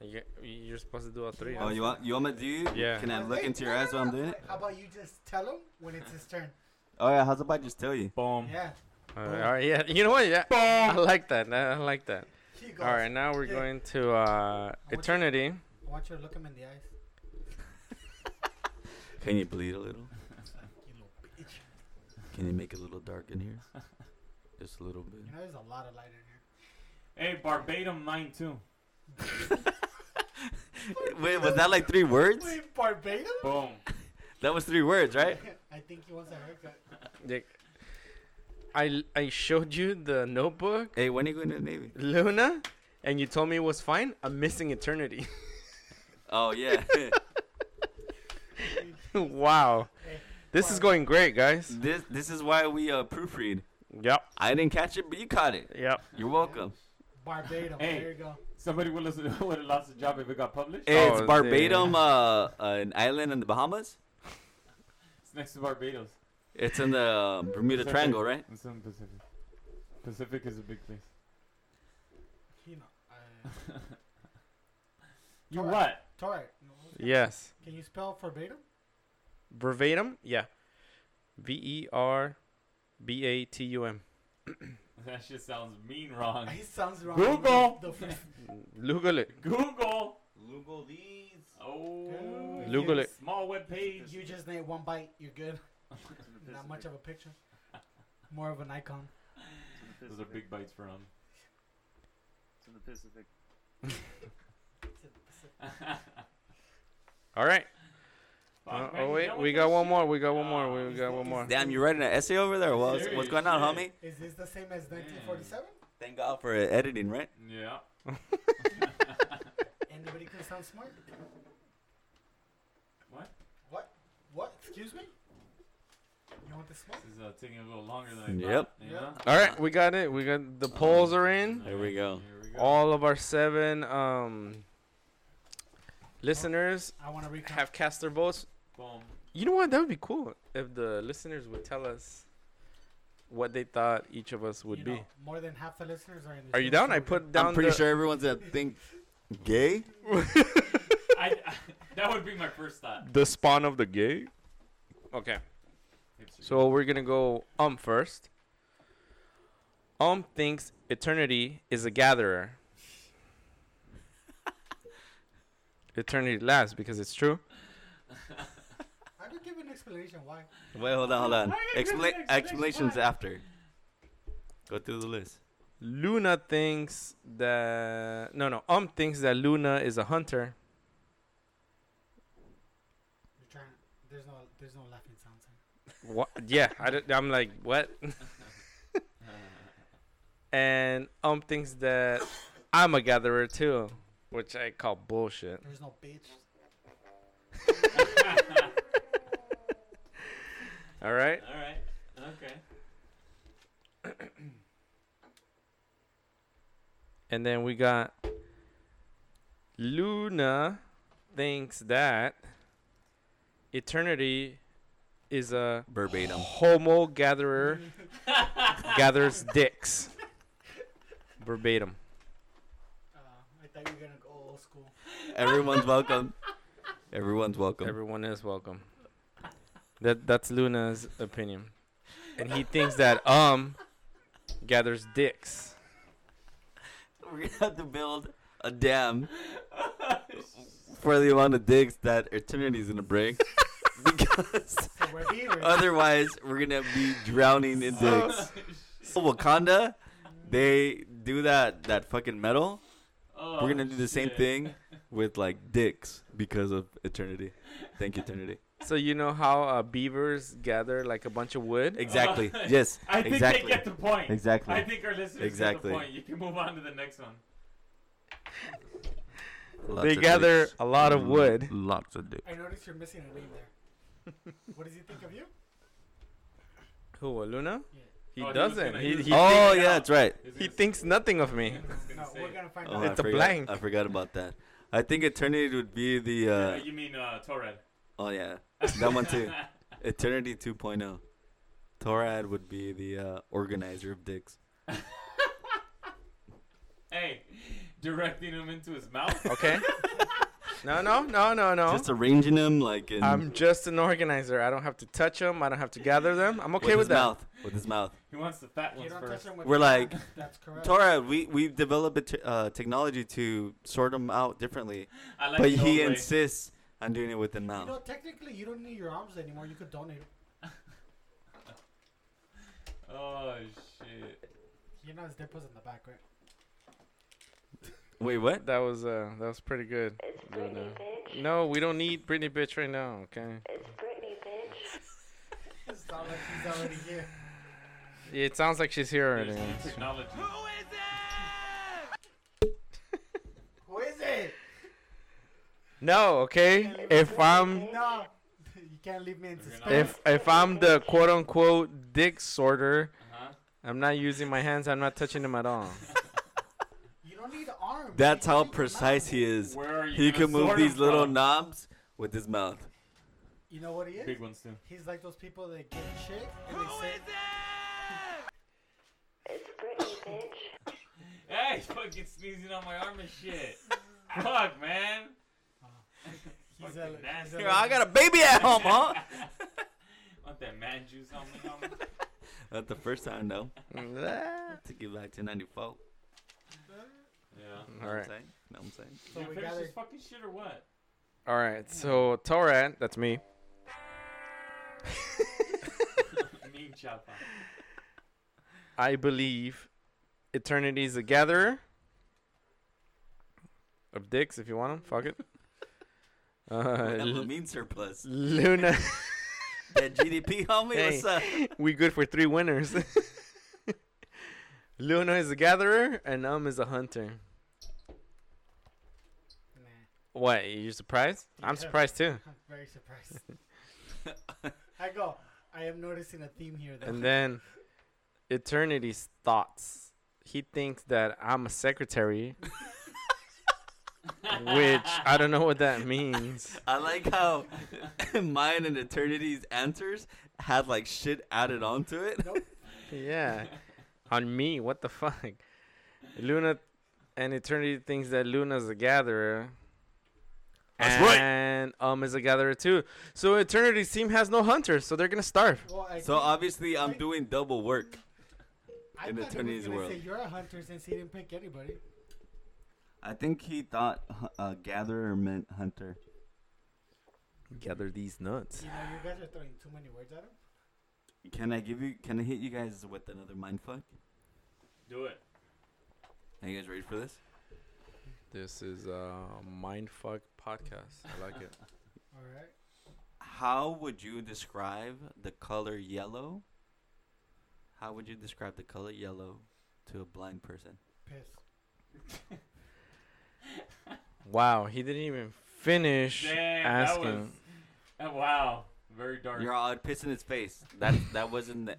B: You, you're supposed to do all three.
A: Oh, you want? You want me to do? You?
B: Yeah.
A: Can I
D: Wait,
A: look into your
D: no, no,
A: eyes while I'm
D: no.
A: doing it?
D: How about you just tell him when it's his turn?
A: All right. How's about I just tell you?
C: Boom.
D: Yeah.
A: Oh,
B: All right, all right, yeah. You know what? Yeah. I like that. I like that.
D: He goes.
B: All right, now we're
D: Yeah.
B: going to uh,
D: you-
B: eternity.
D: I want you to look him in the eyes.
A: Can you bleed a little?
D: It's like, you little bitch.
A: Can you make it a little dark in here? Just a little bit.
D: You know, there's a lot of light in here.
C: Hey, Barbatum 9 2.
A: Wait, was that like three words?
D: Wait, Barbados?
C: Boom.
A: That was three words, right?
D: I think he wants a haircut.
B: Dick, I I showed you the notebook,
A: Hey, when are you going to the Navy?
B: Luna, and you told me it was fine. I'm missing eternity.
A: Oh yeah.
B: wow, this is going great, guys.
A: this this is why we uh, proofread.
B: Yep,
A: I didn't catch it, but you caught it.
B: yep.
A: You're
B: Oh,
A: welcome.
D: Barbados.
C: Hey.
D: There you go.
C: Somebody would, listen, would have lost the job if it got published.
B: Hey.
A: it's
B: Oh,
A: Barbados, uh, an island in the Bahamas.
C: It's next to Barbados.
A: It's in the uh, Bermuda
C: Pacific.
A: Triangle, right?
C: It's in Pacific. Pacific is a big place.
D: You know. Uh,
C: You
D: Alright.
C: what?
D: Torre,
B: Yes,
D: can you spell verbatim?
B: verbatim. Yeah, V E R B A T U M.
C: That shit sounds mean wrong.
D: He sounds wrong.
C: Google.
D: The first-
B: Google it.
C: Google.
H: Google these.
C: Oh.
D: Ooh,
B: Google
C: yeah.
B: it.
C: Small web page.
D: you just need one bite. You're good. Not much of a picture. More of an icon.
C: Those are big bites for him.
G: It's in the Pacific.
A: Uh,
B: All right. Uh,
C: Fuck, man,
B: oh
C: you
B: wait,
C: know
B: we
C: what
B: got
C: that
B: one
C: shit-
B: more. We got one
C: Ah,
B: more. We
C: he's
B: got
C: not-
B: one
C: he's
B: more.
A: Damn, you writing an essay over there? What's,
C: Serious
A: what's going on, homie?
C: shit.
D: Is this the same as 1947?
A: Thank God for uh, editing, right?
C: Yeah.
D: Anybody can sound smart?
C: What?
D: What? What? Excuse me? You want the smoke?
C: This is uh, taking a little longer than I
A: Yep.
C: thought. Yeah.
B: All right, we got it. We got
C: Oh,
B: the polls are in.
A: There we go.
C: Here we go.
B: All of our seven um listeners
D: I want to recap.
B: have cast their votes.
C: Boom.
B: You know what? That would be cool if the listeners would tell us what they thought each of us would
D: you
B: be.
D: know, more than half the listeners are in this
B: Are you
D: room,
B: down?
D: so
B: I
D: we-
B: put down.
A: I'm pretty
B: the-
A: sure everyone's a think gay.
C: I, I, that would be my first thought.
B: the spawn of the gay. Okay,
C: Hipster.
B: so we're gonna go um first. Um thinks eternity is a gatherer. eternity lasts because it's true.
D: I could give an explanation why.
A: Wait, hold on, hold on.
C: Why you
A: Expla-
C: giving
A: explanations after.
C: explanation?
A: Go through the list.
B: Luna thinks that no no um thinks that Luna is a hunter.
D: You're trying. There's no. There's no laughing sounds. here.
B: What? Yeah, I d- I'm like what? and um thinks that I'm a gatherer too, which I call bullshit.
D: There's no bitch.
B: All right,
C: All right. Okay.
B: and then we got Luna thinks that eternity is a
A: Verbatim.
B: homo gatherer gathers dicks. Verbatim.
D: Uh, I thought you were gonna go old school.
A: Everyone's welcome. Everyone's welcome.
B: Everyone is welcome. That that's Luna's opinion, and he thinks that um gathers dicks.
A: We're gonna have to build a dam for the amount of digs that eternity's gonna break. because
D: So we're beavers.
B: Uh,
A: otherwise we're gonna be drowning in
C: Oh.
A: digs. So Wakanda, they do that that fucking metal.
C: Oh,
A: We're gonna do the same
C: shit.
A: thing with like dicks because of eternity. Thank you, eternity.
B: So you know how uh, beavers gather like a bunch of wood.
A: Exactly. Yes.
C: I think
A: exactly.
C: they get the point.
H: Exactly.
C: I think our listeners
A: Exactly.
C: get the point. You can move on to the next one.
A: Lots
B: They
A: of
B: gather
A: dicks.
B: a lot of wood.
A: Mm, Lots of dicks.
D: I noticed you're missing a name there. what does he think of you?
B: Who uh, Luna?
D: Yeah.
B: He
C: Oh, he was
B: doesn't.
C: gonna
B: He
C: use
B: he,
A: Oh
C: it
A: yeah,
C: out.
A: that's right.
C: He's
B: he
C: gonna-
B: thinks nothing of me.
C: he's gonna
D: No,
C: say
D: we're
C: it.
D: gonna find
A: Oh,
D: out.
A: I
B: It's a
A: forgot-
B: blank.
A: I forgot about that. I think eternity would be the.
C: Uh,
A: Uh,
C: you mean uh, Torred?
A: Oh yeah, that one too. Eternity 2.0. Torad would be the uh, organizer of dicks.
C: Hey, directing him into his mouth.
B: Okay. no, no, no, no, no.
A: Just arranging them like in
B: I'm just an organizer. I don't have to touch them. I don't have to gather them. I'm
A: with,
B: okay with,
A: his
B: that.
A: mouth. With his mouth.
C: He wants the fat
D: You
C: ones
D: don't touch
C: first.
D: them with
A: We're
D: your
A: like,
D: hands. That's correct.
A: Torad, we we've developed a t- uh, technology to sort them out differently,
C: I like
A: but
C: the old
A: he
C: way.
A: insists on doing it with the
D: You know,
A: mouth.
D: technically, you don't need your arms anymore. You could donate. 'em.
C: Oh shit.
D: You know, his dimples in the back, right?
A: Wait, what?
B: That was uh, that was pretty good. doing that. No, we don't need Britney bitch right now. Okay.
D: It's not like he's already here.
B: Yeah, It sounds like she's here
C: There's
B: already.
C: new technology.
D: Who is it?
B: No, okay. If I'm
D: No, you can't leave me in
C: You're not-
D: suspense.
B: if if I'm the quote unquote dick sorter,
C: Uh-huh.
B: I'm not using my hands. I'm not touching them at all.
D: You don't need arms.
A: That's
D: You
A: how
D: can use your
A: precise
D: mouth.
A: he is.
C: Where are you?
A: He
C: gonna
A: can move
C: sort
A: these
C: them
A: little
C: from?
A: knobs with his mouth.
D: You know what he is?
C: Big ones too.
D: He's like those people that get shit and they say,
C: Hey, he's fucking sneezing on my arm and shit. Fuck, man.
D: he's
C: Fucking
D: a, he's
C: nasty.
D: a
A: Here, I got a baby at home, huh?
C: Want that man juice on me? homie?
A: Not the first time, though.
B: all
A: To get back to 94.
C: yeah.
A: Know what I'm
B: right.
A: saying? Know what I'm saying?
D: So
C: you
D: we
C: finish
D: gotta-
C: this fucking shit or what?
B: All right. So Torad, that's me.
C: mean chopper.
B: I believe Eternity is a gatherer of dicks. If you want them, fuck it. Uh,
A: Have a
B: L-
A: mean surplus.
B: Luna,
A: That GDP, homie,
B: Hey.
A: what's up?
B: we good for three winners. Luna is a gatherer, and Um is a hunter.
D: nah,
B: What? You surprised? I'm
D: Yeah.
B: surprised too.
D: I'm very surprised. I go, I am noticing a theme here. Though.
B: And then Eternity's thoughts. He thinks that I'm a secretary, which I don't know what that means.
A: I like how mine and Eternity's answers had like shit added onto it.
D: Nope.
B: Yeah. On me, what the fuck? Luna and Eternity thinks that Luna's a gatherer.
A: That's right.
B: and um is a gatherer too. So Eternity's team has no hunters, so they're gonna starve.
D: Well, I
A: So
D: think-
A: obviously, I'm
D: Wait.
A: doing double work. in
D: I thought he was
A: attorney's
D: gonna
A: world.
D: Say you're a hunter since he didn't pick anybody.
H: I think he thought hu- uh, gatherer meant hunter.
B: Gather these nuts.
D: You know, you guys are throwing too many words at him.
H: Can I give you? Can I hit you guys with another mind fuck?
C: Do it.
A: Are you guys ready for this?
B: This is a mindfuck podcast. I like it.
D: All right.
A: How would you describe the color yellow? How would you describe the color yellow to a blind person?
D: Piss.
B: Wow, he didn't even finish
C: Damn,
B: asking.
C: that was. uh, wow. Very dark.
A: You're all I'd piss in his face. That that wasn't the,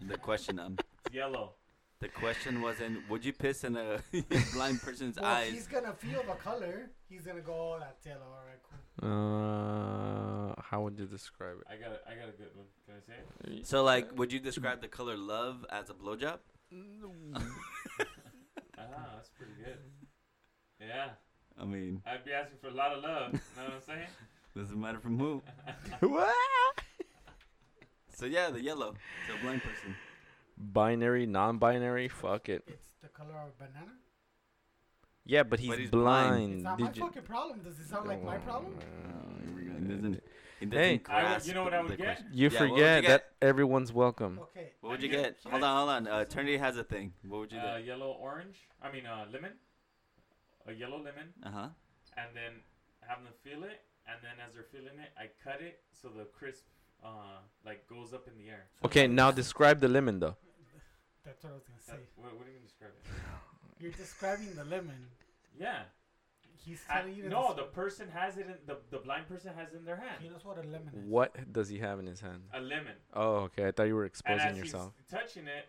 A: the question. Um,
C: It's yellow.
A: the question wasn't would you piss in a blind person's
D: Well,
A: eyes?
D: he's gonna feel the color. He's gonna go, oh, that's yellow. All right, cool.
B: Uh, how would you describe
C: I got a, I got a good one. Can I say it?
B: it?
A: So like, would you describe the color love as a blowjob?
C: Ah, that's pretty good. Yeah.
A: I mean,
C: I'd be asking for a lot of love. You know what I'm saying?
A: doesn't matter from who. So yeah, the yellow. So a blind person.
B: Binary, non-binary, fuck it.
D: It's the color of banana.
B: Yeah, but he's,
A: But he's
D: It's
B: blind.
D: not my
B: Did you- Oh,
D: fucking problem. Does it sound like my problem?
A: It doesn't. It doesn't
B: Hey.
C: Mm. I would-
A: grasp
C: you know what I would
A: the
C: get?
A: question.
B: You
A: Yeah, what would
B: forget
A: you
B: that
A: get?
B: everyone's welcome.
D: Okay.
A: What would you get? Hold on, hold on. Uh, Eternity has a thing. What would you
C: Uh,
A: do?
C: yellow, orange. I mean, uh, lemon. A yellow lemon,
A: Uh huh.
C: and then have them feel it, and then as they're feeling it, I cut it so the crisp, uh, like goes up in the air.
B: Okay, now describe the lemon though.
D: That's what I was gonna
C: That,
D: say.
C: what, what do you mean describe it?
D: You're describing the lemon.
C: Yeah.
D: He's
C: I-
D: telling you to
C: no,
D: descri-
C: the person has it in the the blind person has it in their
D: He
C: hand.
D: knows what a lemon is.
B: What does he have in his hand?
C: A lemon.
B: Oh, okay. I thought you were
C: And
B: exposing
C: as
B: yourself.
C: he's touching it,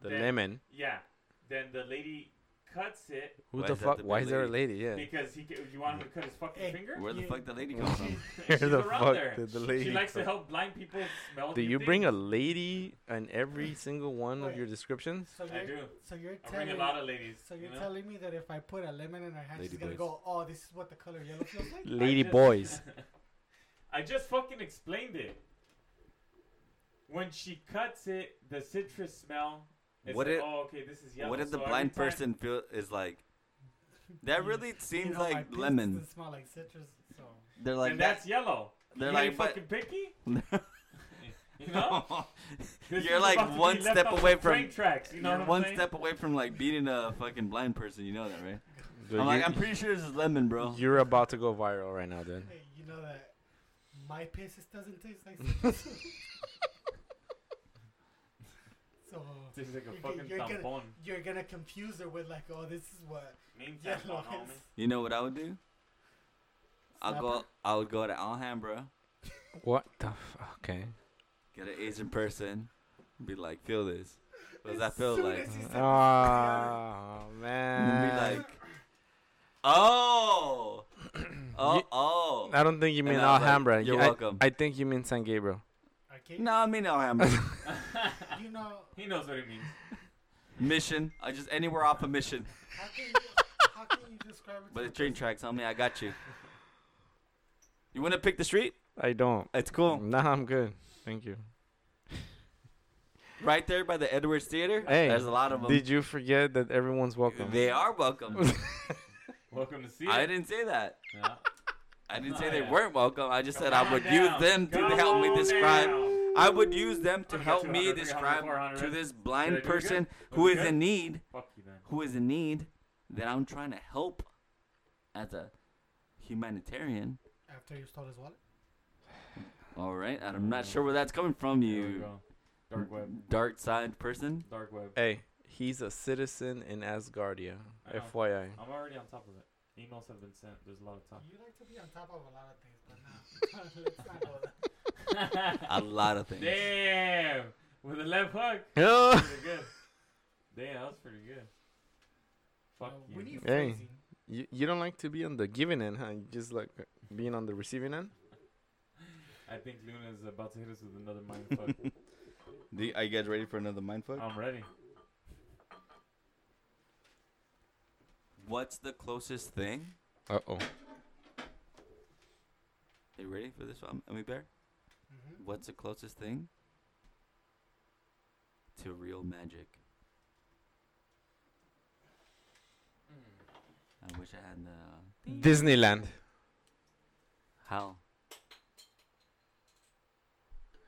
B: The
C: then-
B: lemon.
C: yeah. Then the lady cuts it
B: Who
A: Why
B: the
A: is that
B: fuck?
A: the
B: Why is there a
A: big
B: lady? Yeah.
C: because he ca- you want him to cut his fucking
D: Hey.
C: finger.
A: Where the
D: You-
A: fuck the lady
C: Oh,
A: come from?
C: She's
B: Where the
C: around
B: fuck
C: there.
B: did the
C: She-
B: lady
C: She likes to
B: come-
C: help blind people smell.
B: Do
C: new
B: you bring a
C: things.
B: lady in every single one of
D: Wait.
B: your descriptions?
D: So
C: I
D: you're,
C: do.
D: so you're
C: I
D: telling
C: bring a lot of ladies.
D: so you're
C: you know?
D: telling me that if I put a lemon in her hand, she's gonna
A: Ladybugs.
D: go, "Oh, this is what the color yellow feels like."
C: I
B: Lady
C: just-
B: boys.
C: I just fucking explained it. When she cuts it, the citrus smell. It's
A: What
C: like,
A: if-
C: oh, okay, this is yellow.
A: What if the
C: So every
A: blind
C: time-
A: person feel is like? That
D: You-
A: really
D: You
A: seems
D: know, my
A: like
D: pizza
A: lemon.
D: doesn't smell like citrus, so
H: They're like
C: and that's yellow.
H: They're
C: They're
H: like,
C: like
H: but-
C: fucking picky.
H: that.
C: You know, This
A: You're
C: is
A: like
C: about to be
A: one
C: left
A: step
C: off
A: away
C: the train
A: from-
C: tracks. You know
A: You're
C: what I'm
A: one
C: saying?
A: step away from like beating a fucking blind person. You know that, right?
B: Dude,
A: I'm like,
B: you-
A: I'm pretty sure this is lemon, bro.
B: You're about to go viral right now, dude.
D: hey, you know that my pisses doesn't taste like citrus. so
C: Tastes like a
D: you're,
C: fucking
D: you're gonna
C: tampon.
D: you're gonna confuse her with like, "Oh, this is what
C: Mean
D: yellow
C: tampon, homie.
D: is."
A: You know what I would do? I'll
D: Slap
A: go. I would go to Alhambra,
B: What the? F- okay.
A: get an Asian person, be like, feel this. What does
D: As
A: that feel
D: soon
A: like?
D: as he said
B: Oh
A: And
B: man.
A: then be like, oh, oh,
B: You-
A: oh.
B: I don't think you
A: And
B: mean
A: I was like,
B: Alhambra.
A: "You're
B: You- I-
A: welcome."
B: I think you mean San Gabriel.
D: Arcade,
A: No, I mean Alhambra.
D: you know
C: He knows what it means.
A: mission. I just anywhere off a mission.
D: how can you how can you describe it? to
A: But the
D: a
A: train
D: person?
A: tracks, homie. I got you. You wanna pick the street?
B: I don't.
A: It's cool.
B: Nah, I'm good. Thank you.
A: Right there by the Edwards Theater.
B: Hey,
A: there's a lot of them.
B: Did you forget that everyone's welcome?
A: They are welcome.
C: Welcome to see
A: I
C: it.
A: didn't say that.
C: Yeah.
A: I didn't
C: Oh,
A: say they
C: yeah.
A: weren't welcome. I just said I
C: Come
A: would
C: on
A: use
C: down.
A: them to
C: Come
A: help me
C: on
A: describe.
C: down.
A: I would use them to
C: Okay,
A: help me
C: 200, 300,
A: describe
C: 400.
A: to this
C: Did I
A: blind
C: do it good?
A: person
C: Was
A: who
C: it
A: is
C: good?
A: in need,
C: Fuck you then.
A: who is in need, that I'm trying to help as a humanitarian.
D: after you stole his wallet.
A: All right, and I'm not sure where that's coming from,
C: There we
A: you
C: go. Dark web.
A: dark side person.
C: Dark web.
B: Hey, he's a citizen in Asgardia.
C: I know.
B: FYI.
C: I'm already on top of it. Emails have been sent. There's a lot
A: Uh.
C: of talk.
D: You like to be on top of a lot of things, but now let's not go there.
A: A lot of things.
C: Damn! With a left hook.
B: Oh,
C: Pretty good. Damn, that was pretty good. Fuck
D: No,
C: you.
D: We need
B: Hey.
D: phrasing.
B: you, you don't like to be on the giving end, huh? You just like being on the receiving end?
C: I think Luna's about to hit us with another mind fuck.
A: Are you guys ready for another mindfuck?
C: I'm ready.
A: What's the closest thing?
B: Uh oh.
A: Are you ready for this one, Emmy Bear?
D: Mhm.
C: Mm-hmm.
A: What's the closest thing to real magic?
C: Hmm.
A: I wish I had the uh,
B: Disneyland.
A: how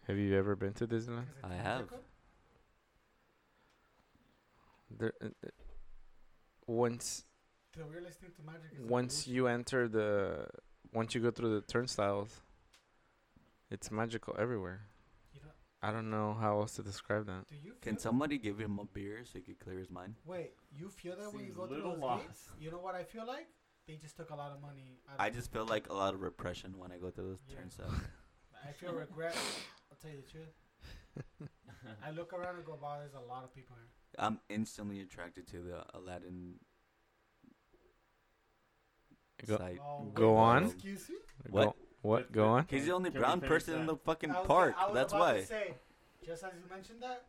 B: Have you ever been to Disneyland?
D: Is it
A: I have.
D: magical?
B: There, uh, uh, once
D: The weirdest thing to magic is
B: once you enter the once you go through the turnstiles, it's magical everywhere.
D: You don't,
B: I don't know how else to describe that.
D: do you feel
A: Can somebody give him a beer so he could clear his mind?
D: Wait, you feel that when you
C: Seems
D: go through
C: little
D: those
C: lost.
D: gates? You know what I feel like? They just took a lot of money. Out
A: I
D: of me.
A: just feel like a lot of repression when I go through those
D: Yeah.
A: turnstiles.
D: I feel regret. I'll tell you the truth. I look around and go, wow, there's a lot of people here.
A: I'm instantly attracted to the Aladdin
B: Go-
A: site.
D: Oh, wait,
B: go on.
D: Excuse me.
A: What?
B: Go, what? Go on.
A: He's the
C: Can-
A: only
C: can we
A: brown
C: finish
A: person in
C: that?
A: the fucking
D: I was-
A: park.
D: I was
A: That's
D: about to
A: why.
D: say, just as you mentioned that,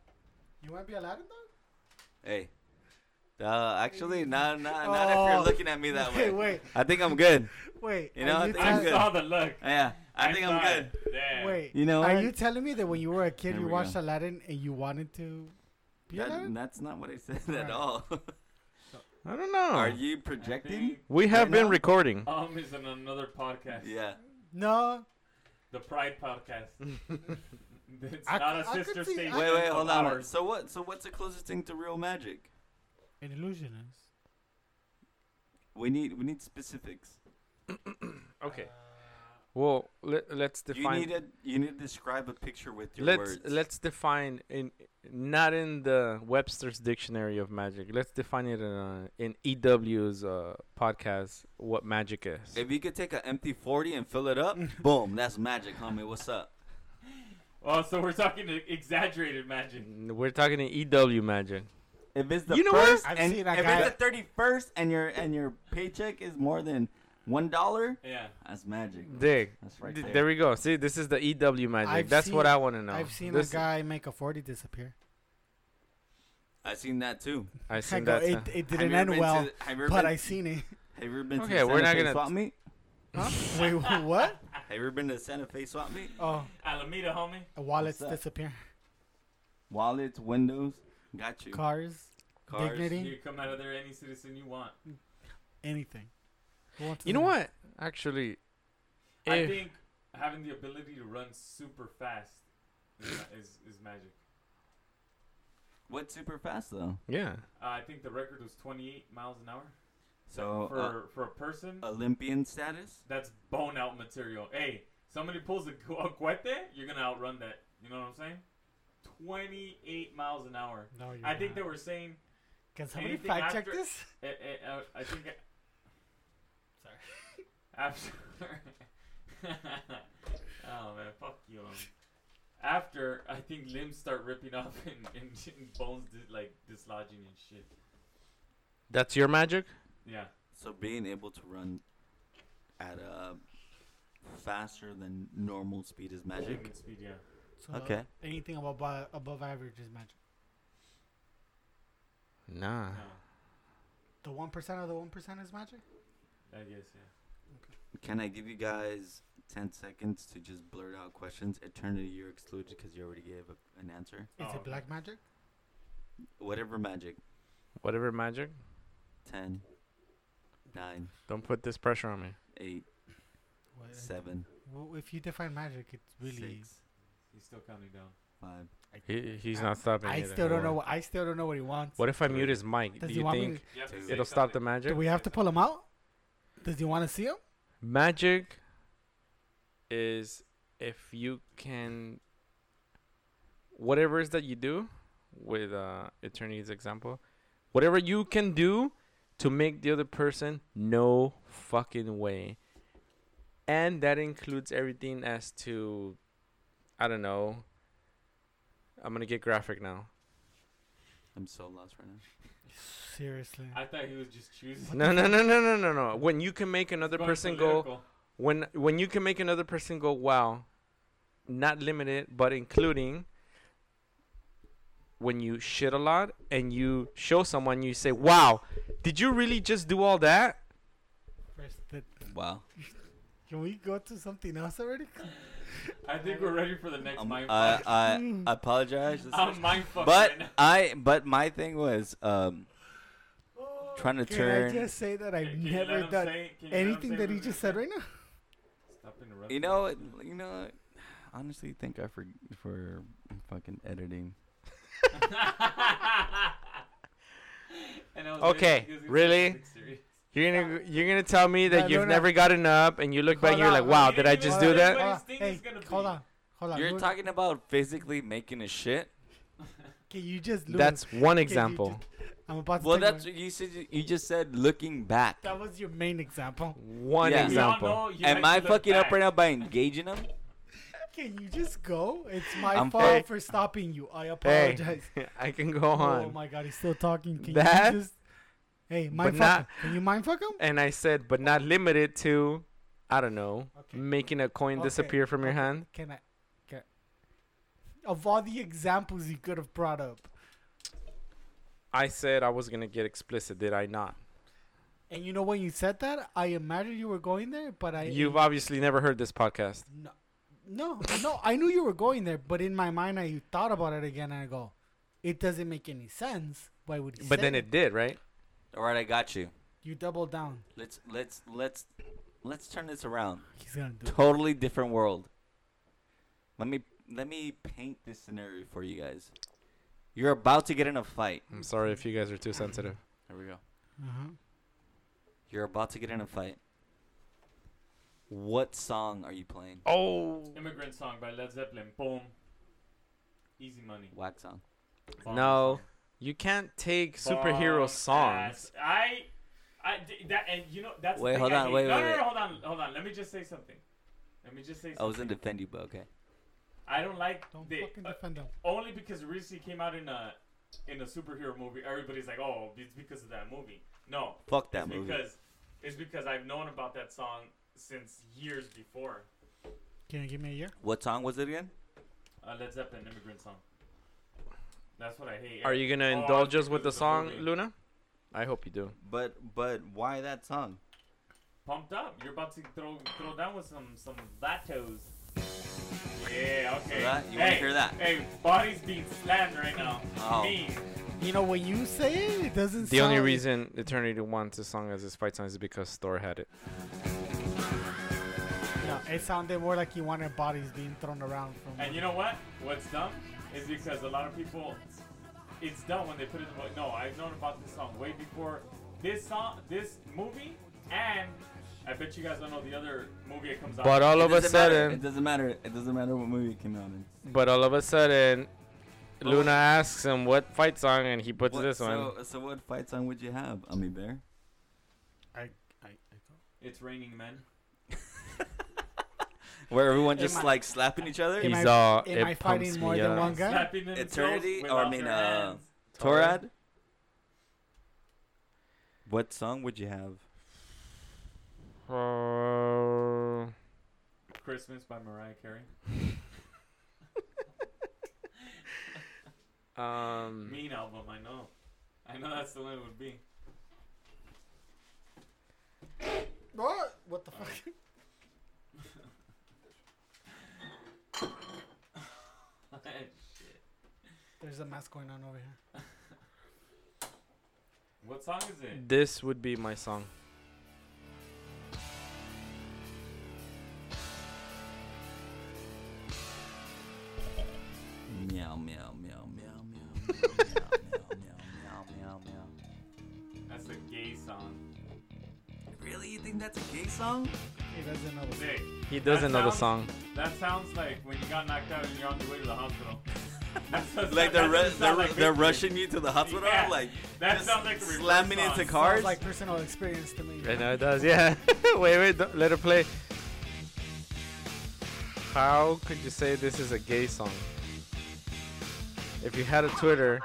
D: you might be Aladdin though.
A: Hey. Uh, actually, not not not if
D: Oh.
A: you're looking at me that way.
D: Wait, wait,
A: I think I'm good.
D: wait.
A: You know,
D: are
A: I
D: you
A: think
D: tell-
A: I'm
C: I
A: good.
C: saw the look.
A: Yeah, I think I'm
C: saw
A: good.
C: it. Damn.
D: Wait,
A: You know
D: are
A: what?
D: you telling me that when you were a kid
A: There
D: you
A: we
D: watched
A: go.
D: Aladdin and you wanted to be
A: That,
D: Aladdin?
A: that's not what I said
D: Right.
A: at all.
B: I don't know.
A: Are you
C: I
A: projecting?
C: think
B: we have
A: right
B: been
A: now?
B: recording.
C: Um is in another podcast.
A: Yeah.
D: No,
C: The Pride Podcast. it's
D: I-
C: not
D: I
C: a
D: could
C: sister
D: see- I
C: station.
D: could-
A: Wait, wait,
C: of
A: hold on.
C: ours.
A: So what? So what's the closest thing to real magic?
D: an illusionist.
A: We need we need specifics.
B: Okay. Well, let, let's define.
A: You need a you need to describe a picture with your
B: let's
A: words.
B: let's define in not in the Webster's dictionary of magic. Let's define it in uh, in EW's uh, podcast what magic is.
A: If you could take an empty forty and fill it up, boom, that's magic, homie. What's up?
C: Oh, so we're talking to exaggerated magic.
A: Mm.
B: N- We're talking in EW E magic.
A: if it's the
L: You know what?
A: first
M: I've
A: and
M: seen
A: if
M: that guy-
A: it's the thirty first and your and your paycheck is more than one dollar,
C: Yeah.
A: that's magic.
B: Dig.
A: That's right
B: D-
A: there.
B: there we go. See, this is the EW magic.
D: I've
B: That's what
D: seen-
B: I want to know.
D: I've seen
B: this,
D: a guy make a forty disappear.
A: I seen that too.
B: I've
D: I
B: seen
D: go,
B: that.
D: it,
B: too.
D: it
A: Have
D: didn't
A: you ever
D: end
A: been
D: well,
A: to- have you ever
D: but
A: been-
D: I seen it.
A: Have you ever been
B: Okay,
A: to
B: we're
A: Santa Fe
B: not gonna-
A: swap meet?
D: Huh? Wait, wh- what?
A: Have you ever been to Santa Fe swap meet?
D: Oh,
C: Alameda, homie.
D: wallets
A: up?
D: disappear,
A: Wallets, windows, got you.
D: cars,
A: Cars.
D: dignity,
C: You come out of there any citizen you want.
D: anything. Who wants
B: you know
D: that?
B: what? Actually,
C: I
B: if-
C: think having the ability to run super fast is, is, is magic.
A: What's super fast though?
B: yeah.
C: Uh, I think the record was 28 miles an hour.
A: So
C: for
A: uh,
C: for a person,
A: Olympian status?
C: that's bone out material. Hey, somebody pulls a gu- a guete, you're gonna outrun that. You know what I'm saying? 28 miles an hour.
D: No, you're
C: I think
D: not.
C: they were saying.
D: Can somebody
C: anything
D: fact check
C: after-
D: this?
C: eh, eh, uh, I think.
D: Sorry.
C: After. oh man, fuck you. homie. After I think limbs start ripping off and, and, and bones di- like dislodging and shit.
B: That's your magic?
C: Yeah.
A: So being able to run at a faster than normal speed is magic.
C: Human Speed, yeah.
D: So
A: Okay.
D: Anything above above average is magic.
B: Nah.
C: No,
D: The one percent of the one percent is magic.
C: I guess yeah.
A: Can I give you guys ten seconds to just blurt out questions? Eternity, you're excluded because you already gave a, an answer.
C: Oh,
D: Is it
C: okay.
D: black magic?
A: Whatever magic.
B: Whatever magic.
A: Ten, nine,
B: Don't put this pressure on me.
A: eight,
D: What-
A: seven,
D: Well, if you define magic, it's really.
A: six,
C: He's still counting down.
A: five.
B: He, he's not stopping.
D: I
B: either.
D: still don't know. What, I still don't know what he wants.
B: What if I mute his mic?
D: Does
B: Do
D: he
B: you
D: want me
B: think it'll stop the
D: to, Do
B: magic?
D: we have to pull him out? Does he want to see him?
B: Magic is if you can whatever it is that you do with uh eternity's example, whatever you can do to make the other person no fucking way. And that includes everything as to I don't know. I'm gonna get graphic now.
A: I'm so lost right now.
D: Seriously.
C: I thought he was just choosing.
B: No no no no no no no. When you can make another
C: Going
B: person go
C: political.
B: when when you can make another person go wow not limited but including when you shit a lot and you show someone you say wow did you really just do all that
D: First, th-
A: Wow.
D: can we go to something else already?
C: I think we're ready for the next
A: Um, I,
C: mind fuck.
A: I I apologize. This
C: I'm
A: is-
C: mind fucked
A: but
C: right now.
A: I but my thing was um trying to
D: Can I
A: turn.
D: just say that I've
C: Can you let
D: never
C: him
D: done
C: say- can you let him
D: anything
C: say
D: that he
C: what
D: just said right now?
C: Stop interrupting.
A: You know, it- you know. I Honestly, think I for for fucking editing.
C: And I was
B: Okay,
C: he was gonna say
B: really?
C: something serious.
B: you're gonna you're gonna tell me that
D: No, no,
B: you've
D: no.
B: never gotten up and you look back
D: Hold
B: and you're
D: on,
B: like
D: hold
B: wow
D: on,
B: did i just do
C: hold on.
B: that
D: Hold
C: What
D: on.
C: his thing
D: Hey,
C: is gonna
D: hold
C: be.
D: on. Hold on.
A: You're
D: Lu-
A: talking about physically making a shit.
D: Can you just Lu-
B: that's one
D: can you
B: example
D: just- I'm about to
A: Well,
D: take
A: that's
D: my-
A: what you said. You just said looking back.
D: that was your main example.
B: one
A: Yeah.
C: We all
B: example
C: know you like
A: Am
C: to
A: I
C: look
A: fucking up
C: back.
A: right now by engaging him?
D: Can you just go? It's my
A: I'm
D: fault
A: fake.
D: for stopping you. I
B: hey
D: apologize.
B: i can go
D: Oh
B: on
D: my god, he's still talking. Can
B: That-
D: you just Hey, mind fuck
B: not-
D: him. Can you mind fuck him?
B: and i said but not limited to i don't know
D: Okay.
B: making a coin
D: Okay,
B: disappear from your
D: okay.
B: hand
D: Can I can Of all the examples you could have brought up
B: I said I was gonna get explicit, did I not?
D: and you know when you said that, I imagined you were going there, but I
B: You've obviously never heard this podcast.
D: No, no, no. I knew you were going there, but in my mind, I thought about it again, and I go, it doesn't make any sense. Why would? He
B: But
D: say
B: then it did, right?
A: All right, I got you.
D: You double down.
A: Let's let's let's let's turn this around.
D: He's gonna do. it.
A: Totally different world. Let me let me paint this scenario for you guys. You're about to get in a fight.
B: I'm sorry if you guys are too sensitive.
A: There we go.
C: Mm-hmm.
D: Uh-huh.
A: You're about to get in a fight. What song are you playing?
B: Oh
C: Immigrant Song by Led Zeppelin. Boom. Easy money.
A: Wax song.
C: Bomb
B: no,
C: song.
B: you can't take
C: Bomb
B: superhero
C: ass.
B: songs.
C: I, I d- that and you know that's. the
A: Wait,
C: thing
A: hold
C: I
A: on,
C: hate.
A: wait,
C: no,
A: wait,
C: no, no,
A: wait.
C: hold on, hold on. Let me just say something. Let me just say something.
A: I was gonna defend you, but okay.
C: I don't like
D: Don't
C: the,
D: fucking
C: uh,
D: defend him.
C: only because recently came out in a in a superhero movie, everybody's like, "Oh, it's because of that movie." No,
A: Fuck that
C: it's
A: movie.
C: because it's because I've known about that song since years before.
D: Can you give me a year?
A: What song was it again?
C: Uh, Led Zeppelin, "Immigrant Song." That's what I hate.
B: Are you gonna
C: Oh,
B: indulge
C: because
B: us with the
C: of
B: song,
C: movie.
B: Luna? I hope you do.
H: But but why that song?
C: Pumped up. You're about to throw throw down with some some latos. Yeah. Okay.
H: That- you wanna
C: hey,
H: hear that?
C: Hey, bodies being slammed right now.
H: Oh.
C: Me.
D: You know when you say it, it doesn't.
B: The only
D: sound-
B: reason Eternity wants this song as his fight song is because Thor had it.
D: No, it sounded more like he wanted bodies being thrown around from.
C: And you know what? What's dumb is because a lot of people, it's dumb when they put it. in the book. No, I've known about this song way before this song, this movie, and I bet you guys don't know the other movie it comes out.
A: uh,
B: But all
H: It
B: of a
H: doesn't matter.
B: sudden,
H: it doesn't matter. It doesn't matter what movie it came out in.
B: but all of a sudden,
H: Well-
B: Luna asks him what fight song, and he puts
H: What-
B: this one.
H: so, So what fight song would you have? I mean, Bear.
C: it's raining men.
A: Where everyone
D: Am I-
A: just like slapping each other?
D: Am
B: He's
D: I-
B: all.
D: am
B: it
D: I
B: pumps
D: fighting
B: me
D: more than
B: up."
D: one guy?
C: Slapping them
A: Eternity,
C: close
A: or I
C: without
A: mean,
C: their
A: uh,
C: hands.
A: Torad. What song would you have?
B: Uh,
C: Christmas by Mariah Carey.
A: Mm-hmm.
B: um,
C: Mean album, I know. I know that's the one it would be.
D: What? Oh, What the fuck? There's a mess going on over here.
C: what song is it?
B: this would be my song.
H: Meow meow meow meow meow meow meow meow meow meow meow.
C: That's the gay song.
H: Really, you think that's a gay song?
D: He doesn't know. what's-
C: Sick.
B: He doesn't know the song.
C: sounds- That sounds like when you got knocked out and you're on your way to the hospital. That's what-
A: Like
C: that
A: they're
C: doesn't
A: ru-
C: sound
A: they're,
C: like
A: they're
C: victory.
A: rushing you to the hospital,
C: Yeah.
A: like
C: That
A: just
C: sounds like a reverse
A: slamming
C: song.
A: into
C: Sounds
A: cars.
D: Sounds like personal experience to me.
B: I know it does. Yeah. wait, wait. Don't, let it play. How could you say this is a gay song? If you had a Twitter,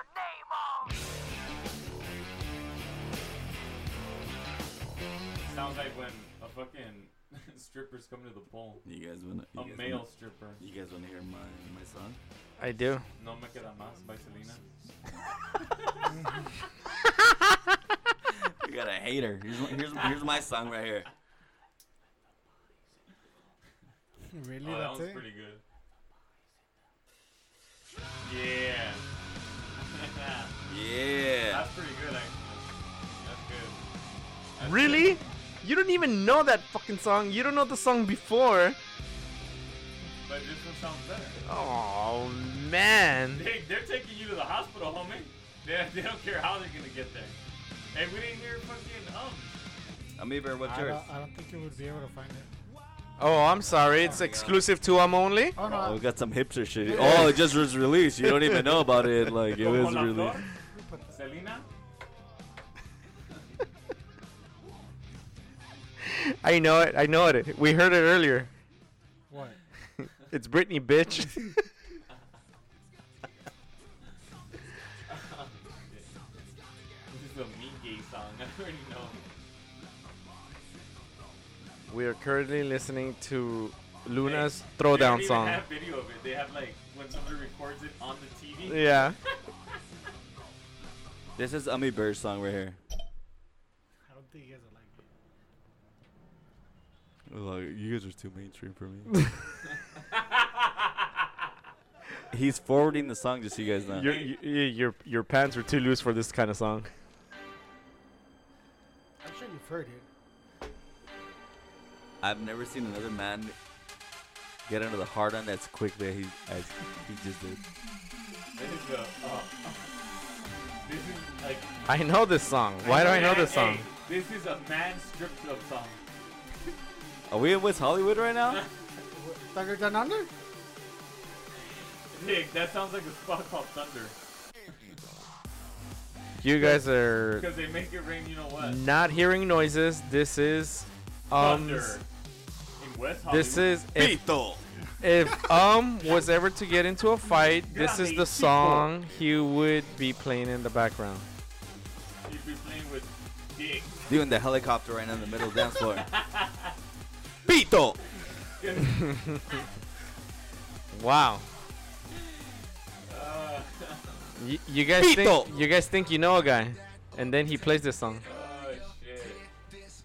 C: Sounds like when a fucking stripper's coming to the pole.
H: You guys wanna? You
C: A
H: guys
C: male
H: Wanna,
C: stripper.
H: you guys wanna hear my my song?
B: I do.
C: No me queda más by Selena.
H: You got a hater. Here's my- here's here's my song right here.
D: Really?
C: Oh, that
D: That's
C: one's
D: it?
C: pretty good. Yeah.
A: yeah.
C: That's pretty good, actually. That's good. That's
B: Really?
C: good.
B: You don't even know that fucking song. You don't know the song before.
C: But this one sounds better.
B: Oh man.
C: They, they're taking you to the hospital, homie. They, they don't care how they're gonna get there. Hey, we didn't hear fucking um.
H: Amoeba, what's
D: I
H: yours?
D: don't, I don't think you would be able to find it.
B: Oh, I'm sorry. It's exclusive to I'm only.
D: Oh no.
A: Oh, we got some hipster shit.
D: Yeah.
A: Oh, it just was released. You don't even know about it. Like it
C: Como
A: was
C: la
A: released.
C: flor, Selena.
B: I know it. I know it. We heard it earlier.
D: What?
B: It's Britney, bitch.
C: This is a me gay song. I already know.
B: we are currently listening to Luna's
C: They don't
B: Throwdown
C: even
B: song.
C: have video of it. They have like when somebody records it on the TV.
B: Yeah.
A: This is Ami Bird's song right here.
D: I don't think you guys would like it.
A: Like, you guys are too mainstream for me. He's forwarding the song just so you guys know.
B: Your, y- y- your your pants are too loose for this kind of song.
D: I'm sure you've heard it.
A: I've never seen another man get under the hard on as quickly as he, as he just did.
C: This is the. Uh, this is like.
B: I know this song. Why do I know this song?
C: Hey, this is a man strip club song.
A: Are we in West Hollywood right now?
D: Thunder Down Under?
C: Nick, that sounds like a spot called Thunder.
B: You guys are
C: Because they make it rain. You know what?
B: not hearing noises. This is um
C: Thunder. In West Hollywood.
B: this is if,
A: Pito.
B: if Um was ever to get into a fight, this is the song he would be playing in the background.
C: You'd be playing with dick.
A: Doing the helicopter right now in the middle of the dance floor.
N: Pito.
B: Wow.
C: Uh,
B: Y- you guys
N: Pito.
B: think you guys think you know a guy, and then he plays this song.
C: Oh shit.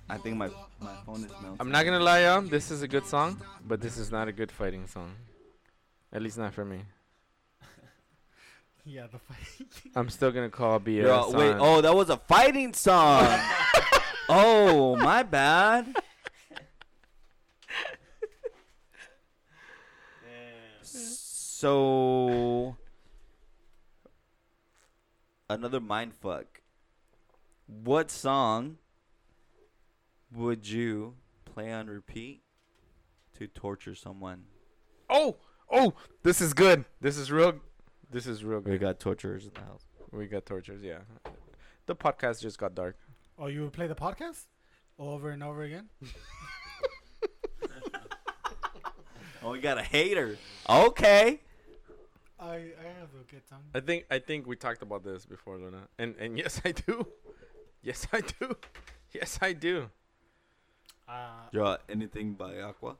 A: I think my my phone is melting.
B: I'm not gonna lie, y'all. This is a good song, but this is not a good fighting song. At least not for me.
D: Yeah, the fight.
B: I'm still gonna call BS.
A: You're all- wait,
B: on-
A: oh, that was a fighting song. oh, my bad. So another mind fuck. What song would you play on repeat to torture someone?
B: oh, oh, this is good. This is real. This is real good.
A: We got torturers in the house.
B: We got tortures, yeah. The podcast just got dark.
D: oh, you would play the podcast over and over again?
A: Oh, we got a hater. Okay.
D: I I have a good time.
B: I think I think we talked about this before, Luna. And and yes, I do. Yes, I do. Yes, I do.
D: Uh,
N: Draw anything by Aqua.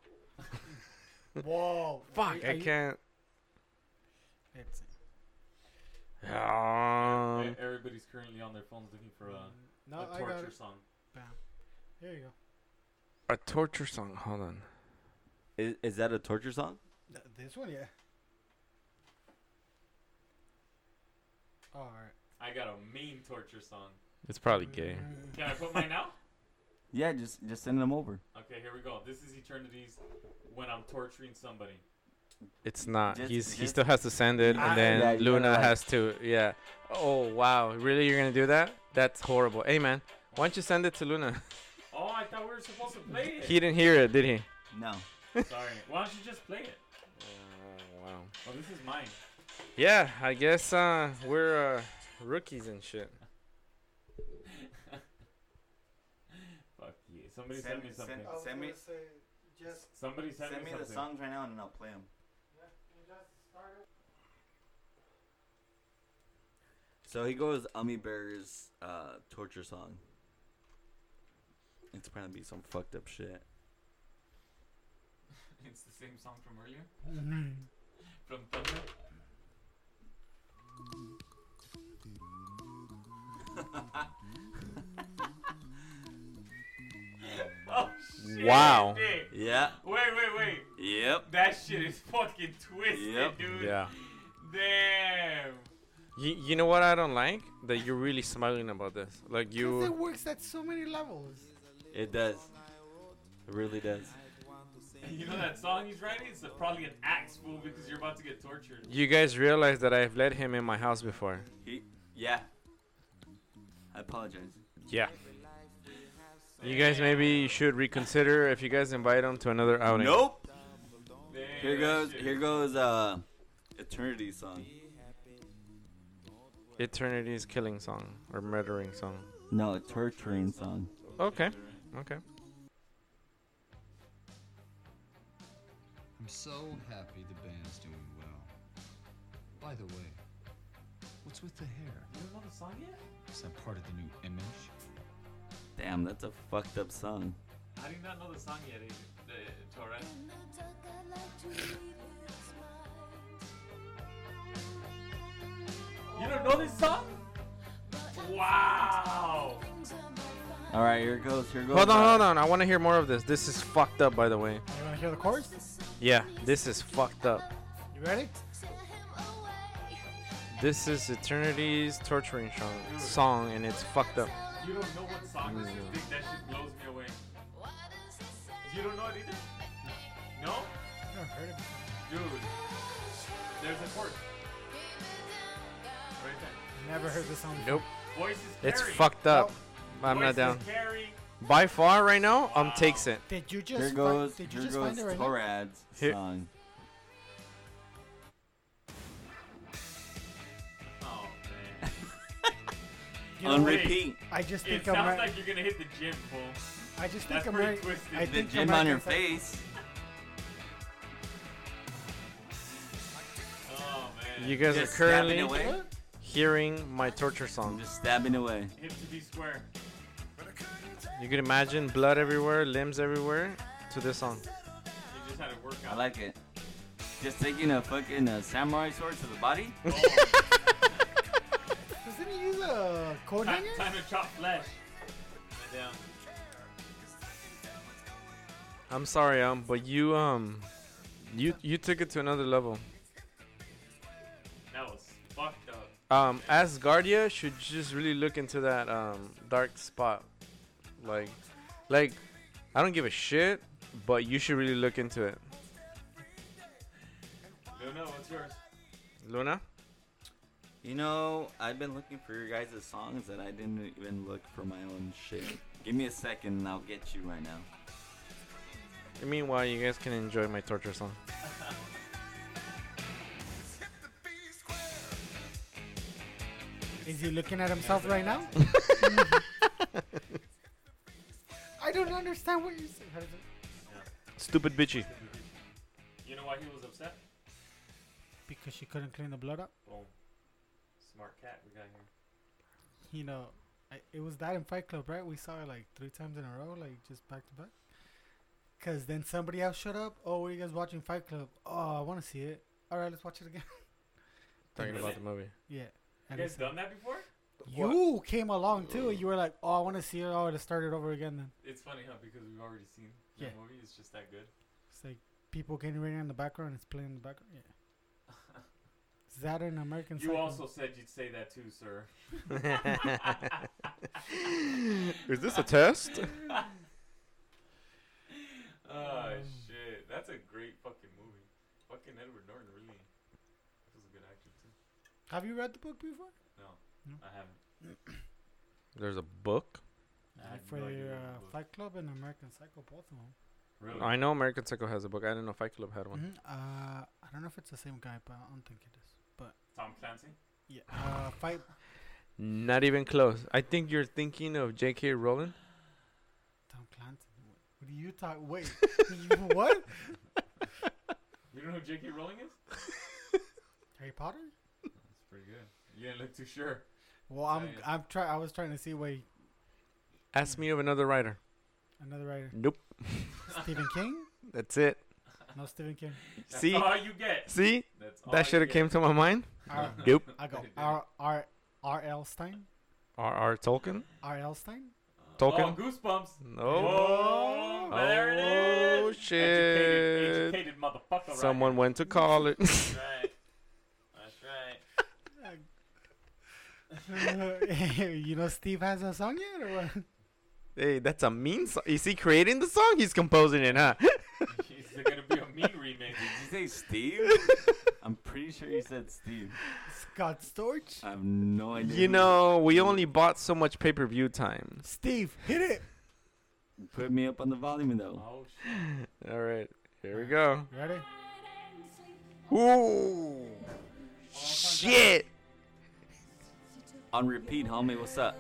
D: whoa.
B: Fuck,
D: Are
B: I
D: you-
B: can't.
D: It's,
B: Um,
C: E- Everybody's currently on their phones looking for a,
D: no,
C: a
D: I got
C: torture
D: it.
C: song.
D: Bam. There you go.
B: a torture song. Hold on.
A: Is, is that a torture song?
D: Th- this one, yeah. All right.
C: I got a mean torture song.
B: It's probably gay.
C: Can I put mine out?
A: Yeah, just just send them over.
C: Okay, here we go. This is Eternity's When I'm Torturing Somebody.
B: It's not.
A: Just-
B: He's he
A: just-
B: still has to send it,
A: Ah,
B: and then
A: yeah, you gotta
B: Luna
A: like-
B: has to. Yeah. Oh wow, really? You're gonna do that? That's horrible. Hey man, why don't you send it to Luna?
C: Oh, I thought we were supposed to play
B: he
C: it.
B: didn't hear it, did he?
A: No.
C: Sorry. Why don't you just play it?
B: wow.
C: Oh, this is mine.
B: Yeah, I guess uh, we're uh, rookies and shit.
C: Fuck you. Somebody send,
A: Send-
C: me something.
A: send- Send me-
D: Say, just,
C: Somebody send, me, something.
A: right now and I'll play them. So he goes Ummy Bear's uh, torture song. It's probably be some fucked up shit.
C: It's the same song from earlier. From Thunder. oh shit!
B: Wow.
C: dude.
A: Yeah.
C: Wait, wait, wait.
A: Yep.
C: That shit is fucking twisted,
A: Yep.
C: dude. Damn.
B: You, you know what I don't like? That you're really smiling about this. Like
D: it
B: you.
D: works at so many levels.
A: It does. It really does.
C: You know that song he's writing? It's a, probably an axe fool because you're about to get tortured.
B: You guys realize that I've let him in my house before.
A: He. Yeah. I apologize.
B: Yeah. You guys maybe should reconsider if you guys invite him to another outing.
A: Nope.
C: Damn,
A: Here
C: that
A: goes.
C: shit.
A: Here goes. Uh, Eternity song.
B: Eternity's killing song or murdering song.
A: No, a torturing song.
B: Okay. Okay.
E: I'm so happy the band's doing well. By the way, what's with the hair?
C: You don't know the song yet?
E: Is that part of the new image?
A: Damn, that's a fucked up song.
C: I did not know the song yet, either. The, Torres. You don't know this song? Wow.
A: All right, here goes. Here goes.
B: Hold on,
A: uh,
B: hold on. I want to hear more of this. This is fucked up, by the way.
D: You want to hear the chorus?
B: Yeah, this is fucked up.
D: You ready?
B: This is Eternity's torturing song, song and it's fucked up.
C: You don't know what song this is? Dude, that shit blows me away. You don't know it either? No?
D: I've never heard it. before.
C: Dude. There's a chord. Right there.
D: Never heard the song. before.
B: Nope.
C: Voice is carry.
B: It's fucked up. I'm
C: Voice
B: not down.
C: Is carry.
B: By far, right now, um takes it.
D: Did you just
A: Here
D: fi-
A: goes.
D: did you
A: Here
D: just
A: goes
D: find it right now?
A: Torad's
B: Here-
A: song.
C: Oh, man.
D: You know
A: On
D: what?
C: wait.
A: repeat.
D: I just
C: it
D: think I'm
C: sounds
D: right.
C: like you're gonna hit the gym, fool.
D: I just
C: That's
D: think I'm
C: pretty
D: right.
C: twisted.
D: I
A: The
D: think I'm
A: gym on
D: right
A: your
D: inside.
A: face.
C: Oh,
B: You guys
A: Just
B: are
A: stabbing
B: currently
A: away?
B: hearing my torture song.
A: Just stabbing away.
C: Hip to be square.
B: You can imagine blood everywhere, limbs everywhere, to this song.
C: You just had a workout.
A: I like it. Just taking a fucking uh, samurai sword to the body.
D: Doesn't he use a coat
C: Time,
D: hanger?
C: time to chop flesh. Damn.
B: I'm sorry, um, but you um, you you took it to another level.
C: That was fucked up.
B: Um, Asgardia should just really look into that um dark spot, like, like, I don't give a shit, but you should really look into it.
C: Luna, what's yours?
B: Luna,
A: You know, I've been looking for your guys' songs that I didn't even look for my own shit. Give me a second and I'll get you right now.
B: meanwhile, you guys can enjoy my torture song.
D: Is he looking at himself right now? I don't understand what you're saying. How does it-
B: Stupid bitchy.
C: You know why he was upset?
D: Because she couldn't clean the blood up.
C: Boom. Smart cat we got here.
D: You know, I, it was that in Fight Club, right? We saw it like three times in a row, like just back to back. Cause then somebody else showed up. Oh, were you guys watching Fight Club? Oh, I want to see it. All right, let's watch it again.
B: Talking about the movie.
D: yeah. and
C: You
D: we
C: guys
D: said-
C: done that before?
D: You came along too. You were like, "Oh, I want to see it. Oh, to start it over again." Then
C: It's funny, huh? Because we've already seen the
D: Yeah.
C: movie. It's just that good.
D: it's like people getting ready in the background. It's playing in the background. Yeah. Is that an American?
C: You
D: Psycho?
C: also said you'd say that too, sir.
B: Is this a test?
C: Oh
D: Um.
C: shit, that's a great fucking movie. Fucking Edward Norton really was a good actor too.
D: Have you read the book before?
C: No,
D: No.
C: I haven't.
B: There's a book.
C: I had
D: for
C: no idea
D: your
C: about
D: uh,
C: the book.
D: Fight Club and American Psycho, both of them.
C: Really?
B: I know American Psycho has a book. I didn't know Fight Club had one.
D: Mhm. Uh, I don't know if it's the same guy, but I don't think it is. But
C: Tom Clancy.
D: yeah, uh, fight.
B: Not even close. I think you're thinking of J.K. Rowling.
D: Tom Clancy. What do you talk? Wait, you- what?
C: You don't know who J.K. Rowling is?
D: Harry Potter?
C: That's pretty good. You didn't look too sure.
D: Well, I'm
C: yeah.
D: I'm try. I was trying to see. Wait,
B: Ask me of another writer.
D: another writer,
B: Nope.
D: Stephen King?
B: That's it.
D: No, Stephen King.
C: That's
B: See?
C: all you get.
B: See?
C: That's all
B: That
C: you
B: should have
C: get.
B: came to my mind.
D: R-
B: Nope.
D: I go
C: Did it.
D: R R R L Stein.
B: R.R. Tolkien?
D: R L Stein.
C: Oh,
B: Tolkien?
C: goosebumps.
B: No.
C: Oh, there it is.
B: Oh,
C: Educated,
B: shit.
C: educated motherfucker.
B: Someone
C: right
B: went to college.
C: here. Right. That's right.
D: you know Steve has a song yet or what?
B: hey, that's a mean song. Is he creating the song? He's composing it, huh?
C: He's gonna be a mean remake.
A: Did you say Steve? I'm pretty sure you said Steve.
D: Scott Storch.
A: I have no idea.
B: You
A: who-
B: know, we only bought so much pay per view time.
D: Steve, hit it.
A: Put me up on the volume though.
C: Oh shit.
B: All right, here we go.
D: Ready?
B: Ooh. Shit.
A: On repeat, homie. What's up?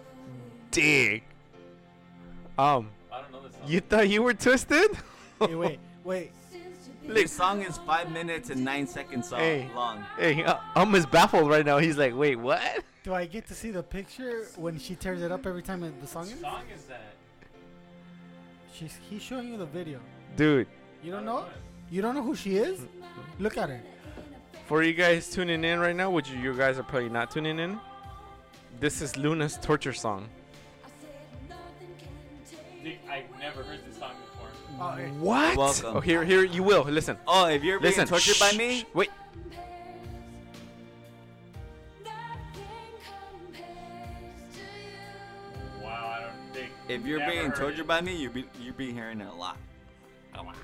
B: Dick. Um,
C: I don't know this song.
B: you thought you were twisted?
D: Hey, wait, wait.
A: This song is five minutes and nine seconds long.
B: Hey.
A: long.
B: Hey, uh, um is baffled right now. He's like, wait, what?
D: Do I get to see the picture when she tears it up every time it- the song
C: What
D: ends?
C: song is that?
D: She's he's showing you the video.
B: Dude,
D: You don't know? You don't know who she is? Look at her.
B: for you guys tuning in right now, which you guys are probably not tuning in, this is Luna's torture song.
C: Dick, I've never heard this song before.
D: Oh, hey.
B: What?
A: Welcome.
B: Oh, here, here, you will. Listen.
A: Oh, if you're
B: Listen.
A: being tortured by
B: Shh,
A: me,
B: shh, Wait.
C: Wow, I don't think.
A: if you're
C: never
A: being
C: heard
A: tortured
C: it.
A: by me, you be you be hearing it a lot,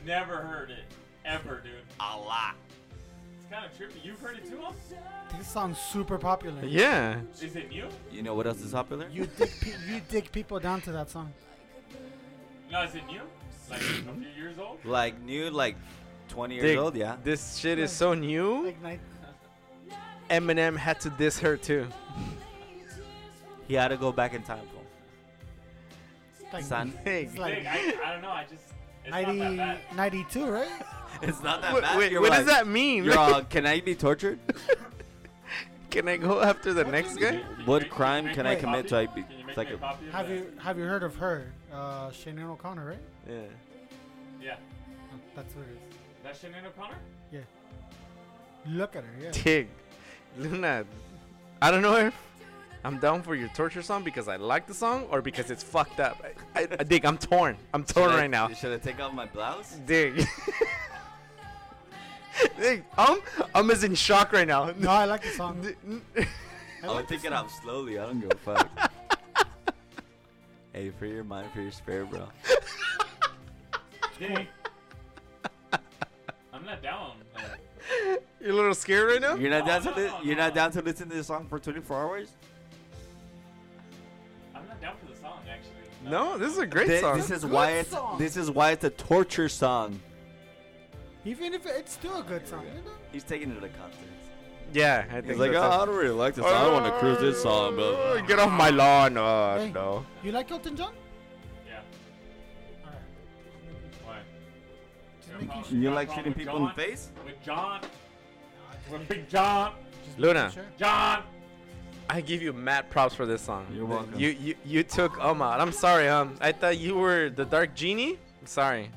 C: Never heard it. Ever, dude.
A: a lot.
C: It's kind of trippy. You've heard it too? Hum?
D: This song's super popular.
B: Yeah.
C: Is it new?
A: You know what else is popular?
D: You dig pe- you dig people down to that song.
C: No, is it new? Like a few years old?
A: like new, like 20 years
B: Dick,
A: old. Yeah.
B: This shit is so new.
D: Like night.
B: Eminem had to diss her too.
A: He had to go back in time for
D: Like,
A: son.
B: Hey,
D: It's
C: Dick,
D: like
C: I, I don't know. I just. It's not that
D: 90,
C: bad.
D: 92, right?
A: It's not that
B: wait,
A: bad.
B: wait,
A: You're
B: what
A: like,
B: does that mean?
A: You're all, can I be tortured? Can I go after the next guy? What crime can I commit to? I be it's like a,
D: Have you have you heard of her, uh, Shannon O'Connor? Right?
A: yeah.
C: Yeah.
D: Oh, That's who it is.
C: That's Shannon O'Connor?
D: Look at her. Yeah.
B: Tig, Luna, I don't know if I'm down for your torture song because I like the song or because it's fucked up. I, I, dig, I'm torn. I'm torn
A: Should I-
B: right now.
A: Should I take off my blouse?
B: Dig. Dig, um, um is in shock right now.
D: No, I like the song. I
A: I'll
D: like the
A: take it
D: song.
A: off slowly. I don't give a fuck. hey, free your mind, free your spirit, bro.
C: Dang. I'm not down. Like,
B: You're a little scared right now.
A: You're not
C: No,
A: down to
C: no,
A: li-
C: no,
A: you're
C: no,
A: not
C: no.
A: down to listen to this song for 24 hours.
C: I'm not down for the song, actually.
B: No, this is a great
A: Thi-
B: song.
A: This is why it's this is why it's a torture song.
D: Even if it's still a good song. You know?
A: He's taking it out of context.
B: yeah, I think
A: He's like, oh,
B: that's
A: I
B: it.
A: don't really like this. song. I don't want to cruise this song,
B: Uh,
A: but
B: Get off my lawn. Uh,
D: Hey.
B: no.
D: You like Elton John?
C: Yeah.
D: Alright.
C: Why?
D: Just
C: You got a
D: making
C: problem-
D: sure-
A: you
C: got a
A: like
C: problem
A: shooting
C: with
A: people in the
C: John?
A: face?
C: With John. With Big John.
D: just
B: Luna.
D: making sure.
C: John.
B: I give you mad props for this song.
A: You're welcome.
B: You you, you took um out. I'm sorry, um. I thought you were the dark genie. I'm sorry.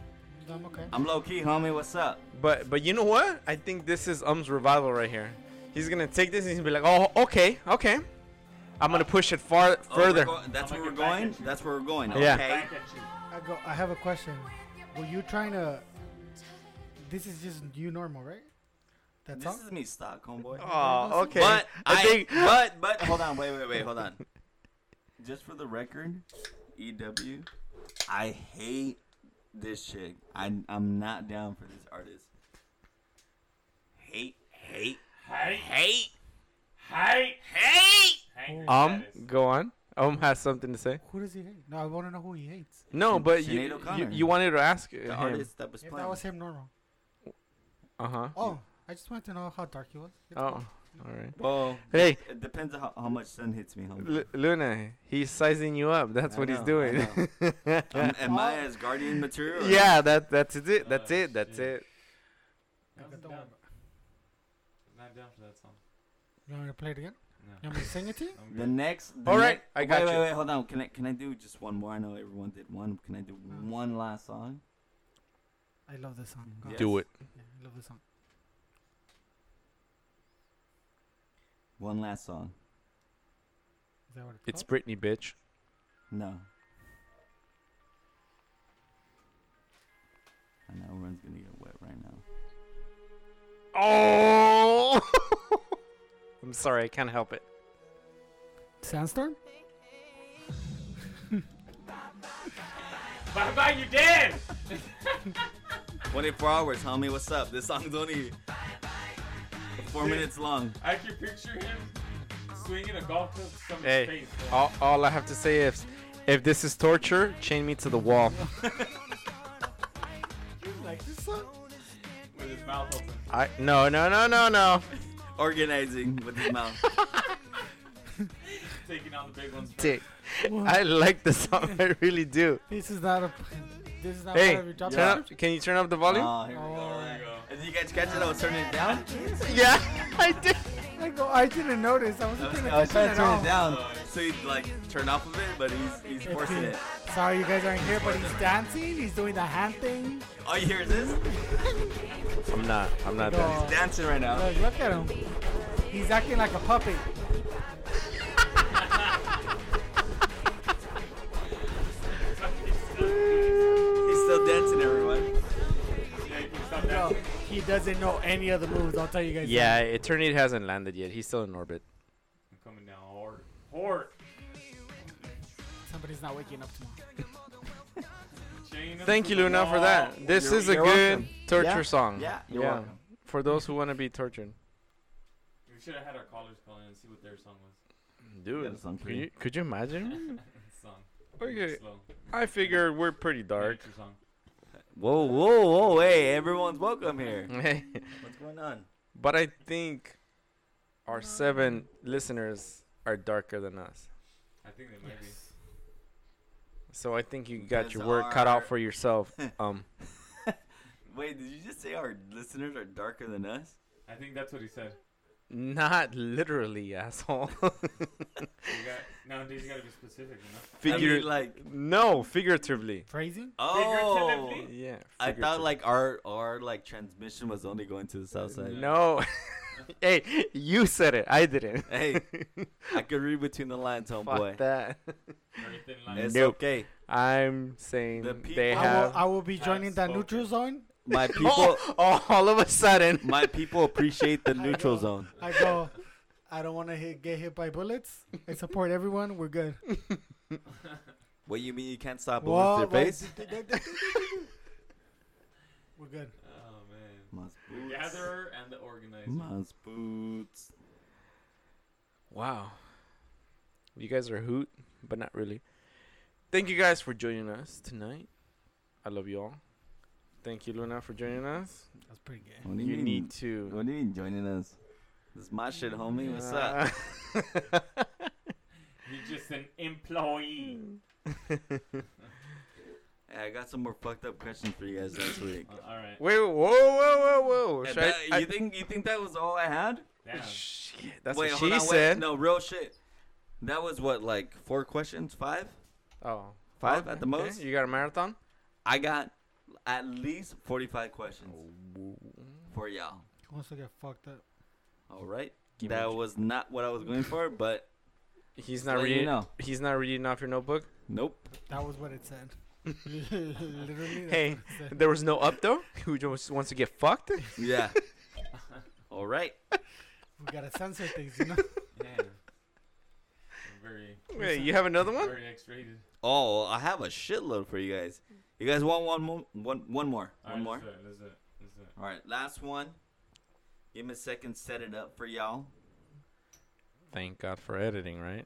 D: I'm okay.
A: I'm low key, homie. What's up?
B: But but you know what? I think this is Um's revival right here. He's gonna take this and he's gonna be like, oh okay, okay. I'm gonna push it far
A: Oh, we're
B: further.
A: go- that's
C: I'm
A: where we're
C: gonna get back
A: going.
C: at you.
A: That's where we're going.
B: Yeah.
A: Okay.
C: Back at you.
D: I go. I have a question. Were you trying to? This is just you normal, right? That
A: This
D: song.
A: is me stuck, homeboy.
B: oh okay.
A: But
B: I,
A: I,
B: think
A: but but hold on, wait, wait, wait, hold on. Just for the record, EW, I hate this shit. I I'm not down for this artist. Hate, hate,
C: Hey.
A: hate,
C: Hey.
A: hate.
C: Hey.
A: oh,
B: um go on. Um has something to say.
D: Who does he hate? No, I want to know who he hates.
B: No,
A: Sinead
B: but you, you
A: O'Connor.
B: you wanted to ask
A: The
B: him.
A: artist that was
D: If
A: playing.
D: that was him normal.
B: Uh huh. Oh.
D: Oh, I just wanted to know how dark he was.
B: All right.
A: well,
B: Oh, Hey.
A: it depends on how, how much sun hits me, homie.
B: Lu Luna, he's sizing you up. That's
A: I
B: what he's
A: know, I
B: doing.
A: Am, am I as guardian material? or-
B: yeah, that that's it. That's
C: Oh,
B: it. That's
C: shit.
B: it.
D: Okay,
C: I'm
D: don't worry
C: down.
D: about it.
C: Not down for that song.
D: You want me to play it again? You
C: No.
D: want me to sing it to you?
C: I'm
A: The
C: good.
A: next. The
B: All right,
A: next-
B: I got
A: wait,
B: you.
A: Wait, wait, hold on. Can I can I do just one more? I know everyone did one. Can I do
D: Mm.
A: one last song?
D: I love this song. God.
A: Do
B: it.
D: Yeah, I love this song.
A: One last song.
D: Is that what it's,
B: It's
D: called?
B: Britney, bitch.
A: No. I know everyone's gonna get wet right now.
B: Oh! I'm sorry, I can't help it.
D: Sandstorm?
C: Bye bye, you dead.
A: 24 hours, homie. What's up? This song's only four minutes long.
C: I can picture him swinging a golf club to someone's
B: Hey,
C: face. uh, bro.
B: all, all I have to say is, if this is torture, chain me to the wall.
D: You like this song?
C: With his mouth open.
B: I no no no no no.
A: Organizing with his mouth.
C: Taking out the big ones. first.
B: Dick. I like the song. I really do.
D: This is not a. This is not
B: Hey,
D: part of your job.
A: Yeah.
B: turn up. Can you turn up the volume?
A: Oh, here we go.
D: Oh.
A: Alright. Did you guys catch it? I was turning it down.
B: yeah, I did.
D: I go. I didn't notice. I
A: I
D: wasn't
A: was,
D: paying
A: I was trying to
D: attention at
A: turn it
D: all.
A: down so he'd like turn off of it, but he's he's forcing it.
D: Sorry, you guys aren't here, but he's dancing. He's doing the hand thing.
A: All Oh, you hear is this
B: I'm not. I'm not
D: Go
B: done.
D: on.
A: dancing right now.
D: Look, look at him. He's acting like a puppet.
A: He's still dancing, everyone.
C: Yeah, you can stop that.
D: Yo, he doesn't know any of the moves. I'll tell you guys.
B: Yeah, Eternity hasn't landed yet. He's still in orbit.
C: I'm coming down hard. Hard.
D: that. Somebody's not waking up tomorrow.
C: Chain him
B: Thank
C: to
B: you,
C: the
B: Luna, for
C: wall.
B: that. This
A: You're-
B: is a
A: you're
B: good
A: welcome.
B: torture
A: Yeah,
B: song.
A: yeah, you're welcome.
B: For those who want to be tortured,
C: We should have had our callers call in and see what their song was.
B: do
A: got a song for
B: Could
A: you.
B: you, could you imagine?
C: Song.
B: Okay,
C: Slow.
B: I figured we're pretty dark.
C: Nature Song.
A: Whoa, whoa, whoa, hey, everyone's welcome here.
B: but
A: What's going on?
B: I think our seven listeners are darker than us.
C: I think they might
B: So I think you got
A: Because
B: your work cut out
A: our-
B: for yourself. Um,
A: Wait, did you just say our listeners are darker than us?
C: be. I think that's what he said.
B: Not literally, asshole.
C: You got, nowadays you gotta be specific, you know.
B: Figure-
A: like
B: no, figuratively.
D: Phrasing?
A: oh.
C: Figuratively?
B: Yeah.
A: I thought
B: figuratively.
A: like our our like transmission was only going to the south side.
B: No. hey, you said it. I didn't.
A: Hey, I could read between the lines,
B: Fuck
A: homeboy.
B: that.
C: Everything like
A: It's
B: Nope.
A: okay.
B: I'm saying
A: The
B: they
A: people-
D: I
B: have.
D: will, I will be joining that
C: spoken.
D: neutral zone.
A: My people,
B: oh, oh, all of a sudden.
A: my people appreciate the neutral zone.
D: I go. I don't want to hit, get hit by bullets. I support everyone. We're good.
A: What you mean you can't stop them
D: Whoa,
A: with
D: why
A: their
D: did
A: face?
D: you do that? We're good.
C: Oh man.
H: Must
C: The gatherer and the organizer.
H: Must boots.
B: Wow. You guys are a hoot, but not really. Thank you guys for joining us tonight. I love you all. Thank you, Luna, for joining us.
D: That's pretty good.
H: What do
B: You,
H: you, mean?
B: need to.
H: What do you mean joining us?
A: This is my shit, homie. What's up?
C: You're just an employee.
A: Hey, I got some more fucked up questions for you guys last week.
B: Hmm.
C: Uh, all right.
B: Wait, whoa, whoa, whoa, whoa.
A: Hey,
B: Should I-
A: that-
B: I- oh,
A: you think you think that was all I had?
C: Damn.
B: Shit, that's
A: wait,
B: what
A: hold
B: she
A: on,
B: said.
A: Wait. No, real shit. That was what like four questions, five,
B: Oh.
A: five at the
B: Okay,
A: most.
B: You got a marathon?
A: I got at least forty-five questions for y'all.
D: Who wants to get fucked up?
A: All right.
B: Give me
A: that
B: a-
A: was not what I was going for, but
B: He's
A: Let
B: not
A: you
B: reading.
A: know.
B: He's not reading off your notebook.
A: nope.
D: That was what it said. Literally. that's
B: Hey,
D: what it said.
B: there was no up though. Who just wants to get fucked?
A: Yeah. All right.
D: we gotta censor things, you know.
C: Yeah. Very.
B: Wait, you have another one?
C: Very X-rated.
A: Oh, I have a shitload for you guys. You guys want one more? One, one more.
C: All
A: one
C: right,
A: more.
C: Let's do it. Let's do it. Let's do it.
A: All right. Last one. Give me a second. Set it up for y'all.
B: Thank God for editing, right?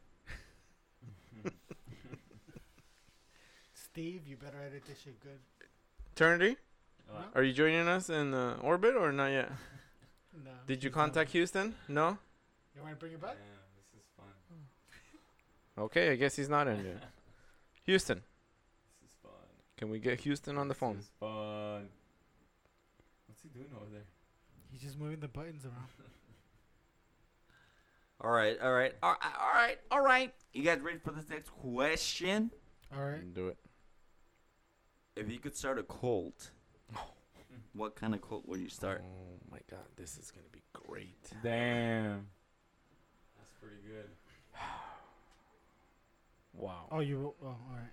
D: Steve, you better edit this shit good.
B: Eternity,
C: Uh,
B: are you joining us in uh, orbit or not yet?
D: No.
B: Did you
D: he's not.
B: contact Houston? No.
D: You want to bring it
C: yeah,
D: back?
C: this is fun.
B: Okay, I guess he's not in yet. Houston,
C: This is fun.
B: can we get Houston on the
C: This
B: phone?
C: is fun. What's he doing over there?
D: He's just moving the buttons around.
A: All right. All right. All right. All right. All right. You guys ready for this next question?
D: All right.
B: Do it.
A: If you could start a cult, what kind of cult would you start?
B: Oh my God, this is gonna be great.
C: Damn. That's pretty good.
B: Wow.
D: Oh, you. Oh, all right.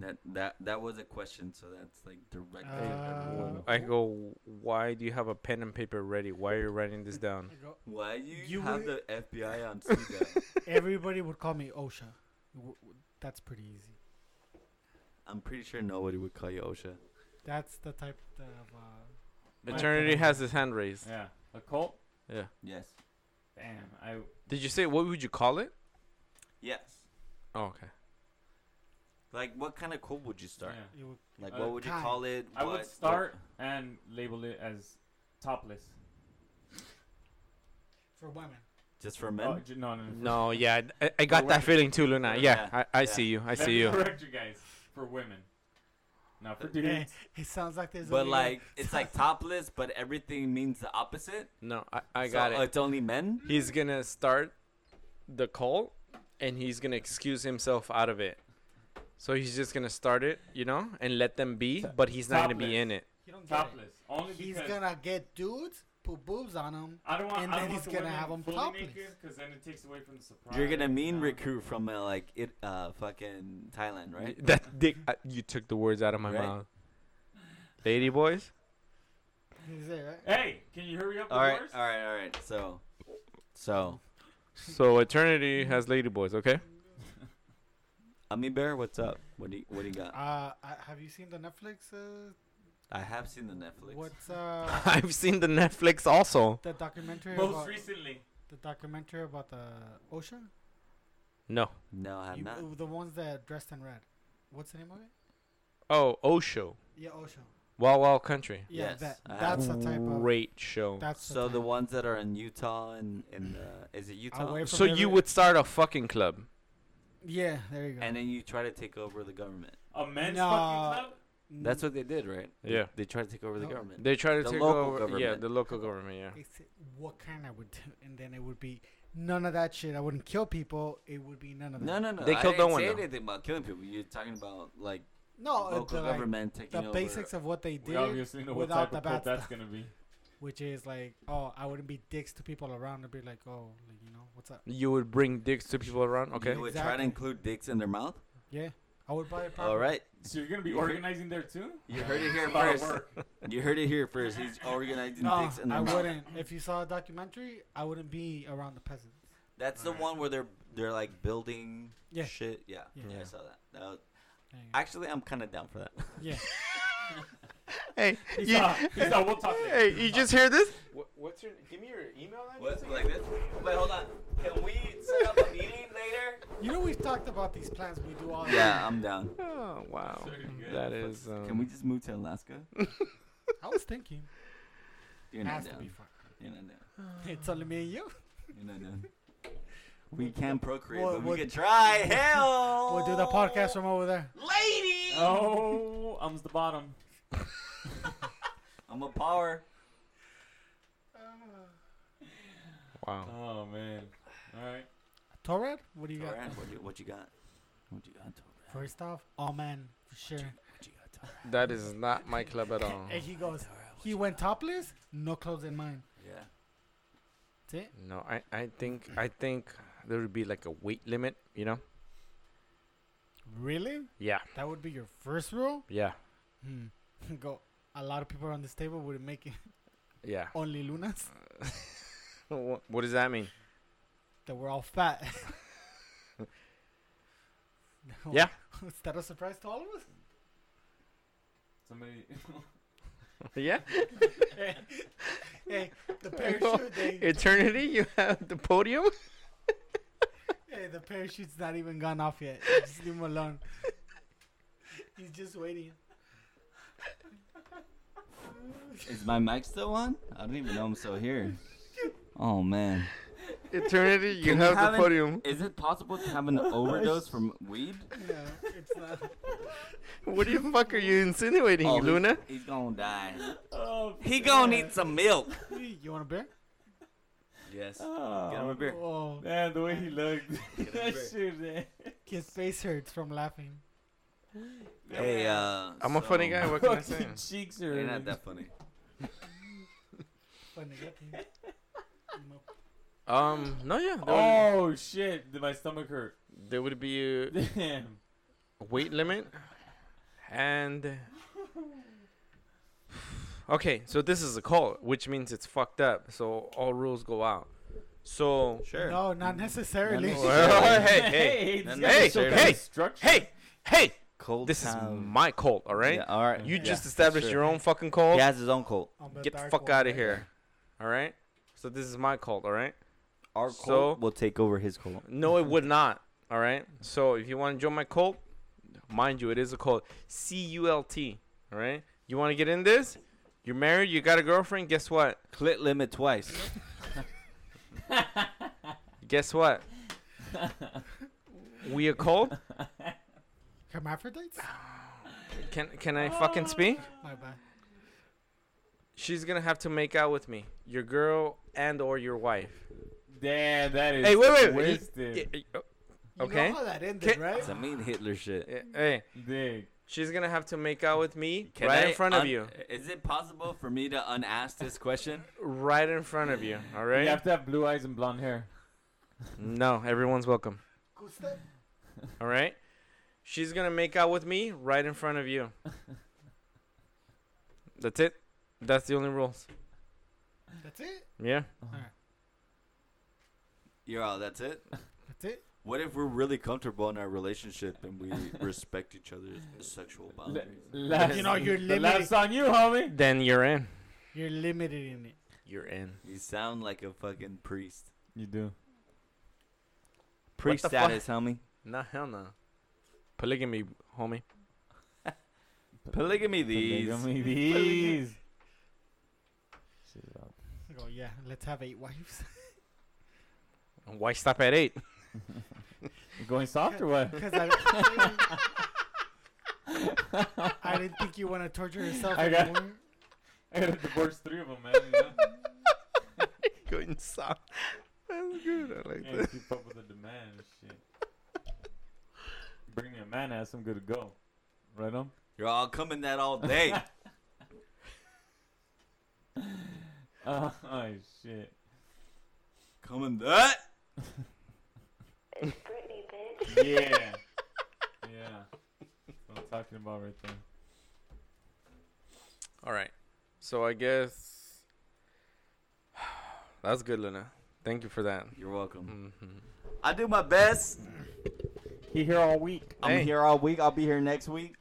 A: That that that was a question, so that's like direct.
D: Uh,
B: I go. Why do you have a pen and paper ready? Why are you writing this down?
D: I go.
A: Why you,
D: You
A: have
D: would-
A: the FBI on speed?
D: Everybody would call me OSHA. W- w- That's pretty easy.
A: I'm pretty sure nobody would call you OSHA.
D: That's the type of. Uh,
B: Eternity has his hand raised.
C: Yeah. A cult?
B: Yeah.
A: Yes.
C: Damn. I.
B: Did you say what would you call it?
A: Yes.
B: Oh, okay.
A: Like, what kind of cult would you start?
C: yeah.
D: you would,
A: Like,
C: Uh,
A: what would you
D: Kai.
A: call it?
C: I
A: What-
C: would
A: what-
C: start and label it as topless.
D: for women.
A: just for
C: Oh,
A: men.
C: j- no, no, no.
B: No, yeah, I, I got that feeling too, Luna. Yeah, I, I
A: Yeah.
B: see you. I
C: Let
B: see
C: me
B: you.
C: Correct you guys for women, not for
D: Eh,
C: dudes.
D: it sounds like there's.
A: but
D: only one-
A: like, it's like topless, but everything means the opposite.
B: No, I, I
A: So,
B: got
A: oh,
B: it.
A: It's only men.
B: He's gonna start the call, and he's gonna excuse himself out of it. So he's just gonna start it, you know, and let them be, but he's not gonna be
C: Topless.
B: in it.
D: He don't get it.
C: Topless, only
D: He's
C: because
D: gonna get dudes put boobs on him.
C: I don't want. I don't
D: and then
C: want
D: he's
C: the
D: gonna
C: women
D: have 'em
C: fully
D: topless.
C: naked, 'cause then it takes away from the surprise.
A: You're gonna mean
C: No.
A: recruit from uh, like it, uh, fucking Thailand, right?
B: That dick, I, you took the words out of my
A: Right.
B: mouth. Lady boys,
D: He's there, right?
C: Hey, can you hurry up?
A: All right,
C: yours?
A: all right, all right. So, so,
B: so eternity has lady boys, okay?
A: Ami Bear, what's up? What do you, what do you got?
D: Uh, I, have you seen the Netflix? Uh,
A: I have seen the Netflix.
D: what's uh
B: I've seen the Netflix also.
D: the documentary about
C: Most recently,
D: the documentary about the OSHA?
B: No.
A: No, I have
D: You-
A: not.
D: uh, The ones that dressed in red. What's the name of it?
B: Oh, Osho,
D: Yeah, OSHA.
B: Wild Wild Country.
D: Yeah,
A: Yes,
D: that,
A: I have
D: that's the type of.
B: Great show.
D: That's
A: So
D: the,
A: the
D: type.
A: ones that are in Utah and in uh, is it Utah?
D: wait
B: So you
D: every-
B: would start a fucking club.
D: Yeah, there you go.
A: And then you try to take over the government.
C: a men's
D: No.
C: fucking club.
D: Mm.
A: That's what they did, right?
B: Yeah.
A: They tried to take over the
D: No.
A: government.
B: They try to
A: The
B: take
A: local
B: over. Yeah,
A: government.
B: the local government. Yeah.
D: It's what kind I would do, and then it would be none of that shit. I wouldn't kill people. It would be none of that.
A: No, no, no.
B: They
A: I
B: killed
A: didn't
B: no one,
A: say
B: though.
A: anything about killing people. You're talking about like
D: No, uh,
A: local
D: the, like,
A: government taking
D: the
A: over.
D: basics of what they
C: We
D: did
C: obviously know what type
D: without the
C: of
D: bad
C: cult that's
D: stuff,
C: gonna be.
D: which is like, oh, I wouldn't be dicks to people around and be like, oh, like, you know, what's up?
B: You would bring dicks to people around. Okay.
A: You would try to
D: Exactly.
A: include dicks in their mouth.
D: Yeah, I would buy a property.
A: All right.
C: So you're gonna be
A: You heard-
C: organizing there too?
A: You heard it here
C: A lot of
A: first.
C: work.
A: You heard it here first. He's organizing
D: No,
A: dicks in their
D: I
A: mouth.
D: wouldn't. If you saw a documentary, I wouldn't be around the peasants.
A: That's the
C: Alright.
A: one where they're they're like building
D: Yeah.
A: shit. Yeah.
D: Yeah.
A: yeah. I saw that. that was-
D: There you go.
A: actually, I'm kind of down for that.
D: Yeah,
B: Hey,
C: He's not. He's not. We'll talk later.
B: you just hear this? what's your? Give me your email.
A: What, like this? Wait, hold on. Can we set up a meeting later?
D: you know we've talked about these plans we do all. the
A: Yeah, I'm down.
B: Oh wow,
C: Very good.
B: that is. Um,
H: Can we just move to Alaska?
D: time. I was thinking.
A: You're not
D: Has to
A: down.
D: be fun.
A: You're not down.
D: It's only me and you.
A: You're not down. We can procreate,
D: Well,
A: but we
D: we'll-
A: can try. Hell.
D: We'll do the podcast from over there.
A: Lady.
C: Oh, um's the bottom.
A: I'm a power.
B: wow.
C: Oh man. All right.
D: Torad, what do you got?
A: Torad, what you, what you got? What you got, Torad?
D: First off, all man for sure.
A: What you got, Torad?
B: That is not my club at
A: Oh,
B: all.
D: And he goes,
A: Torad, what
D: he
A: you
D: went
A: got?
D: topless, no clothes in mind.
A: Yeah.
D: That's it.
B: No, I, I think I think there would be like a weight limit. You know?
D: Really?
B: Yeah.
D: That would be your first rule?
B: Yeah.
D: Hmm. Go. A lot of people around this table would make it
B: Yeah.
D: only Lunas
B: Wha- What does that mean?
D: that we're all fat. No.
B: Yeah.
D: Is that a surprise to all of us?
C: Somebody.
B: Yeah.
D: Hey, the parachute, they,
B: Eternity, you have the podium.
D: hey, the parachute's not even gone off yet. Just leave him alone. He's just waiting.
H: Is my mic still on? I don't even know I'm still here. Oh man.
B: Eternity, you
H: Can
B: have the
H: an-
B: podium.
H: Is it possible to have an overdose from weed?
D: No, it's not.
B: What the fuck are you insinuating,
H: Oh, he-
B: Luna?
H: He's gonna die.
C: oh,
A: He gonna need some milk.
D: You want a beer?
A: Yes.
C: oh,
A: Get him a beer.
D: Oh,
C: Man, the way he looked.
A: Get him a
C: that
A: beer.
C: shit, man.
D: his face hurts from laughing.
A: Hey, uh.
B: I'm a funny
A: so-
B: guy. What can I say?
C: Fucking cheeks are.
A: You're not that funny.
D: When they get here.
B: Um, no, yeah. There, would,
C: Oh shit! Did my stomach hurt?
B: there would be a
C: Damn.
B: weight limit, and okay, so this is a cult, which means it's fucked up. So all rules go out. So
A: Sure.
D: No, Mm-hmm. not necessarily.
B: well, hey, hey,
C: this
A: Oh, hey,
C: guy was
A: hey,
C: kinda
B: hey,
C: structured.
B: hey, hey,
H: Cold
B: this is
H: town.
B: my cult, all right?
H: Yeah, all right.
B: You
H: Yeah,
B: just
H: for
B: established
H: sure.
B: your own fucking cult.
H: He has his own cult.
D: On
B: Get the
D: dark
B: fuck
D: one,
B: out of
D: right?
B: here. All right. So this is my cult. All right.
H: Our cult
B: So-
H: will take over his cult.
B: No, it would not. All right. So if you want to join my cult, mind you, it is a cult. C U L T. All right. You want to get in this? You're married. You got a girlfriend. Guess what?
H: Clit limit twice.
B: Guess what? we a cult?
D: Hermaphrodites?
B: Can can I fucking speak?
D: My bad.
B: She's gonna have to make out with me, your girl and or your wife.
C: Damn, that is.
B: Hey, wait, wait, wait.
C: Twisted.
B: Y- oh, y- y-
D: You
B: Okay.
D: know how that ended,
B: Ca-
D: right?
H: Some mean Hitler shit.
B: eh, Hey,
C: Dick.
B: she's gonna have to make out with me
A: Can
B: right
A: I
B: in front of
A: un-
B: you.
A: Is it possible for me to unask this question?
B: right in front of you. All right.
C: You have to have blue eyes and blonde hair.
B: No, everyone's welcome. All right. She's gonna make out with me right in front of you. That's it. That's the only rules.
D: That's it.
B: Yeah.
A: You're all. That's it.
D: That's it.
A: What if we're really comfortable in our relationship and we respect each other's sexual boundaries?
C: Last,
D: Oh, You know, you're
C: the
D: limited.
C: last on you, homie.
B: Then you're in.
D: You're limited in it.
B: You're in.
A: You sound like a fucking priest.
C: You do.
H: Pre
B: the fuck?
H: status, homie.
B: Nah, hell no. Polygamy, homie.
A: Polygamy these.
C: Polygamy these.
I: Shit up.
D: I go, yeah, let's have eight wives.
B: Why stop at eight?
C: You going soft or what?
D: Because I, I didn't think you want to torture yourself
C: I got-
D: anymore.
C: I gotta divorce three of them, man. You know?
B: Going south. That's good. I like
C: Can't
B: that.
C: keep up with the demand and shit. Bring me a man ass, I'm good to go. Right on?
A: You're all coming that all day.
C: Oh, shit.
A: coming that.
C: Yeah. yeah. That's what I'm talking about right there.
B: All right. So I guess that's good, Luna. Thank you for that.
A: You're welcome.
B: hmm
A: I do my best.
C: He here all week.
H: I'm
B: Hey.
H: here all week. I'll be here next week.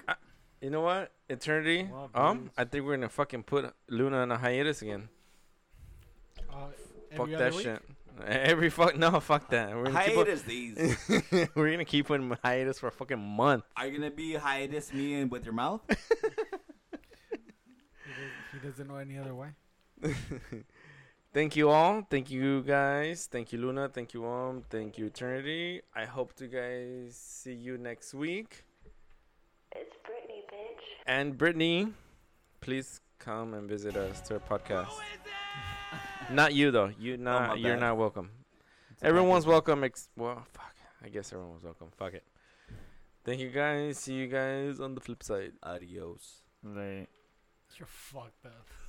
B: You know what? Eternity.
C: Wow,
B: um,
C: dudes.
B: I think we're gonna fucking put Luna on a hiatus again.
D: Uh,
B: fuck
D: every other
B: that
D: week?
B: shit. Every fuck no, fuck that. We're gonna
A: Hiatus these.
B: Keep on, we're gonna keep on hiatus for a fucking month.
A: Are you gonna be hiatus me and with your mouth?
D: He, does, he doesn't know any other way.
B: Thank you all. Thank you guys. Thank you Luna. Thank you um. Thank you Eternity. I hope to guys see you next week.
O: It's Britney, bitch.
B: And Brittany, please come and visit us to our podcast. Not you though. You not.
A: Oh, my
B: you're
A: bad.
B: not welcome. Everyone's welcome. Ex- well, fuck. I guess everyone's welcome. Fuck it. Thank you guys. See you guys on the flip side.
A: Adios.
C: Like,
D: You're fucked up.